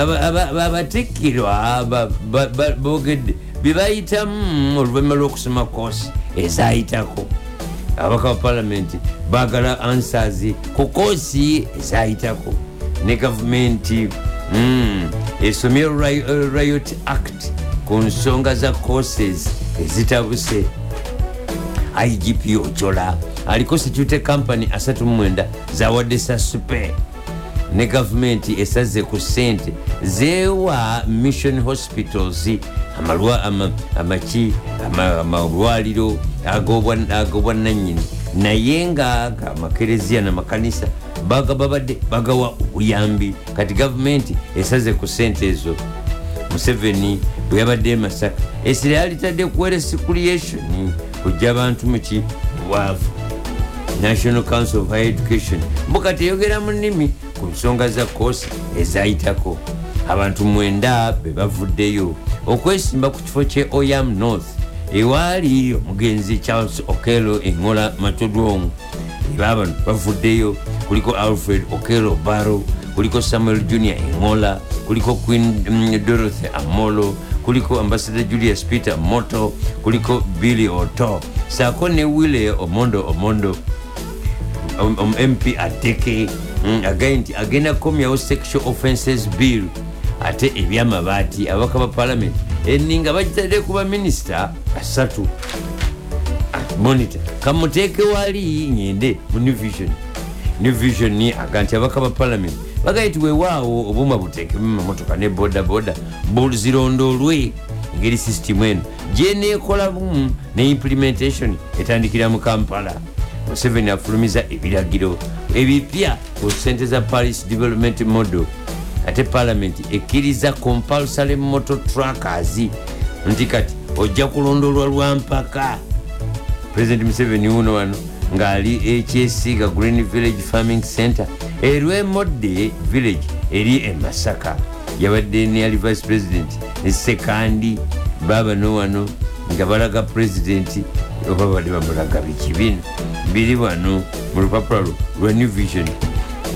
Speaker 2: Aba- aba- aba- abatikkirwa ba- ba- ba- boogedde bye bayitamu oluvannyuma lw'okusoma koosi ezayitako ababaka ba palamenti baagala answers ku koosi ezayitako ne gavumenti mm, esomye ri- eh, riot act ku nsonga za courses ezitabuse igp ochola aliko security company 39 zawadde sasupe ne gavumenti esaze ku ssente zeewa mission hospitals amalwa- ama- amaki ama- amalwaliro ag'obwa- ag'obwannannyini naye nga ga makereziya namakanisa baga- babadde bagawa obuyambi kati gavumenti esaze ku ssente ezo museveni bwe yabadde e masaka esira yalitadde kuwera esikuliation kujja bantu muki bwavu national council of higher education mbuka teyogera mu nnimi ku nsonga za koosi ezayitako abantu mwenda be bavuddeyo okwesimba ku kifo kye oyam north ewaali omugenzi charles e okelo engola matodwong ebabano bavuddeyo kuliko alfred okelo baro kuliko samuel junior engola kuliko queen mm, dorothy amolo kuliko ambassador julius peter moto kuliko billy oto saako ne wille omondo omondo um, Om- om- mp ateke mm, agaye nti agenda kukomyawo sexual offences bill ate ebyamabaati ababaka ba palamenti eninga bagitadde ku baminisita basatu monitor kamuteeke wali ngende mu new vision new vision ni aga nti abaka ba palamenti bagaye ti weewaawo obuma buteekemu mamotoka ne bodaboda zirondoolwe engeri system eno gyeneekolamu ne implementation etandikira mu kampala museveni afulumiza ebiragiro ebipya ku sente za paris development model ate palamenti ekkiriza compulsory motor trackers nti kati ojja kulondoolwa lwa mpaka president museveni wuno wano ng'ali ekyesiiga green village farming center erwemodde village eri e masaka yabadde neyali vice president ne sekandi babano wano nga balaga pulezidenti oba badde bamulaga biki bino biri wano mu lupapula lwo lwa new vision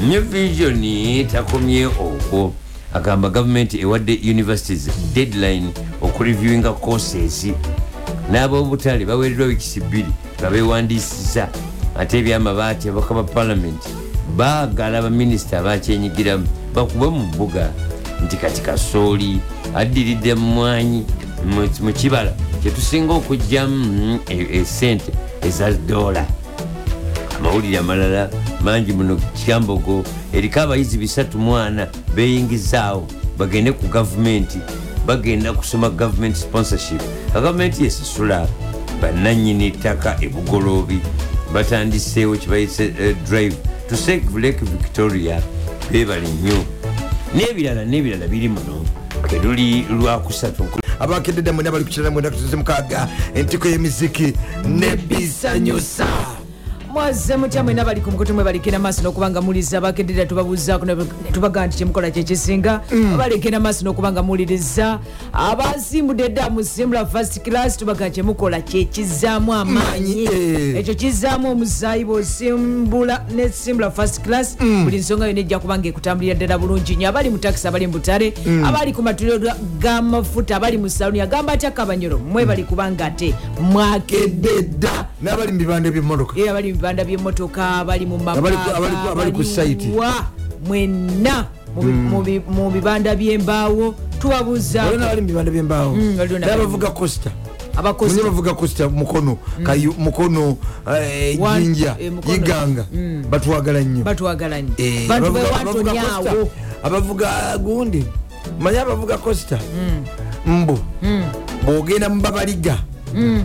Speaker 2: new vision takomye okwo agamba gavumenti ewadde universities deadline okureviewinga courses n'ab'obutale baweereddwa wiikisi bbiri nga beewandiisiza ate ebyamabaati ababaka ba palamenti baagala baminisita abakyenyigiramu bakube mu mbuga nti kati kasooli addiridde mumwanyi mu- mu kibala kyetusinga okugjamu esente e, eza dola amawulire amalala mangi muno kyambogo eriko abayizi bisatu mwana beyingizaawo bagende ku gavumenti bagenda kusoma gavumenti sponsorship agavumenti yesasula bananyini ttaka ebugoloobi batandiseewo kibayise eh, drive to save lake victoria bebale nnyo n'ebirala n'ebirala biri muno luli lwakusatu
Speaker 1: abakedde mwena bali kukirana mwena kutuze mukaaga entiko y'emiziki nebisanyusa
Speaker 8: mwaze mutya mwena bali ku mukutu mwe balikena maaso n'okubanga muliza abakedera tubabuuzaako ne tubagaa nti kyemukola kyekisinga balekena maaso n'okubanga muwuliriza abasimbudde dda musimbula first class tubagaa kyemukola kyekizzaamu amaanyi
Speaker 1: Maanyi, eh.
Speaker 8: ekyo kizaamu omusaayi bwosimbula nesimbula first class buli nsonga yona ejja kubanga ekutambulira ddala bulungi nyo abali mu takisi abali mu butale abali ku matuliro ga- g'amafuta abali mu saluni agamba atya kabanyolo mwe bali kubanga ate mwakedde
Speaker 1: edda n'abali mu bibanda ebyemmotoka
Speaker 8: ye abali mu bibanda by'emmotoka abali mu maka,
Speaker 1: Abali ku- abali ku- abali ku site. Hmm.
Speaker 8: wa mwenna mu bi- mu bi- mu bibanda by'embaawo tubabuuza
Speaker 1: olwo n'abali mu bibanda byembaawo
Speaker 8: Mm, waliwo n'abali-
Speaker 1: n'abavuga costa
Speaker 8: abakozi
Speaker 1: munye bavuga costa mukono kayu- mukono eh,
Speaker 8: Mm. Wa-
Speaker 1: jinja
Speaker 8: eh, mukono.
Speaker 1: yiganga batwagala nnyo
Speaker 8: batwagala nnyo
Speaker 1: Eh,
Speaker 8: bantu
Speaker 1: abavuga- abavuga
Speaker 8: bewantoni
Speaker 1: Costa,
Speaker 8: awo
Speaker 1: abavuga gundi manye abavuga costa
Speaker 8: Mm.
Speaker 1: mbu bwogenda mubabaliga
Speaker 8: Mm,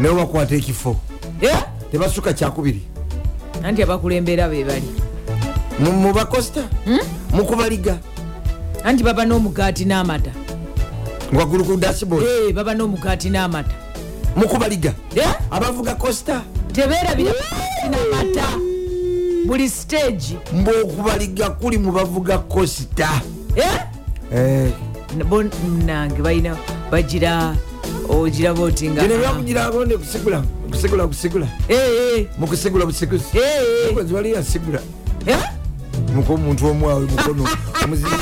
Speaker 1: nawe bakwata ekifo
Speaker 8: Eh,
Speaker 1: tebasuka kyakubiri
Speaker 8: anti abakulembera be bali
Speaker 1: Mu- mubakosta mukubaliga
Speaker 8: anti baba n'omugaati n'amata
Speaker 1: waggulu ku dashboard
Speaker 8: Eh, baba n'omugaati n'amata
Speaker 1: mukubaliga
Speaker 8: Eh,
Speaker 1: abavuga costa
Speaker 8: tebeerabira mugaati n'amata buli stage
Speaker 1: mbwokubaliga kuli mubavuga costa
Speaker 8: Eh,
Speaker 1: Eh,
Speaker 8: bo nange balina bagira ogiraba otinga
Speaker 1: gino ebyakugirako nekusigula kusigula kusigula
Speaker 8: Eh,
Speaker 1: mukusigula busiguzi wali yasigula
Speaker 8: Eh?
Speaker 1: muko omuntu omwawe mukono omuzizi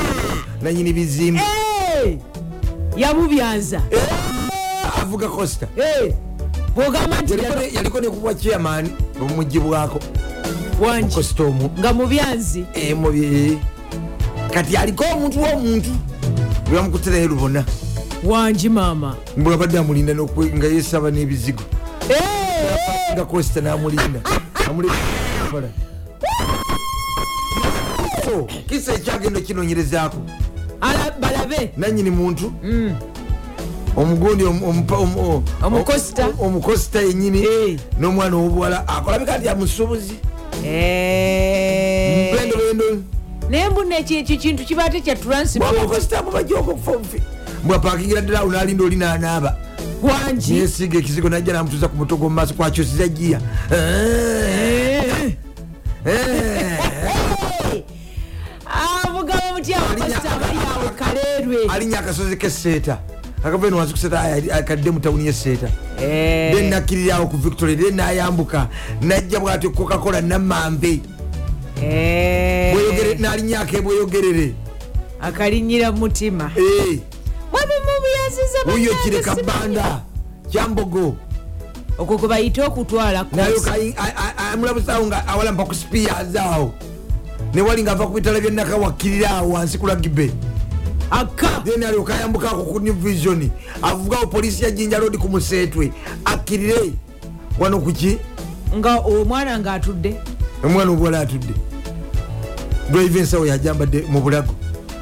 Speaker 1: nanyini bizimbe
Speaker 8: yabubyanza
Speaker 1: avuga costa
Speaker 8: Eh, bwogamba nti
Speaker 1: Yaliko ne- yaliko nekubwa chairman omugibwako
Speaker 8: wangi
Speaker 1: costa omu
Speaker 8: nga mubyanzi
Speaker 1: Eh, mubi kati aliko omuntu womuntu lwamukuterayo lubona
Speaker 8: wangi maama
Speaker 1: mbwabadde amulinda n'okwe- nga yesaba n'ebizigo
Speaker 8: Eh,
Speaker 1: nga costa namulinda amulinda kisa ekyagenda kinonyerezaako
Speaker 8: ala- balabe
Speaker 1: nanyini muntu omugundi omu- omupa- omu-
Speaker 8: Omukosita.
Speaker 1: o- omukosita yenyini
Speaker 8: Eh.
Speaker 1: n'omwana owobuwala akolabika nti amusuubuzi
Speaker 8: Eh,
Speaker 1: bendobendo
Speaker 8: naye mbuna ekintu kiba te kya transport
Speaker 1: omukosita mubajjaoko okufa obufi bwapakingira ddala awo nalinda oli nanaaba
Speaker 8: wangi
Speaker 1: nesiiga ekizigo najja namutuza ku mutogo mumaaso kwakyusiza jiya Eh,
Speaker 8: avugaba mutya abakosita abali awo kaleerwe
Speaker 1: alinya akasozi keseeta akaveno wansi kuseeta ay- akadde mu tawuni yeseeta
Speaker 8: Eh,
Speaker 1: then nakkirirawo ku victory then nayambuka najja bwatyo cocacola namambe
Speaker 8: eh,
Speaker 1: nalinyako ebweyogerere
Speaker 8: akalinyira mu mutima
Speaker 1: Eh,
Speaker 8: wabimubuyasiza
Speaker 1: wuyo kireka banda kyambogo
Speaker 8: okwo kwe bayite okutwala
Speaker 1: nayo
Speaker 8: kosi.
Speaker 1: amulabusawo nga awalamba ku spiyazaawo newali ngaava ku bitala byenakawakkirira awo wansi ku lagibe
Speaker 8: aka
Speaker 1: then alyoka ayambukako ku new vision avugawo polisi ya jinja road ku museetwe akkirire wano kuki
Speaker 8: nga omwana ng'atudde
Speaker 1: omwana obuwala atudde drive ensawo yajambadde mu bulago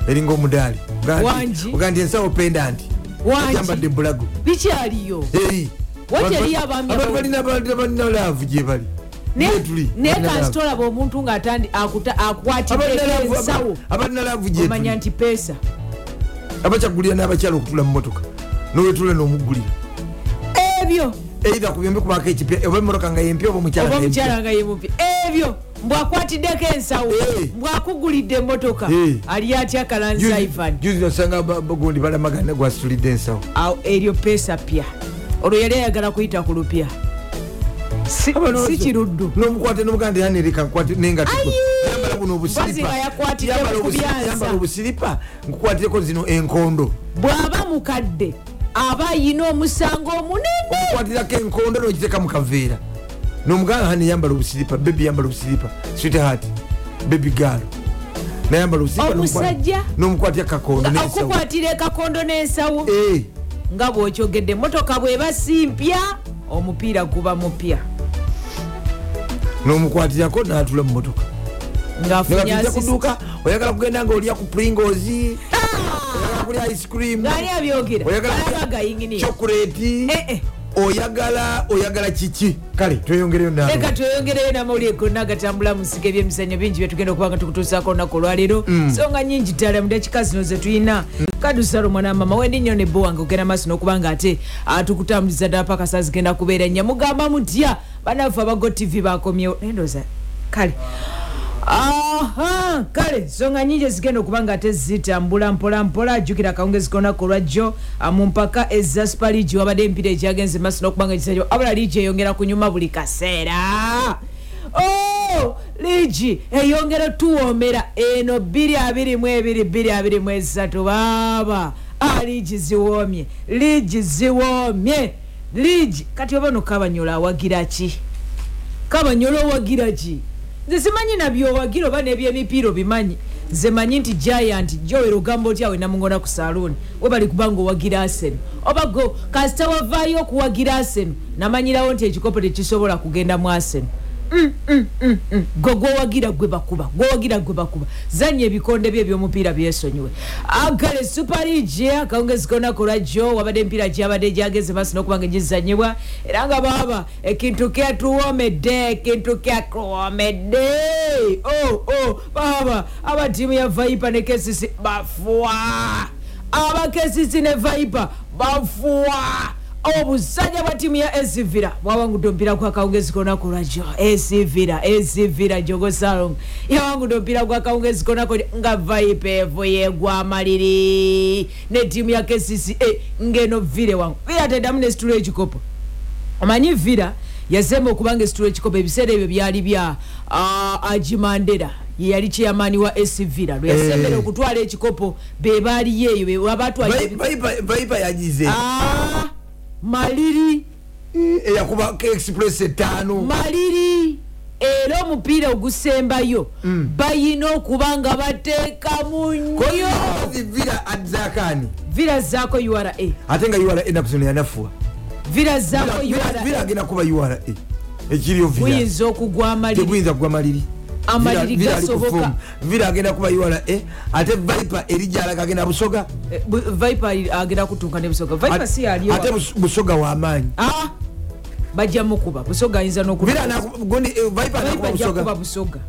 Speaker 1: eringa omudaali Oga nti-
Speaker 8: Wangi.
Speaker 1: oga nti ensawo pendanti
Speaker 8: Wangi.
Speaker 1: yajambadde bulago
Speaker 8: bikyaliyo
Speaker 1: Hey.
Speaker 8: Wakyali
Speaker 1: Abantu-
Speaker 8: abaami
Speaker 1: abantu
Speaker 8: abo-
Speaker 1: balina- balina balina laavu gye bali
Speaker 8: Ne-
Speaker 1: Gye tuli,
Speaker 8: naye
Speaker 1: balina laavu.
Speaker 8: kansitolaba omuntu ng'akwatibwa
Speaker 1: Abalina laavu-
Speaker 8: ensawo
Speaker 1: abalina laavu gyetuli
Speaker 8: omanya nti peesa
Speaker 1: abakyagulira n'abakyala okutula mu motoka nowetula n'omuggulira
Speaker 8: ebyo
Speaker 1: eida ku byombi kubako ekipya oba emotoka nga yempya oba omukyala
Speaker 8: oba
Speaker 1: nga
Speaker 8: omukyala
Speaker 1: yempya.
Speaker 8: nga ye mupi ebyo mbwakwatiddeko ensawo
Speaker 1: Eh.
Speaker 8: mbwakugulidde emmotoka
Speaker 1: Eh.
Speaker 8: ali atya
Speaker 1: Juzi-
Speaker 8: kalanzaivan
Speaker 1: juzi nosanga ba- bagundi balamagana gwasitulidde ensawo
Speaker 8: awo eryo peesa pya olwo yali ayagala kuyita ku lupya si
Speaker 1: Abano-
Speaker 8: si kiruddu
Speaker 1: nomukwata nomuganda yanereka
Speaker 8: Ayi!
Speaker 1: nengatiyambala buno
Speaker 8: Mpozi nga yakwatidde ku byansa.
Speaker 1: obusiripa nkukwatireko zino enkondo
Speaker 8: bw'aba mukadde aba ayina omusango omunene
Speaker 1: okukwatirako enkondo nogiteka mukaveera nomuganda hani yambala obusiripa bebi yambala obusiripa sweetheart bebi gaalo nayambala obusiba
Speaker 8: Omusajja?
Speaker 1: n'omukwatya kakondo n'ensawo
Speaker 8: okukwatira ekakondo n'ensawo
Speaker 1: Eh,
Speaker 8: nga bw'okyogedde emotoka bw'eba simpya omupiira guba mupya
Speaker 1: n'omukwatirako n'atula mu motoka
Speaker 8: ng'afunye
Speaker 1: nebatija
Speaker 8: asisi-
Speaker 1: kuduuka oyagala kugenda ngaolya ku pringos oyagala kulya ice cream
Speaker 8: ng'ani abyogera
Speaker 1: oyagala
Speaker 8: alaga
Speaker 1: kulya
Speaker 8: gayinginiya
Speaker 1: chokureti
Speaker 8: Eh, eh.
Speaker 1: oyagala oyagala kiki kale tweyongereyo nawe
Speaker 8: leka tweyongereyo namawulire gonna agatambula musiga ebyemizanyo bingi byetugenda okubanga tukutuusaako olunaku olwalero so nga nyingi ddala mu dakiika zino ze tulina kadusala omwana mama wendi nnyo nebo wange ogenda maaso n'okuba nga ate ah, tukutambuliza ddala paka saa zigenda kubeera nnya mugamba mutya banaffe abago tv bakomyewo naye ndowooza kale aha kale nsonga nyingi ezigenda okuba nga ate zitambula mpola mpola ajjukira akawungezi konaku olwajjo ah, mu mpaka ezaspa liigi wabadde empiira ekyagenze maaso n'okubanga ekisajjo abula liigi eyongera kunyuma buli kaseera o liigi eyongera tuwoomera eno 222223 baaba Ah, liigi ziwoomye liigi ziwoomye liigi kati oba nokabanyola awagira ki kabanyola owagira ki nze simanyi nabyowagira oba nebyemipiira bimanyi nze manyi nti giant jowera ogamba otya we namungona ku saluuni we bali kubanga owagira aseno oba go kasita wavaayo okuwagira aseno namanyirawo nti ekikopo tekisobola kugenda mu aseno Mm, gwe gwowagira gwe bakuba gwowagira gwe bakuba zanya ebikonde bye ebyomupiira byesonyiwe agale super league akawungezi konaku lwajjo wabadde emipiira gyabadde gyageze maaso n'okubanga gizanyibwa era nga e baaba ekintu kyatuwomedde ekintu kyatuwomedde o o baaba Oh, aba ttiimu ya vaipa ne kesisi bafuwa abakesisi ne vaipa bafuwa obusajja bwa ttiimu ya esivira bwawangudde omupiira gwa kawungezi konaku lwajjo esivira esivira jogo salong yawangudde omupiira gwa kawungezi konaku nga vaipeevu yegwamaliri ne ttiimu ya kcca ngeno vire wangu vira teddamu nesitulo ekikopo omanyi vira yazemba okubanga esitulo ekikopo ebiseera ebyo byali bya ah, ajimandera yeyali kyeyamaani wa esivira lwe yasembera okutwala ekikopo bebaaliyo eyo bewabatwala
Speaker 1: vaipa yagize
Speaker 8: Ah.
Speaker 1: Eh,
Speaker 8: maliri
Speaker 1: eyakuba express etaano
Speaker 8: maliri era omupiira ogusembayo
Speaker 1: Mm.
Speaker 8: balina okuba nga bateekamu nnyo
Speaker 1: vira adzakani
Speaker 8: vira zaako ura
Speaker 1: ate nga ura enapson yanafuwa
Speaker 8: vira zaako
Speaker 1: Villa- vira
Speaker 8: ura
Speaker 1: agenda kuba ura ekiriyo vira
Speaker 8: guyinza okugwa maliri
Speaker 1: teguyinza kugwa maliri Villa-
Speaker 8: Amaliri
Speaker 1: Villa ali
Speaker 8: gasoboka.
Speaker 1: kufomu. vira agenda kuba ura ate vaipa erijalaga agenda busoga
Speaker 8: Eh, bu- viper ali- agenda kutuuka nebusoga viper si yaliwa
Speaker 1: ate bus- busoga wamaanyi
Speaker 8: bajja mukuba busoga ayinza
Speaker 1: vira
Speaker 8: n'okuba
Speaker 1: anaku- gundi, eh, Viper anakuba
Speaker 8: ajja
Speaker 1: busoga
Speaker 8: kuba Mm. busoga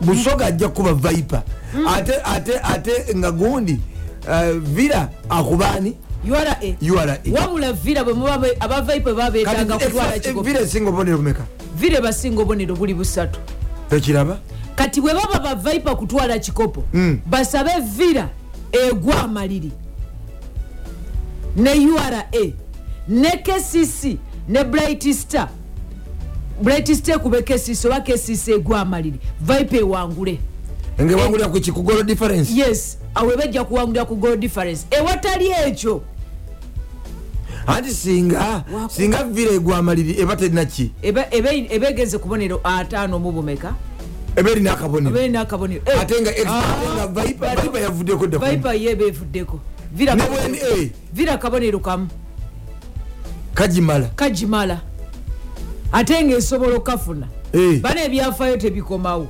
Speaker 1: busoga ajja kukuba vaipa ate ate ate nga gundi eh, vira akubaani
Speaker 8: ura
Speaker 1: ura
Speaker 8: wabula vira bwe abavaipe baba beetaaga kutwala ekikopo
Speaker 1: vira esinga obubonero kumeka
Speaker 8: vire basinga obonero buli busatu
Speaker 1: tekiraba
Speaker 8: kati bwe baba bavaipa kutwala kikopo
Speaker 1: Mm.
Speaker 8: basabe vira egwa amaliri ne ura ne kcc ne bright star bright star ekube kcc oba kcc egwa amaliri vaipa ewangule
Speaker 1: ngewangulira ku kikugolo difference
Speaker 8: yes awe bajja kuwangulira ku goal difference ewatali ekyo
Speaker 1: anti singa singa vira egwamaliri eba terinaki
Speaker 8: eba- eba eba egenze ku bonero ataano mu bumeka
Speaker 1: eba erina akabonero
Speaker 8: abeerina akabonero
Speaker 1: ate nga
Speaker 8: Ah,
Speaker 1: ex- ate nga eh, Viper- Viper yavuddeko dda ku-
Speaker 8: vaipa ye eba evuddeko Villa
Speaker 1: Ne eh.
Speaker 8: kabonero-
Speaker 1: WNA.
Speaker 8: vira kabonero kamu
Speaker 1: kagimala
Speaker 8: Oh. kagimala ate ngaesobola okafuna
Speaker 1: Eh.
Speaker 8: bana ebyafaayo tebikomawo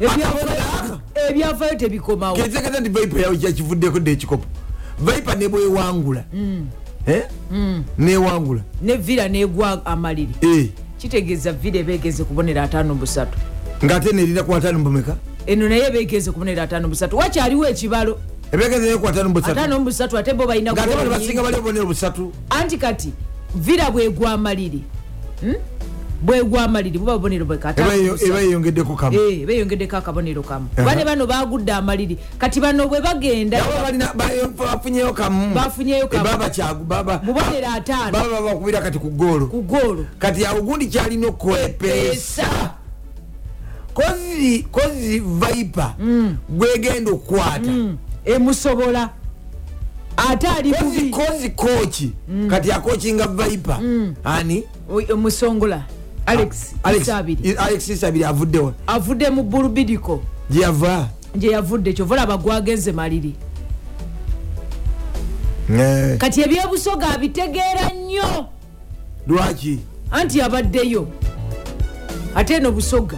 Speaker 1: Akabonero
Speaker 8: Ebyafaayo- ebyafaayo tebikomawo
Speaker 1: ketegeza nti vaipa yawe kyakivuddeko dda ekikopo vaipa nebwewangula
Speaker 8: Mm.
Speaker 1: Eh? newangula
Speaker 8: ne vira negwa amaliri
Speaker 1: Eh.
Speaker 8: kitegeeza vira ebegeze kubonera ataano busatu
Speaker 1: ng'ate nerina ku ataano bumeka
Speaker 8: eno naye begeze kubonera ataano busatu wakyaliwo ekibalo
Speaker 1: ebegeza naye ku ataano busatu
Speaker 8: ataano busatu ate bo balina
Speaker 1: ng'ate bano
Speaker 8: goal
Speaker 1: basinga bali obubonero busatu
Speaker 8: anti kati vira bwegwa amaliri Hmm? bwegwa amaliri buba bubonero
Speaker 1: Eba
Speaker 8: bwekataano
Speaker 1: eyo- eba eyeyongeddeko kamu
Speaker 8: Eh, beeyongeddeko akabonero kamu
Speaker 1: Aha.
Speaker 8: bane bano bagudde amaliri kati bano bwe bagenda
Speaker 1: aba balina ba- bafunyeyo kamu Eh,
Speaker 8: Bafunyeyo kamu.
Speaker 1: baba kyagu baba
Speaker 8: mubonero ataano
Speaker 1: baba bakubira kati ku goolo
Speaker 8: ku goolo
Speaker 1: kati awo gundi kyalina okwepeesa kozi kozi vaipa gwegenda okukwata
Speaker 8: Mm. emusobola Hmm. E ate ali
Speaker 1: Kozi-
Speaker 8: bubi
Speaker 1: kozi koki kati akokinga vaipa ani
Speaker 8: O- omusongola e alex e
Speaker 1: Alex-
Speaker 8: isabiri
Speaker 1: alex isabiri avuddewa
Speaker 8: avudde mu bulubidiko
Speaker 1: gyeyava
Speaker 8: gye yavudde kyova olaba gwagenze maliri
Speaker 1: Eh,
Speaker 8: kati ebyebusoga abitegeera nnyo
Speaker 1: lwaki
Speaker 8: anti abaddeyo ate eno busoga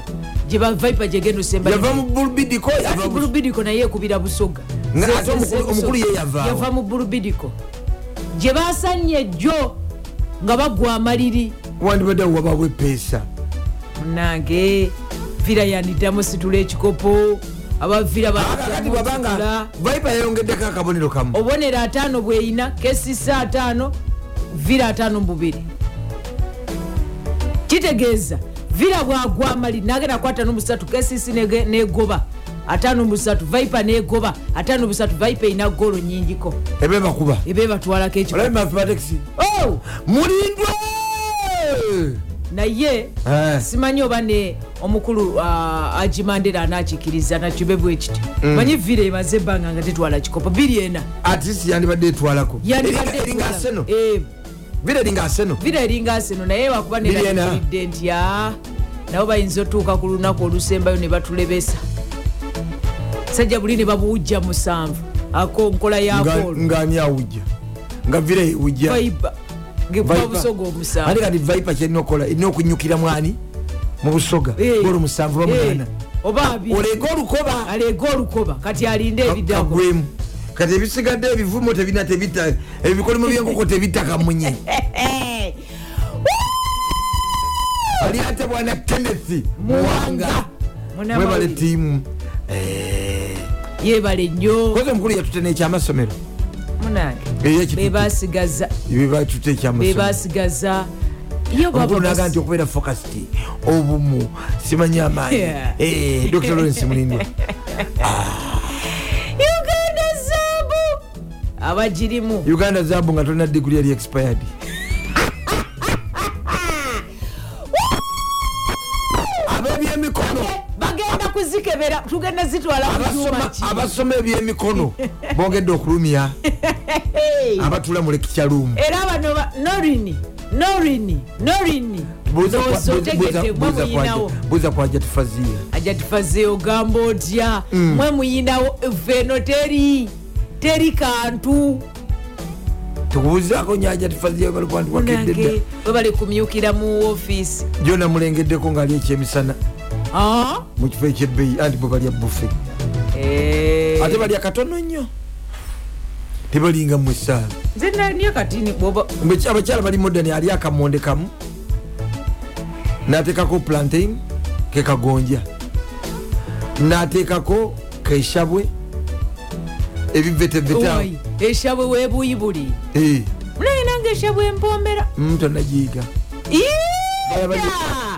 Speaker 8: gyeba vipa gyegenda
Speaker 1: yava mu bulubidiko yava mu-
Speaker 8: bulubidiko naye ekubira busoga
Speaker 1: Nga
Speaker 8: Ze-
Speaker 1: ate
Speaker 8: ze-
Speaker 1: omukulu-
Speaker 8: ze-
Speaker 1: omukulu ye yava
Speaker 8: yava mu bulubidiko gye basanye ejjo nga bagwa amaliri
Speaker 1: wandibadde awo wabawo epeesa
Speaker 8: munange vira yaniddamu situla ekikopo abavira
Speaker 1: akakati bwabanga vipa yayongeddeko akabonero kamu
Speaker 8: obubonero ataano bweyina kesisa ataano vira ataano mubiri kitegeeza vira bwagwa amali nagenda ku ataano musatu kesisi nege- negoba ataano musatu vipa negoba ataano musatu vipa eyina golo nyingiko
Speaker 1: ebe bakuba
Speaker 8: ebebatwalako ekiko
Speaker 1: olabe mathematics
Speaker 8: Oh!
Speaker 1: mulindwe
Speaker 8: naye
Speaker 1: Eh.
Speaker 8: simanyi oba ne omukulu ah, Haji Mandela anakikiriza nakibe bwe kityo
Speaker 1: Mm.
Speaker 8: manyi vira emaze ebbanga nga tetwala kikopo biri ena
Speaker 1: atisi yandibadde etwalako
Speaker 8: yandibadde
Speaker 1: eringa aseno
Speaker 8: Eh,
Speaker 1: vira eringa aseno
Speaker 8: vira eringa aseno naye wakuba
Speaker 1: Biri ena.
Speaker 8: neairidde nti a nabo bayinza otuuka ku lunaku olusembayo ne batulebesa sajja buli ne babuwujja musanvu ako nkola
Speaker 1: Nga-
Speaker 8: yakoolo
Speaker 1: ngani awujja nga vira ewujja
Speaker 8: vaiba
Speaker 1: Viper.
Speaker 8: ngekuba busoga
Speaker 1: ate
Speaker 8: omusanvu
Speaker 1: kati vipa kyalina okola erina okunyukira mwani mu busoga
Speaker 8: Eh.
Speaker 1: golo musanvu oba
Speaker 8: Eh,
Speaker 1: munana
Speaker 8: oba abiri
Speaker 1: olege olukoba
Speaker 8: aleega olukoba kati alinde ebiddako
Speaker 1: kagwemu kati ebisigadde ebivumo tebina tebita ebikolimo byenkoko tebitakamunye ali ate bwana kennesi muwanga mwebale tiimu
Speaker 8: yebale nnyo
Speaker 1: koze omukulu yatutena ekyamasomero
Speaker 8: munange
Speaker 1: Ey'ekitutu.
Speaker 8: bebasigaza
Speaker 1: bebatuta ekyamasomero
Speaker 8: bebasigaza yo
Speaker 1: omukulu naga nti okubeera focast obumu simanyi amaanyi
Speaker 8: Yeah.
Speaker 1: Eh, dr lawrence mulindwa
Speaker 8: uganda zaabu abagirimu
Speaker 1: uganda zabu nga tolina diguli yali expired abebyemikono
Speaker 8: bagenda kuzikebera tugenda zitwala
Speaker 1: Abasoma-
Speaker 8: mujumaki
Speaker 1: abasoma ebyemikono bogedde okulumya abatula mu lekicyaluumu
Speaker 8: era bano ba- norini norini norini Ndowooza otegedde mwe muyinawo
Speaker 1: buuza kwaja tufaziya
Speaker 8: ajatifazeyo ogamba otya
Speaker 1: Mm.
Speaker 8: mwe muyinawo veno teri teri kantu
Speaker 1: tukubuuzaako nyaja tufaziya balikuwandiwakeddedda
Speaker 8: munange webali kumyukira mu ofiisi
Speaker 1: jona mulengeddeko ngaali ekyemisana
Speaker 8: Ah?
Speaker 1: mu kifo ekyebbeeyi anti bwe balya bufe
Speaker 8: Eh,
Speaker 1: ate balya katono nnyo tebalinga mu esaala
Speaker 8: nze nani akatini bwoba
Speaker 1: Mbeki- abakyala bali modani ali akamonde kamu nateekako plantain kekagonja nateekako keshabwe ebiveteveta
Speaker 8: Oyi, eshabwe webuyi buli munaye nange eshabwe empombera
Speaker 1: tonagiyiga
Speaker 8: Ida!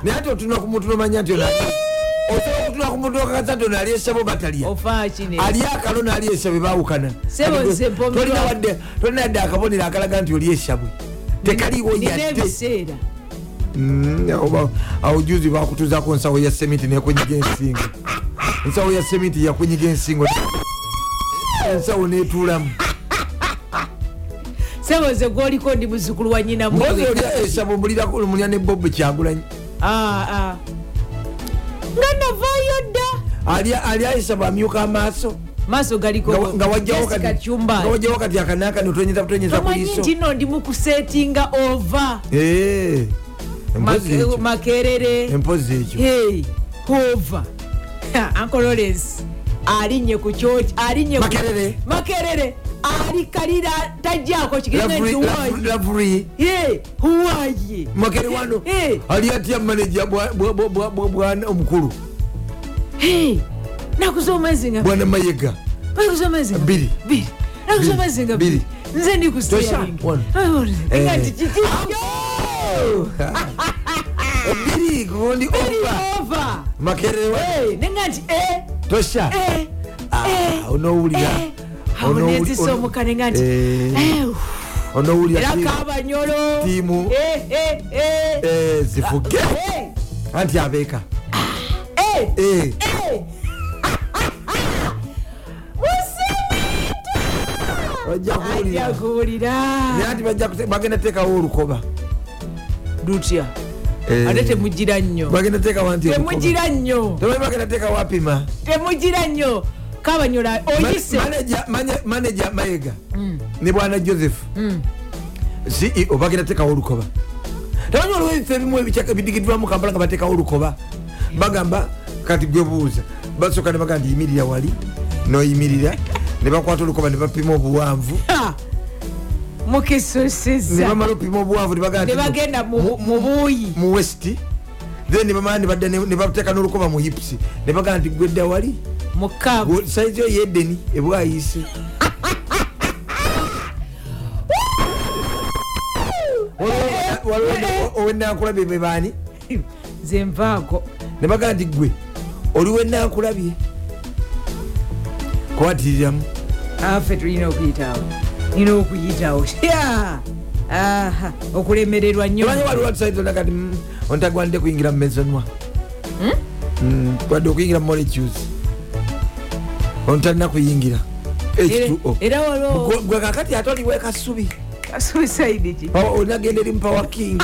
Speaker 1: naye ate otuna kumutunomanya nti osobola okutuna kumutunakakasa nti ono ali esabo batalya
Speaker 8: ofa kine
Speaker 1: ali akalo naali esabwe bawukana
Speaker 8: Ssebo, nze mpomerwa.
Speaker 1: tolina wadde akabonero akalaga nti oli esabwe tekaliwo
Speaker 8: nina
Speaker 1: yadde
Speaker 8: ebiseera
Speaker 1: Mm, oba awo juzi bakutuzako ensawo ya semiti nekunyiga ensingo ensawo ya semiti yakunyiga ensingo ensawo netulamu
Speaker 8: seboze gwoliko ndi muzukulu wa nyina
Speaker 1: mbozi
Speaker 8: mwe.
Speaker 1: olya esabo mulya ne bobu kyagulanyi
Speaker 8: Ah, ah. nga navaayo dda
Speaker 1: alya alya esabo amyuka amaaso
Speaker 8: maaso
Speaker 1: nga-
Speaker 8: galiko
Speaker 1: nga wajjawo
Speaker 8: Jessica
Speaker 1: kati-
Speaker 8: Chumba.
Speaker 1: nga wajjawo kati akanakani otonyeza butonyeza ku
Speaker 8: tomanyi
Speaker 1: liiso
Speaker 8: nti no ndi mukusetinga ova
Speaker 1: Eh, empozi
Speaker 8: Make-
Speaker 1: ekyo
Speaker 8: makerere
Speaker 1: empozi ekyo
Speaker 8: Hey, ova ankolores alinye ku kyoki alinye ku-
Speaker 1: Makerere.
Speaker 8: makerere alikalira tajjako kigenda
Speaker 1: Lovely-
Speaker 8: nti
Speaker 1: lovely-
Speaker 8: wayi
Speaker 1: lovely.
Speaker 8: huwayi
Speaker 1: makere wano
Speaker 8: Eh.
Speaker 1: ali atya maneja bwa- bwa- bwa- bwa- bwa- bwana omukulu
Speaker 8: nakusomezi nga
Speaker 1: bwana mayega
Speaker 8: nakusomezi nga
Speaker 1: Bbiri.
Speaker 8: biri nakusomezi nga
Speaker 1: Bbiri.
Speaker 8: bbiri nze ndi
Speaker 1: Tosha,
Speaker 8: kusteering
Speaker 1: one. Eh.
Speaker 8: nti kiki
Speaker 1: biri gundi oba
Speaker 8: ova
Speaker 1: makerere wano
Speaker 8: nenga nti e
Speaker 1: tosha
Speaker 8: e
Speaker 1: Eh. Ah, onowulira Onowuli-
Speaker 8: awonezisa
Speaker 1: ono-
Speaker 8: omuka nenga nti
Speaker 1: Eh.
Speaker 8: eh, uff.
Speaker 1: onowulira
Speaker 8: era
Speaker 1: ti-
Speaker 8: kabanyolo
Speaker 1: tiimu
Speaker 8: Eh, eh, eh.
Speaker 1: eh, zifuge
Speaker 8: Eh,
Speaker 1: anti abeeka
Speaker 8: eh.
Speaker 1: Eh, bajja kuwulira
Speaker 8: ajakuwulira
Speaker 1: naye anti bajja kute- bagenda teekawo olukoba
Speaker 8: dutya
Speaker 1: Eh,
Speaker 8: ate temugira nnyo
Speaker 1: bagenda teekawo anti olukoba.
Speaker 8: temugira nnyo
Speaker 1: Temanyi bagenda teekawo apima
Speaker 8: temugira nnyo kabanyola oyise
Speaker 1: maneja mayega
Speaker 8: Mm.
Speaker 1: ne bwana joseph E ceo bagenda tekawo olukoba tamanyi waliwo ebifo ebimu ebica- ebidigidwamu kampala nga batekawo olukoba bagamba kati gwe buuza basooka ne bagaa nti yimirira wali noyimirira ne bakwata olukoba ne bapima obuwanvu
Speaker 8: Ha!
Speaker 1: ne
Speaker 8: mukisusiza
Speaker 1: bamala opima obuwanvu ne bagaa
Speaker 8: ne
Speaker 1: nti
Speaker 8: bagenda mu- mu buuyi
Speaker 1: mu west then nebamala nebadda nebateeka n'olukoba mu yipusi ne bagaa nti gwedda wali
Speaker 8: mukaabu
Speaker 1: Gwe- saizi yo yedeni ebwayise owenakulabye bebaani
Speaker 8: nze nvaako
Speaker 1: nebagaa nti gwe oli wenakulabye kwatiriramu
Speaker 8: affe tulina okuyitawo nina okuyitawo Ya! Aha, okulemererwa nnyo
Speaker 1: omanyi waliwo tusaitonakati "Mm, ontagwanidde kuyingira mu mesonwa wadde okuyingira mu molecules ontalina kuyingira
Speaker 8: Era-
Speaker 1: h2o
Speaker 8: era waliwo
Speaker 1: Gwe- gwe kakati ate oliwekasubi
Speaker 8: suicide ki
Speaker 1: onagenda eri mupawa king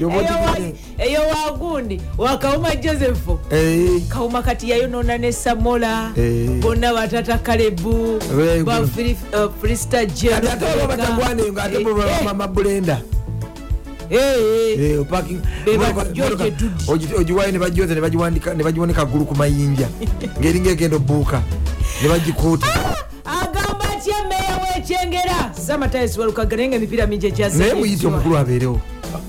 Speaker 1: Yoba
Speaker 8: Eyo wa-
Speaker 1: otegedde.
Speaker 8: eyo wagundi wakawuma joseph
Speaker 1: Eh,
Speaker 8: kawuma kati yayonona ne samola
Speaker 1: Eh.
Speaker 8: bonna batata kalebu
Speaker 1: Very
Speaker 8: ba
Speaker 1: good.
Speaker 8: Fri- eh, frista Eh,
Speaker 1: kati ate oba batagwaneyo ngaate mama Eh. bulenda
Speaker 8: Be bagiyoza etudi.
Speaker 1: ogiwayo nebajoza nebagiwanika ggulu ku mayinja ngeringa egenda obuuka nebagikuuta
Speaker 8: Ah, agamba atya meya wekyengera samatayes walukaga naye nga emipiira mingi
Speaker 1: naye muyite
Speaker 8: ekyasemuyite
Speaker 1: omukulu abeerewo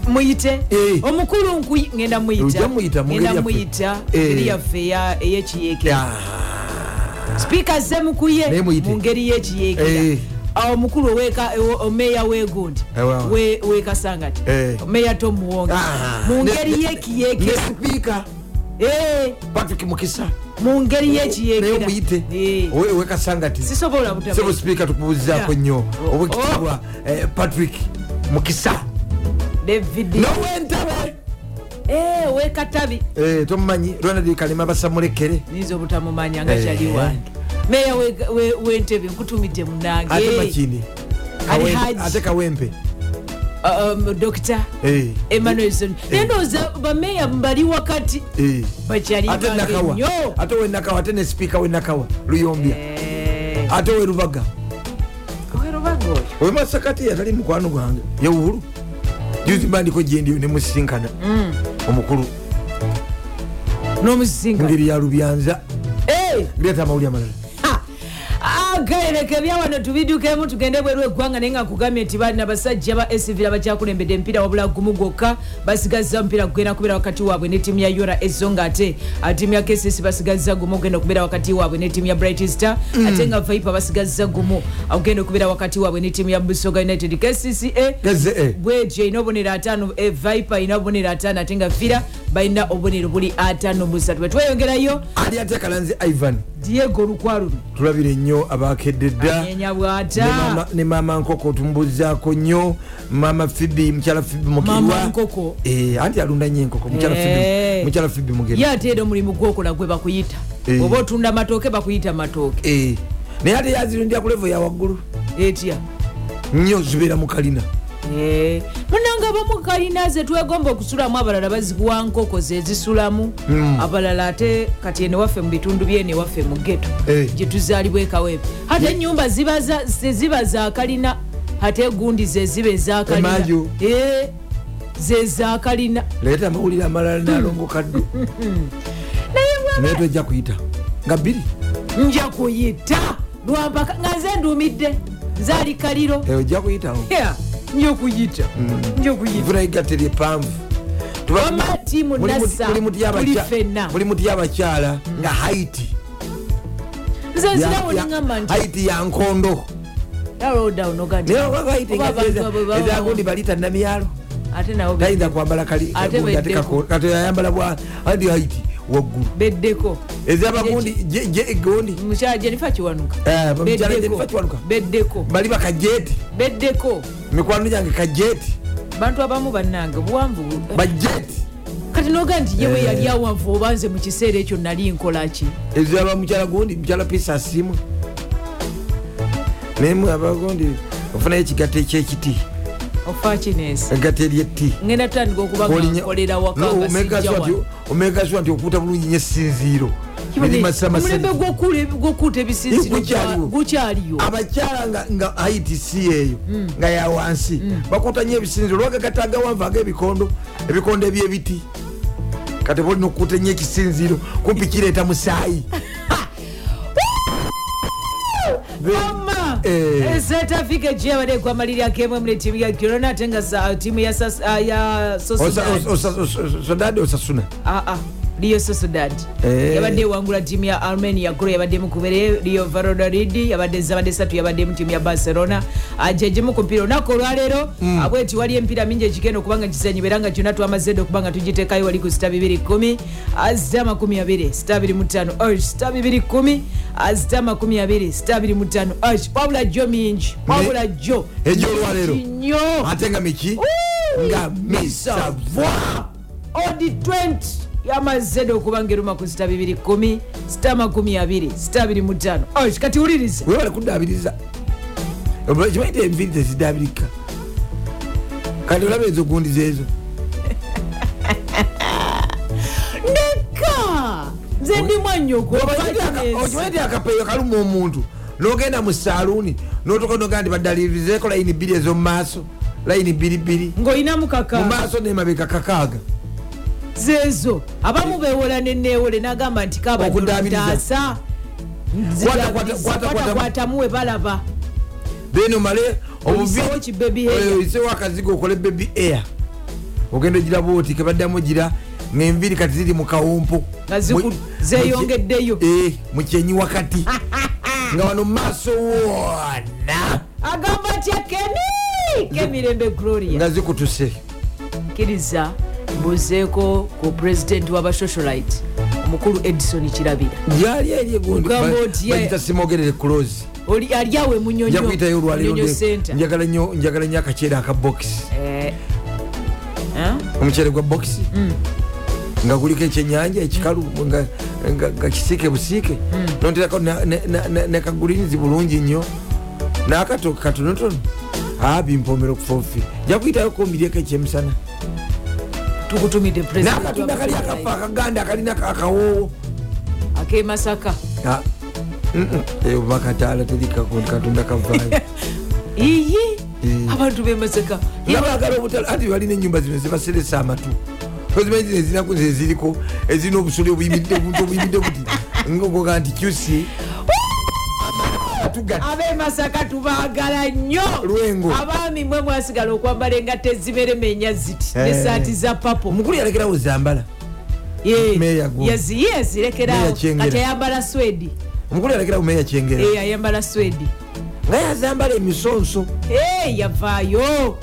Speaker 8: muyite
Speaker 1: Eh.
Speaker 8: omukulu nku- ngenda muyita.
Speaker 1: Ojja muyita mu
Speaker 8: Ngenda
Speaker 1: ngeri
Speaker 8: muyita
Speaker 1: yaffe. Eh.
Speaker 8: ngeri yaffe eya- ey'ekiyeekera
Speaker 1: Ah,
Speaker 8: sipiika semukuye
Speaker 1: Naye muyite.
Speaker 8: mu ngeri y'ekiyeekera
Speaker 1: Eh.
Speaker 8: Awo omukulu oweka- ewo- omeeya w'egundi
Speaker 1: Eh, waawa.
Speaker 8: we- wekasangati
Speaker 1: Eh.
Speaker 8: meya tomuwonge
Speaker 1: Ah. Ne-
Speaker 8: mu ngeri
Speaker 1: ne- ne
Speaker 8: y'ekiyeekera
Speaker 1: sipiika
Speaker 8: Eh,
Speaker 1: patrick mukisa
Speaker 8: mu ngeri
Speaker 1: naye
Speaker 8: y'ekiyeekera
Speaker 1: omuyite
Speaker 8: Eh.
Speaker 1: owekasangati
Speaker 8: sisobola butaba-
Speaker 1: sebo sipiika tukubuuzaako
Speaker 8: Yeah.
Speaker 1: nnyo
Speaker 8: Oh.
Speaker 1: obwekitibwa eh, patrick mukisa
Speaker 8: david
Speaker 1: nowentebe
Speaker 8: Eh, wekatabi
Speaker 1: Eh, tomumanyi ronald kalema basamulekere
Speaker 8: niyinza obutamumanya nga
Speaker 1: Eh.
Speaker 8: kyali wange meya we- we- wentebe nkutumidde
Speaker 1: ate
Speaker 8: munange
Speaker 1: makini
Speaker 8: Eh. Ali
Speaker 1: Kawempe-
Speaker 8: Haji.
Speaker 1: ate kawempe
Speaker 8: um, dokita
Speaker 1: Eh,
Speaker 8: emanuelson naye ndowooza bameya bali wakati
Speaker 1: eh.
Speaker 8: bakyali
Speaker 1: ate
Speaker 8: bange
Speaker 1: nakawa
Speaker 8: nnyo
Speaker 1: ate wenakawa ate ne sipiika wenakawa
Speaker 8: Eh.
Speaker 1: luyombya ate werubaga
Speaker 8: werubaga oyo
Speaker 1: wemasakati yatali mukwano gwange yewulu juzi bandiko gyendiyo nemusisinkana
Speaker 8: Mm.
Speaker 1: omukulu
Speaker 8: n'omusinga
Speaker 1: mungeri ya lubyanza
Speaker 8: Eh,
Speaker 1: leeta amawuli amalala
Speaker 8: ha. agaleleka ebyawano tubiddukemu tugende bweru eggwanga naye nga nkugambye nti baana basajja ba esivira bakyakulembedde empiira wabula gumu gwokka basigazza omupiira gugenda kubeera wakati waabwe ne tiimu ya yora ezo nga ate ah, tiimu ya kss basigazza gumu ogenda okubeera wakati waabwe ne tiimu ya bright star ate nga vaipa basigazza gumu ogenda okubeera wakati waabwe ne tiimu ya busoga united kcca
Speaker 1: gezee
Speaker 8: bwegyo erina obubonero ataano e, viper erina obubonero ataano ate nga fira balina obubonero buli ataano musatu bwetweyongerayo
Speaker 1: ali ate kalanzi ivan
Speaker 8: diego olukwaluno
Speaker 1: tulabire nnyo abakedde dda
Speaker 8: anyenya
Speaker 1: Ne mama-
Speaker 8: bwata
Speaker 1: ne maama nkoko tumbuzaako nnyo maama fibi mukyala fibi
Speaker 8: mama
Speaker 1: mukirwa
Speaker 8: nkoko
Speaker 1: Eh, anti alunda nnyo enkoko mukyala
Speaker 8: Eh.
Speaker 1: Phoebe- mukyala fibi
Speaker 8: ye
Speaker 1: mugeri
Speaker 8: ate era omulimu gwokola gwe bakuyita
Speaker 1: Eh.
Speaker 8: oba otunda matooke bakuyita matooke
Speaker 1: Eh, naye ate yazirundira ku levo yawaggulu
Speaker 8: etya
Speaker 1: nnyo zibeera mu kalina
Speaker 8: Eh, munange abamu kalina zetwegomba okusulamu abalala bazikuwa nkoko zezisulamu
Speaker 1: Hmm.
Speaker 8: abalala ate kati enewaffe mu bitundu byenewaffe mu geto
Speaker 1: Eh.
Speaker 8: gyetuzaalibwa ekaweevu ate enyumba ziba za- ze- ziba zakalina ate egundi zeziba ezakalina
Speaker 1: Emanju.
Speaker 8: Eh, zezakalina
Speaker 1: leeta amawulire amalala nalongoka ddu naye tojja kuyita nga bbiri
Speaker 8: nja kuyita lwampaka nga nze ndumidde nzaali kaliro
Speaker 1: Eh, ojja kuyitawo
Speaker 8: Yeah, nja okuyita
Speaker 1: Mm.
Speaker 8: nja okuyita
Speaker 1: nfuna yigatte lyepanvu
Speaker 8: Wamma ttiimu nassa, tuli ffenna.
Speaker 1: buli muti yabakyala nga haiti
Speaker 8: nze
Speaker 1: Ya-
Speaker 8: nzirawo
Speaker 1: ya-
Speaker 8: neŋamba nti
Speaker 1: haiti yankondo
Speaker 8: alodawunogati
Speaker 1: naye oba haiti
Speaker 8: Oba abantu abo baba-
Speaker 1: ezagundi balita namyalo
Speaker 8: ate nabo be-
Speaker 1: tayinza kwambala kali-
Speaker 8: Ate
Speaker 1: kagundi ate
Speaker 8: beddeko.
Speaker 1: kako- kato yayambala bwa anti haiti waggulu
Speaker 8: beddeko
Speaker 1: ezabagundi gundi
Speaker 8: mukyala jenifa kiwanuka
Speaker 1: Eh, mukyala
Speaker 8: Beddeko,
Speaker 1: Jennifer Kiwanuka.
Speaker 8: beddeko
Speaker 1: bali bakajeti
Speaker 8: beddeko
Speaker 1: mikwano gyange kajeti
Speaker 8: bantu abamu bannange buwanvu bu-
Speaker 1: bajeti
Speaker 8: kati noga nti yewe
Speaker 1: Eh.
Speaker 8: yali awanvu oba nze mu kiseera ekyo nali nkolaki
Speaker 1: ezaba mukyala gundi mukyala pisa asimu naye abagundi ofunayo ekigatto ekyekiti
Speaker 8: ofa kinensi
Speaker 1: egatto eryeti
Speaker 8: ngenda tutandika okuba nga nkolera waka nga sijja wano.
Speaker 1: omegaswa nti okuuta bulungi nyo esinziiro Mirima Summer
Speaker 8: omulembe
Speaker 1: Center.
Speaker 8: gwokuuta ebisiisiro
Speaker 1: Gukyaliwo.
Speaker 8: gukyaliyo
Speaker 1: Ah, abakyala nga, nga itc eyo nga yawansi bakutanye ebisinzi olwagagata agawanvu ag'ebikondo ebikondo ebyebiti kati bolina okukuta ennyo ekisinziiro kumpi kireeta musaayi
Speaker 8: mama
Speaker 1: Eh.
Speaker 8: Eh, south africa gye yabadde ekwamalira akemu ne tiimu ya kirona ate nga sa- tiimu ya Sas- ah, ya
Speaker 1: Osa-
Speaker 8: Sosudad.
Speaker 1: osa- osa- osa- sodade osasuna
Speaker 8: Ah, ah, Rio Sociedad
Speaker 1: Eh.
Speaker 8: yabadde ewangula ttiimu ya armenia golo yabadde mukubere rio varodaridi yabadde zabadde satu yabadde mu ttiimu ya barcelona ajejemu ku mpiira olunaku olwaleero
Speaker 1: Mm.
Speaker 8: abweti wali empiira mingi egigenda okubanga gizanyi era nga kyonna twamazedde okubanga tugiteekayo wali ku sita 210 azita 20 sita 25 osh sita 210 azita 20 sita 25 osh wabula jjo mingi wabula jjo
Speaker 1: egyolwaleero
Speaker 8: mingi nnyo
Speaker 1: ate nga miki nga misava
Speaker 8: odi 20 yamazedde okubanga eruma ku sita 210 sita 20 sita 25 Osh, kati wuliriza
Speaker 1: webale kudabiriza kimanyi ti enviiri tezidabirika kati olaba ezo gundi zeezo
Speaker 8: leka nze ndimwa
Speaker 1: okimanyi nti akapeeyo kaluma omuntu nogenda mu saluuni notuka nogaa nti badalirizeeko layini bbiri ezomumaaso layini bbiribbiri
Speaker 8: ngaolinamu kaka
Speaker 1: mumaaso nemabeka kakaaga
Speaker 8: zezo abamu bewola nenewole nagamba nti
Speaker 1: Okuddaabiriza.
Speaker 8: kabataasa
Speaker 1: Kwata- kwata- kwata- kwata-
Speaker 8: kwatamu webalaba
Speaker 1: then omale
Speaker 8: Oyiseewo ki baby hair?
Speaker 1: oyisewo akazigo okole baby air ogenda ogiraba oti kebaddamu gira ngaenviiri kati ziri mu kawumpo
Speaker 8: Nga ziku-
Speaker 1: Mu-
Speaker 8: zeeyongeddeyo.
Speaker 1: Eh, mu kyenyi wakati nga wano mu maaso woona
Speaker 8: agamba atya keni kemirembe gloria
Speaker 1: nga zikutuse
Speaker 8: kkiriza mbuzeeko ku pulezidenti w'abasocialite omukulu edison kirabira
Speaker 1: gyali eri egundi
Speaker 8: Ogamba oti ye-
Speaker 1: bagita simogerere close
Speaker 8: Oli- aliawe
Speaker 1: nja kuyitayo olwaleero
Speaker 8: munyonyo
Speaker 1: nde-
Speaker 8: center Eh,
Speaker 1: njagala nnyo njagala nnyo akaceere aka bokisi omuceere gwa bokisi nga guliko ekyenyanja ekikalu nga- nga nga kisiike busiike noterako nekagulinzi bulungi nnyo nakatoke katonotono a bimpomera okufaofi nja kuyitayo kumbiryeko ekyemisana
Speaker 8: tukutumidde
Speaker 1: nakatunda kali akafa akaganda akalina akawoowo
Speaker 8: akemasaka
Speaker 1: Ah, mm-mm, eyo bakataala terikakatunda kavaayo
Speaker 8: iyi
Speaker 1: Eh.
Speaker 8: abantu bemasaka
Speaker 1: nabagala obutalo anti balina enyumba zino zibaseresa amatu ozimanyi zino ezinaku zeziriko ezirina obusole obuyimidde obuntu obuyimidde buti ngogoga nti kyusi tuga
Speaker 8: abemasaka tubaagala nnyo
Speaker 1: Lwengo.
Speaker 8: abaami mwe mwasigala okwambala engatta ezimeremenya ziti
Speaker 1: Eh.
Speaker 8: nesaati za papo
Speaker 1: omukulu yalekerawo zambala
Speaker 8: Eh,
Speaker 1: Meeya gwo.
Speaker 8: yazi-
Speaker 1: Meeya
Speaker 8: yezirekerawo
Speaker 1: Kyengera.
Speaker 8: kati ayambala swedi
Speaker 1: omukulu yalekerawo meya kyengera
Speaker 8: Eh, ayambala swedi
Speaker 1: nga yazambala emisonso
Speaker 8: Hey, yavaayo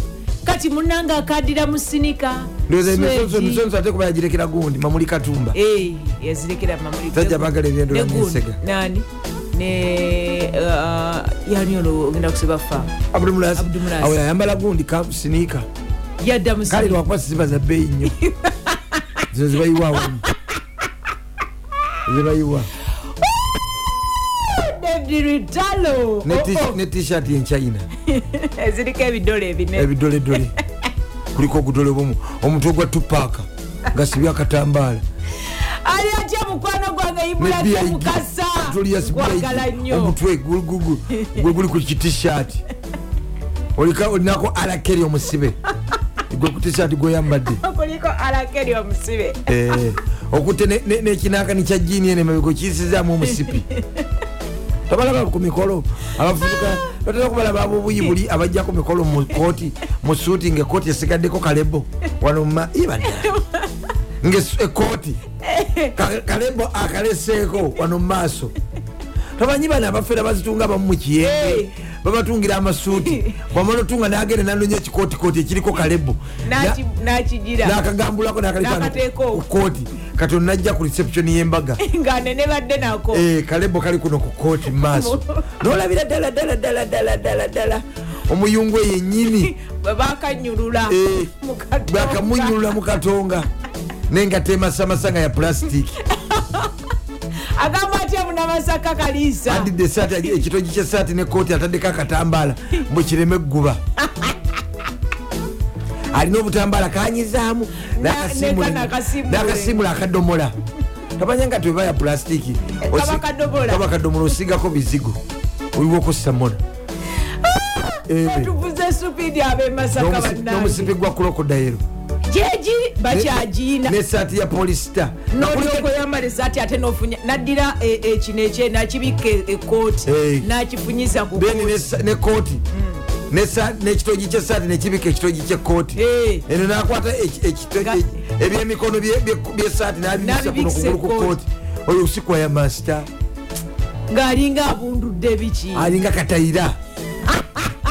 Speaker 8: kati munange akadira mu sinika
Speaker 1: ndowooza emisonso
Speaker 8: Swedi.
Speaker 1: emisonso ate kuba yagirekera gundi mamuli katumba
Speaker 8: Eh, yazirekera mamuli
Speaker 1: Sajja baagala ebyendula
Speaker 8: Ne gundi,
Speaker 1: n'ensega.
Speaker 8: nani ne ah, yani ono ogenda kuseba fa
Speaker 1: abdumulasi
Speaker 8: Abdulmulasi.
Speaker 1: awo yayambala gundi kasinika
Speaker 8: yadda mu
Speaker 1: kale
Speaker 8: sinika
Speaker 1: lwakuba siziba za bbeeyi nnyo zino zibayiwa awamu zibayiwa
Speaker 8: David Ritalo.
Speaker 1: Ne
Speaker 8: Oh,
Speaker 1: tish-
Speaker 8: oh,
Speaker 1: ne tishati enchina
Speaker 8: eziriko ebidole ebine
Speaker 1: Eh, ebidoledole kuliko obudole bwomu omutwe gwa tupaaka gasibye akatambaala
Speaker 8: ali atya mukwano gwange ibulake
Speaker 1: ne
Speaker 8: mukasa nkwagala nnyo
Speaker 1: omutwe gu- gu- gu- gwe guli ku kitishati olinako alakeri omusibe gwe ku tishati gweyambadde
Speaker 8: kuliko alakeri omusibe
Speaker 1: Eh, okutte ne- ne- n'ekinaakani kya jiini enemabiko kiyisizaamu omusipi tabalaba ku mikolo abafuuka batera okubala babubuyi buli abajja ku mikolo mu kooti mu suuti ngaekooti esigaddeko kalebo wano muma ibana ngaekooti kalebo akaleseeko wano mu maaso tabanyi bano abafera bazitunga abamu mu kiyenge babatungira amasuuti wamala otunga n'agenda nanonya ekikootikooti ekiriko kalebo Na-
Speaker 8: nakigira
Speaker 1: nakagambulako
Speaker 8: Nakateeka
Speaker 1: nakaliku
Speaker 8: okwo. Eh,
Speaker 1: kooti kati onajja ku reception y'embaga
Speaker 8: nga nene badde nako
Speaker 1: Eh, kalebo kali kuno ku kooti mu
Speaker 8: Oh.
Speaker 1: maaso nolabira ddala ddala ddala ddala ddala ddala omuyungu eyennyini
Speaker 8: bwe bakanyulula
Speaker 1: Eh,
Speaker 8: mu katonda.
Speaker 1: bakamunyulula mu katonga naye nga temasamasa nga ya pulasitiki
Speaker 8: agamba atya munamasaka kaliisa
Speaker 1: adidde esaati ekitogi kyesaati nekooti ataddeko akatambaala mbwe kireme egguba alina obutambaala kanyizaamu
Speaker 8: Na- ne kano akasimula.
Speaker 1: n'akasimula akadomola kabanyanga teba ya pulasitiki
Speaker 8: Eh, Kaba kadomola.
Speaker 1: kaba kadomola osingako bizigo oyiwa okusamona
Speaker 8: Ah! tuvuze supidi abemasaka
Speaker 1: Eh, n'omusipi
Speaker 8: e bannange
Speaker 1: gwa krokodayiro
Speaker 8: jegi bakyagiina
Speaker 1: nesaati ya polisita
Speaker 8: nolyoka oyambala esaati ate nofunya naddira e- ekino ekye nakibikka e- ekooti
Speaker 1: Hey.
Speaker 8: nakifunyiza ku
Speaker 1: beni
Speaker 8: kooti.
Speaker 1: nesa- ne kooti Nesa- n'ekitogi kyesaati nekibika ekitogi kyekooti
Speaker 8: Hey.
Speaker 1: eno nakwata eki- ekito-
Speaker 8: Eh. Nga-
Speaker 1: e- ebyemikono bye- bye- byesaati nabibisa kuno
Speaker 8: N'abibikisa
Speaker 1: kugulu ku
Speaker 8: ekkooti.
Speaker 1: kooti oyo usiku ya masita
Speaker 8: ng'alinga abundudde biki
Speaker 1: alinga katayira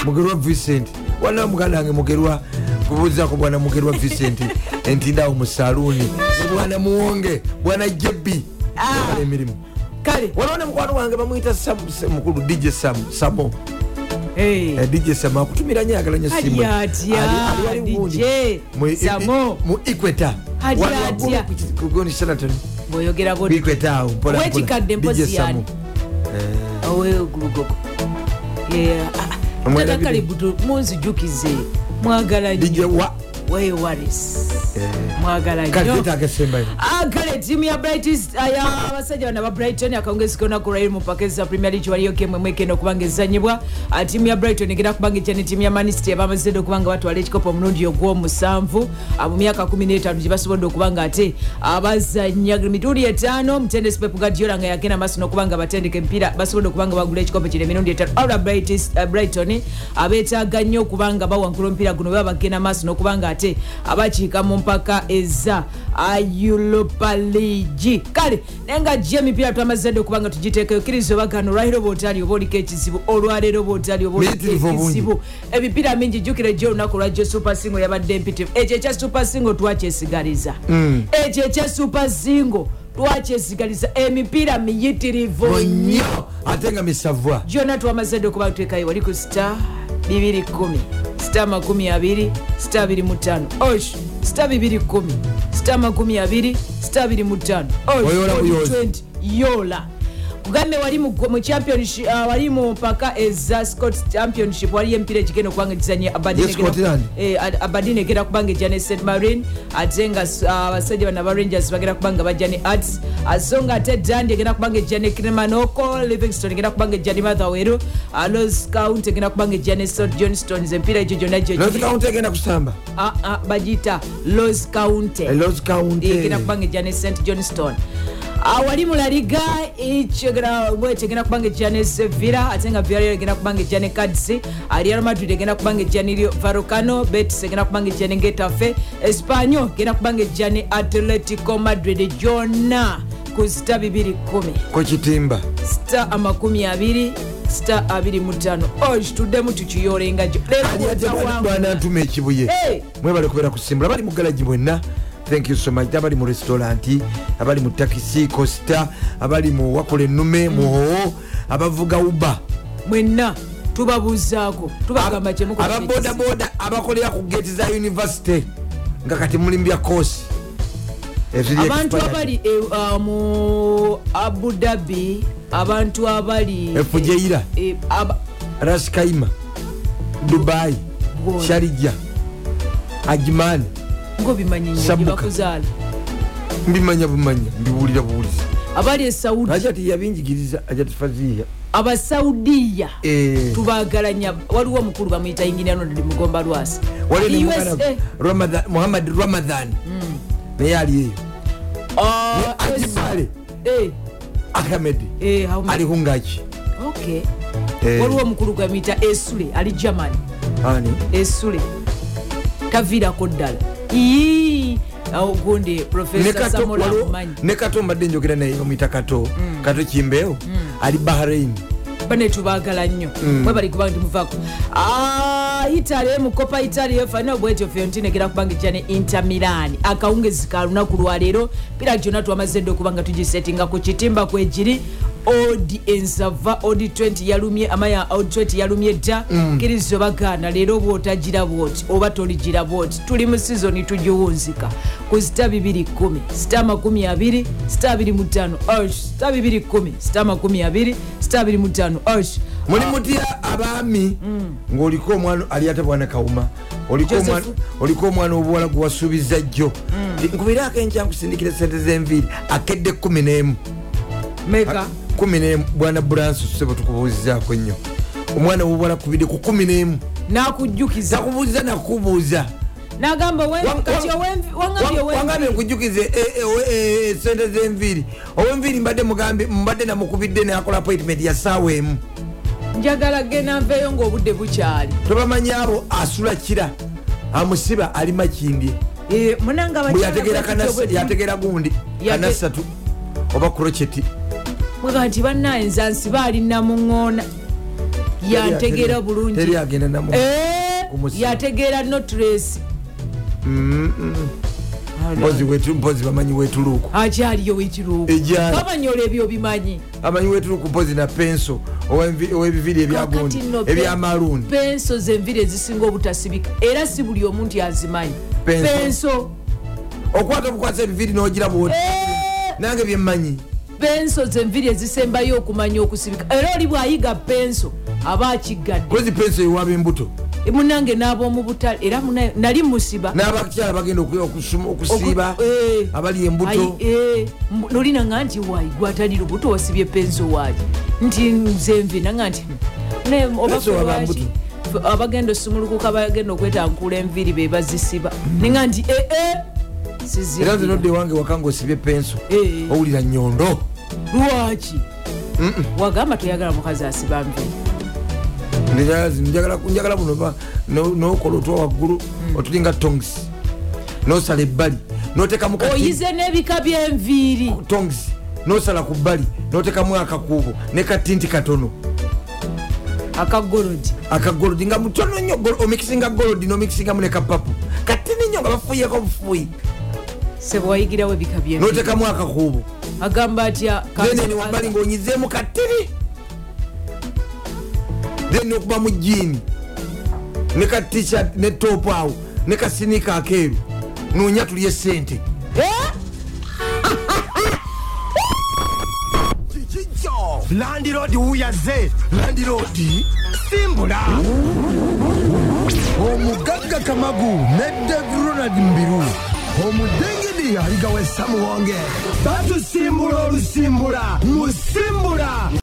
Speaker 1: mugerwa vicent wala muganda wange mugerwa kubuuzako bwana mugerwa vicent entindawo mu saluuni ne bwana muwonge bwana jebbi
Speaker 8: Ah.
Speaker 1: Bala emirimu
Speaker 8: kale
Speaker 1: walawo ne mukwano wange bamuyita Sam- Sam- mukulu dj Sam- samo
Speaker 8: hey.
Speaker 1: Eh, dj sama akutumira nyo yagala nyo simu
Speaker 8: Alya atya,
Speaker 1: Ali- ali e- wali
Speaker 8: DJ
Speaker 1: gundi. Mu- i-
Speaker 8: Samo.
Speaker 1: i- mu equeta
Speaker 8: Alya atya.
Speaker 1: kugondi sheraton
Speaker 8: bweoyogera
Speaker 1: ku equeta awo mpola mpola.
Speaker 8: Weekikadde mpozi
Speaker 1: DJ Samo.
Speaker 8: yani. owegulugogo ah,
Speaker 1: Omwerabidde.
Speaker 8: kalibuto munzijukize mwagala
Speaker 1: dj
Speaker 8: nnyo
Speaker 1: wa eh,
Speaker 8: wewaris mwagala
Speaker 1: kale
Speaker 8: nnyo
Speaker 1: tetaaga esembayo
Speaker 8: Ah, kale tiimu ya brightis abasajja bano aba brighton akawungezi kona kulwayo mu pakezi za premier league waliyo kemu emu ekenda okubanga ezanyibwa Ah, tiimu ya brighton egenda kubanga etyana tiimu ya manisity abamazedde okubanga batwala ekikopo omulundi ogw'omusanvu ah, mu myaka 15 gye basobodde okubanga ate abazanya mirundi etaano mutendesi pep gadiola nga yagenda maaso n'okubanga batendeka emipiira basobodde okubanga bagula ekikopo kino emirundi etaano abula Brightis- ah, brighton abeetaaga nnyo okubanga bawangula omupiira guno baba bagenda maaso n'okubanga ate abakiika mu mpaka eza ah, europa leagi kale naye nga gye emipiira twamazadde okubanga tugiteekayo kiriza oba gano olwalero bwotali oba oliko ekizibu olwaleero bwotali oba oliko
Speaker 1: Biyitirivu bungi.
Speaker 8: ekizibu ebipiira mingi jjukira ejjo olunaku lwajjo super singo yabadde mpitivu ekyo ekya super singo twakyesigaliza ekyo ekya super singo twakyesigaliza emipiira miyitirivu nnyo
Speaker 1: nnyo ate nga misavwa
Speaker 8: gyonna twamazadde okuba tuteekayo wali ku sita 210 sita 20 sita 25 osh sita 210 sita 20 sita 25
Speaker 1: Oyoola buyozi.
Speaker 8: osh yola kugambe wali mu, mu championship uh, wali mu mpaka eza scott championship waliyo emipiira egigenda okubanga gizanye
Speaker 1: Ye Scotland?
Speaker 8: Eh, abadin egenda kubanga ejja ne st marin ate nga s- ah, abasajja bano aba rangers bagenda kubanga bajja ne arts Ah, so nga ate dandi egenda kubanga ejja ne kinemanoko livingston egenda kubanga ejja ne mathawero los count egenda kubanga ejja ne st johnstones empiira egyo gyonna gyo
Speaker 1: nozikawunti egenda kusamba
Speaker 8: ah,
Speaker 1: Eh,
Speaker 8: bagiyita los county
Speaker 1: los county
Speaker 8: egenda kubanga ejja ne st johnston Ah, wali mulaliga etegenda kubanga ejja ne sevira ate nga viarel egenda kubanga ejja ne kadisi ah, real madrid egenda kubanga ejja ne varocano betis egenda kubanga ejja ne getafe espanyo egenda kubanga ejja ne atletico madrid gyonna ku sita 210
Speaker 1: kukitimba
Speaker 8: sita 20 sita 25 okituddemu tukiyoolengajo
Speaker 1: aliatebwana ntuma ekibuye
Speaker 8: Hey!
Speaker 1: mwebale kubeera kusimbula bali mu galagi bwenna thank you so much abali mu restauranti abali mu takisi costa abali mu wakola
Speaker 8: Mm.
Speaker 1: ennume muhowo abavuga uba
Speaker 8: mwenna tubabuuzaako tubagamba kyemukola
Speaker 1: ababodaboda abakolera ku geti za univesity nga kati mulimu bya kosi
Speaker 8: abantu abali e, uh, mu abu dhabi abantu abali
Speaker 1: E Fujairah.
Speaker 8: e, aba-
Speaker 1: raskaima dubai
Speaker 8: Bwona.
Speaker 1: sharija ajman
Speaker 8: ngo bimanyi nyo
Speaker 1: Sabuka.
Speaker 8: gyebakuzaala
Speaker 1: mbimanya bumanya mbiwulira buwulizi
Speaker 8: abali e saudi
Speaker 1: lwaki ati yabinjigiriza ajatufaziya
Speaker 8: abasaudiya
Speaker 1: Eh.
Speaker 8: tubagalanya waliwo omukulu bamuyita inginia ronald mugomba lwasi
Speaker 1: wali ne
Speaker 8: USA.
Speaker 1: muganda Ramadan- muhammad ramadan naye ali eyo
Speaker 8: Hmm. Ah,
Speaker 1: ajibale
Speaker 8: eh,
Speaker 1: ahmed
Speaker 8: eh, how much?
Speaker 1: ali Eh. hungaki
Speaker 8: Okay. waliwo omukulu gwe bamuyita esule ali germany
Speaker 1: ani
Speaker 8: esule taviirako ddala ii awo gundi
Speaker 1: ne
Speaker 8: profesa
Speaker 1: kato
Speaker 8: samola
Speaker 1: waliwo-
Speaker 8: amumanyi
Speaker 1: ne kato mbadde njogera naye bamuyita kato
Speaker 8: Hmm.
Speaker 1: kato kimbeewo ali bahrain
Speaker 8: bane tubaagala nnyo webali kubanga timuvaako Ah, italy mukopa italy efana bwetyo fiorentina egera kubanga ejja ne inter milan akawungezi ka lunaku lwaleero pira gyonna twamazedde okuba nga tugisetinga ku kitimba kwegiri odi ensava odi 20 yalumye amaya odi 20 yalumye dda kirizo bagaana leero bwotagira bwoti oba toligira bwoti tuli mu sizoni tugiwunzika ku sita 210 sita 20 sita 25 osh oh, sita 210 sita 20 sita 25 osh Ah.
Speaker 1: muli mutya abaami ng'oliko omwana ali ate bwana kawuma oliko
Speaker 8: Hmm. Joseph. Hmm.
Speaker 1: omwana- oliko omwana obuwala gwewasuubiza jjo nkubiraako enkya nkusindikira sente zenviiri akedde kumi n'emu
Speaker 8: meka
Speaker 1: kumi n'emu bwana bulansi sebo tukubuuzizaako ennyo omwana wobuwala kubidde ku kumi n'emu
Speaker 8: nakujjukiza
Speaker 1: takubuuza nakubuuza
Speaker 8: nagamba owe- kati owe- waŋambye owe-
Speaker 1: wagambe nkujukize e, sente zenviiri owenviiri mbadde mugambe mbadde namukubidde nakola appointment ya saawa emu
Speaker 8: njagala genda nveeyo ngaobudde bukyali
Speaker 1: tobamanyi abo asula kira amusiba ali makindye
Speaker 8: Eh, munanga
Speaker 1: bwe
Speaker 8: abakyala
Speaker 1: yategera
Speaker 8: bwe tutyo
Speaker 1: kanasa-
Speaker 8: bwe tutyo.
Speaker 1: yategera gundi
Speaker 8: Yate-
Speaker 1: kanasatu oba kuroketi
Speaker 8: Mwaga nti bannaye nzansi baali namuŋoona yantegeera bulungi
Speaker 1: teri agenda namu
Speaker 8: Eh,
Speaker 1: Kumusiba.
Speaker 8: yategeera notrace
Speaker 1: mpozi wetu- mpozi bamanyi wetuluuku
Speaker 8: akyaliyo wekiruuku
Speaker 1: Ejali.
Speaker 8: babanyola ebyo obimanyi
Speaker 1: amanyi wetuluuku mpozi na penso owenvi- owebiviiri ebyagundi
Speaker 8: Kakati nno pe-
Speaker 1: ebyamaluuni
Speaker 8: penso zenviri ezisinga obutasibika era si buli omu nti azimanyi
Speaker 1: Penso.
Speaker 8: penso
Speaker 1: okwata obukwasa ebiviiri n'ogira bwoti
Speaker 8: Eh,
Speaker 1: nange byemmanyi
Speaker 8: penso zenviri ezisembayo okumanya okusibika era oli bwayiga penso aba akiggadde
Speaker 1: kozi penso ewaba embuto
Speaker 8: munange n'ab'omu butale era munaye- nali musiba
Speaker 1: n'abakyala bagenda oku- okusuma- okusiiba
Speaker 8: Oku- eh.
Speaker 1: abali embuto
Speaker 8: nolinanga nti wayi gwatali lubuto wasibye penso waaki nti nze nvinanga nti "Ne, oba
Speaker 1: Penso
Speaker 8: ffe
Speaker 1: waba
Speaker 8: lwaki?"
Speaker 1: mbuto.
Speaker 8: Ffe abagenda osumulukuka bagenda okwetankula enviiri be bazisiba ninga nti eh, ee
Speaker 1: era nze nodde
Speaker 8: sizinlwaki
Speaker 1: wange waka ngaosibye penso
Speaker 8: Eh.
Speaker 1: owulira nyondo
Speaker 8: wagamba toyagala mukazi asiba nviiri
Speaker 1: Ndira- njagala njagala buno ba- no- nokola otwa waggulu
Speaker 8: Hmm.
Speaker 1: otulinga tongs nosala ebbali notekamu
Speaker 8: oyize n'ebika by'enviiri
Speaker 1: tongs nosala ku bbali notekamu akakuubo ne katinti katono
Speaker 8: akagolodi
Speaker 1: akagolodi nga mutono nnyo golo- omikisinga golodi nomikisingamu ne kapapu katini nnyo nga bafuyeko obufuyi
Speaker 8: sebwewayigirawo ebika by'enviiri
Speaker 1: notekamu akakuubo
Speaker 8: agamba atya
Speaker 1: then wabbali ngaonyizeemu katini then nokuba mu jiini ne ka tishat ne topu awo ne kasinika akeeru noonya tulye sente
Speaker 3: kikikyo landiroodi wuyaze landiroodi simbula omugagga kamagu ne david ronald mbiru e omudengidi aligawe samuwonge batusimbula olusimbula musimbula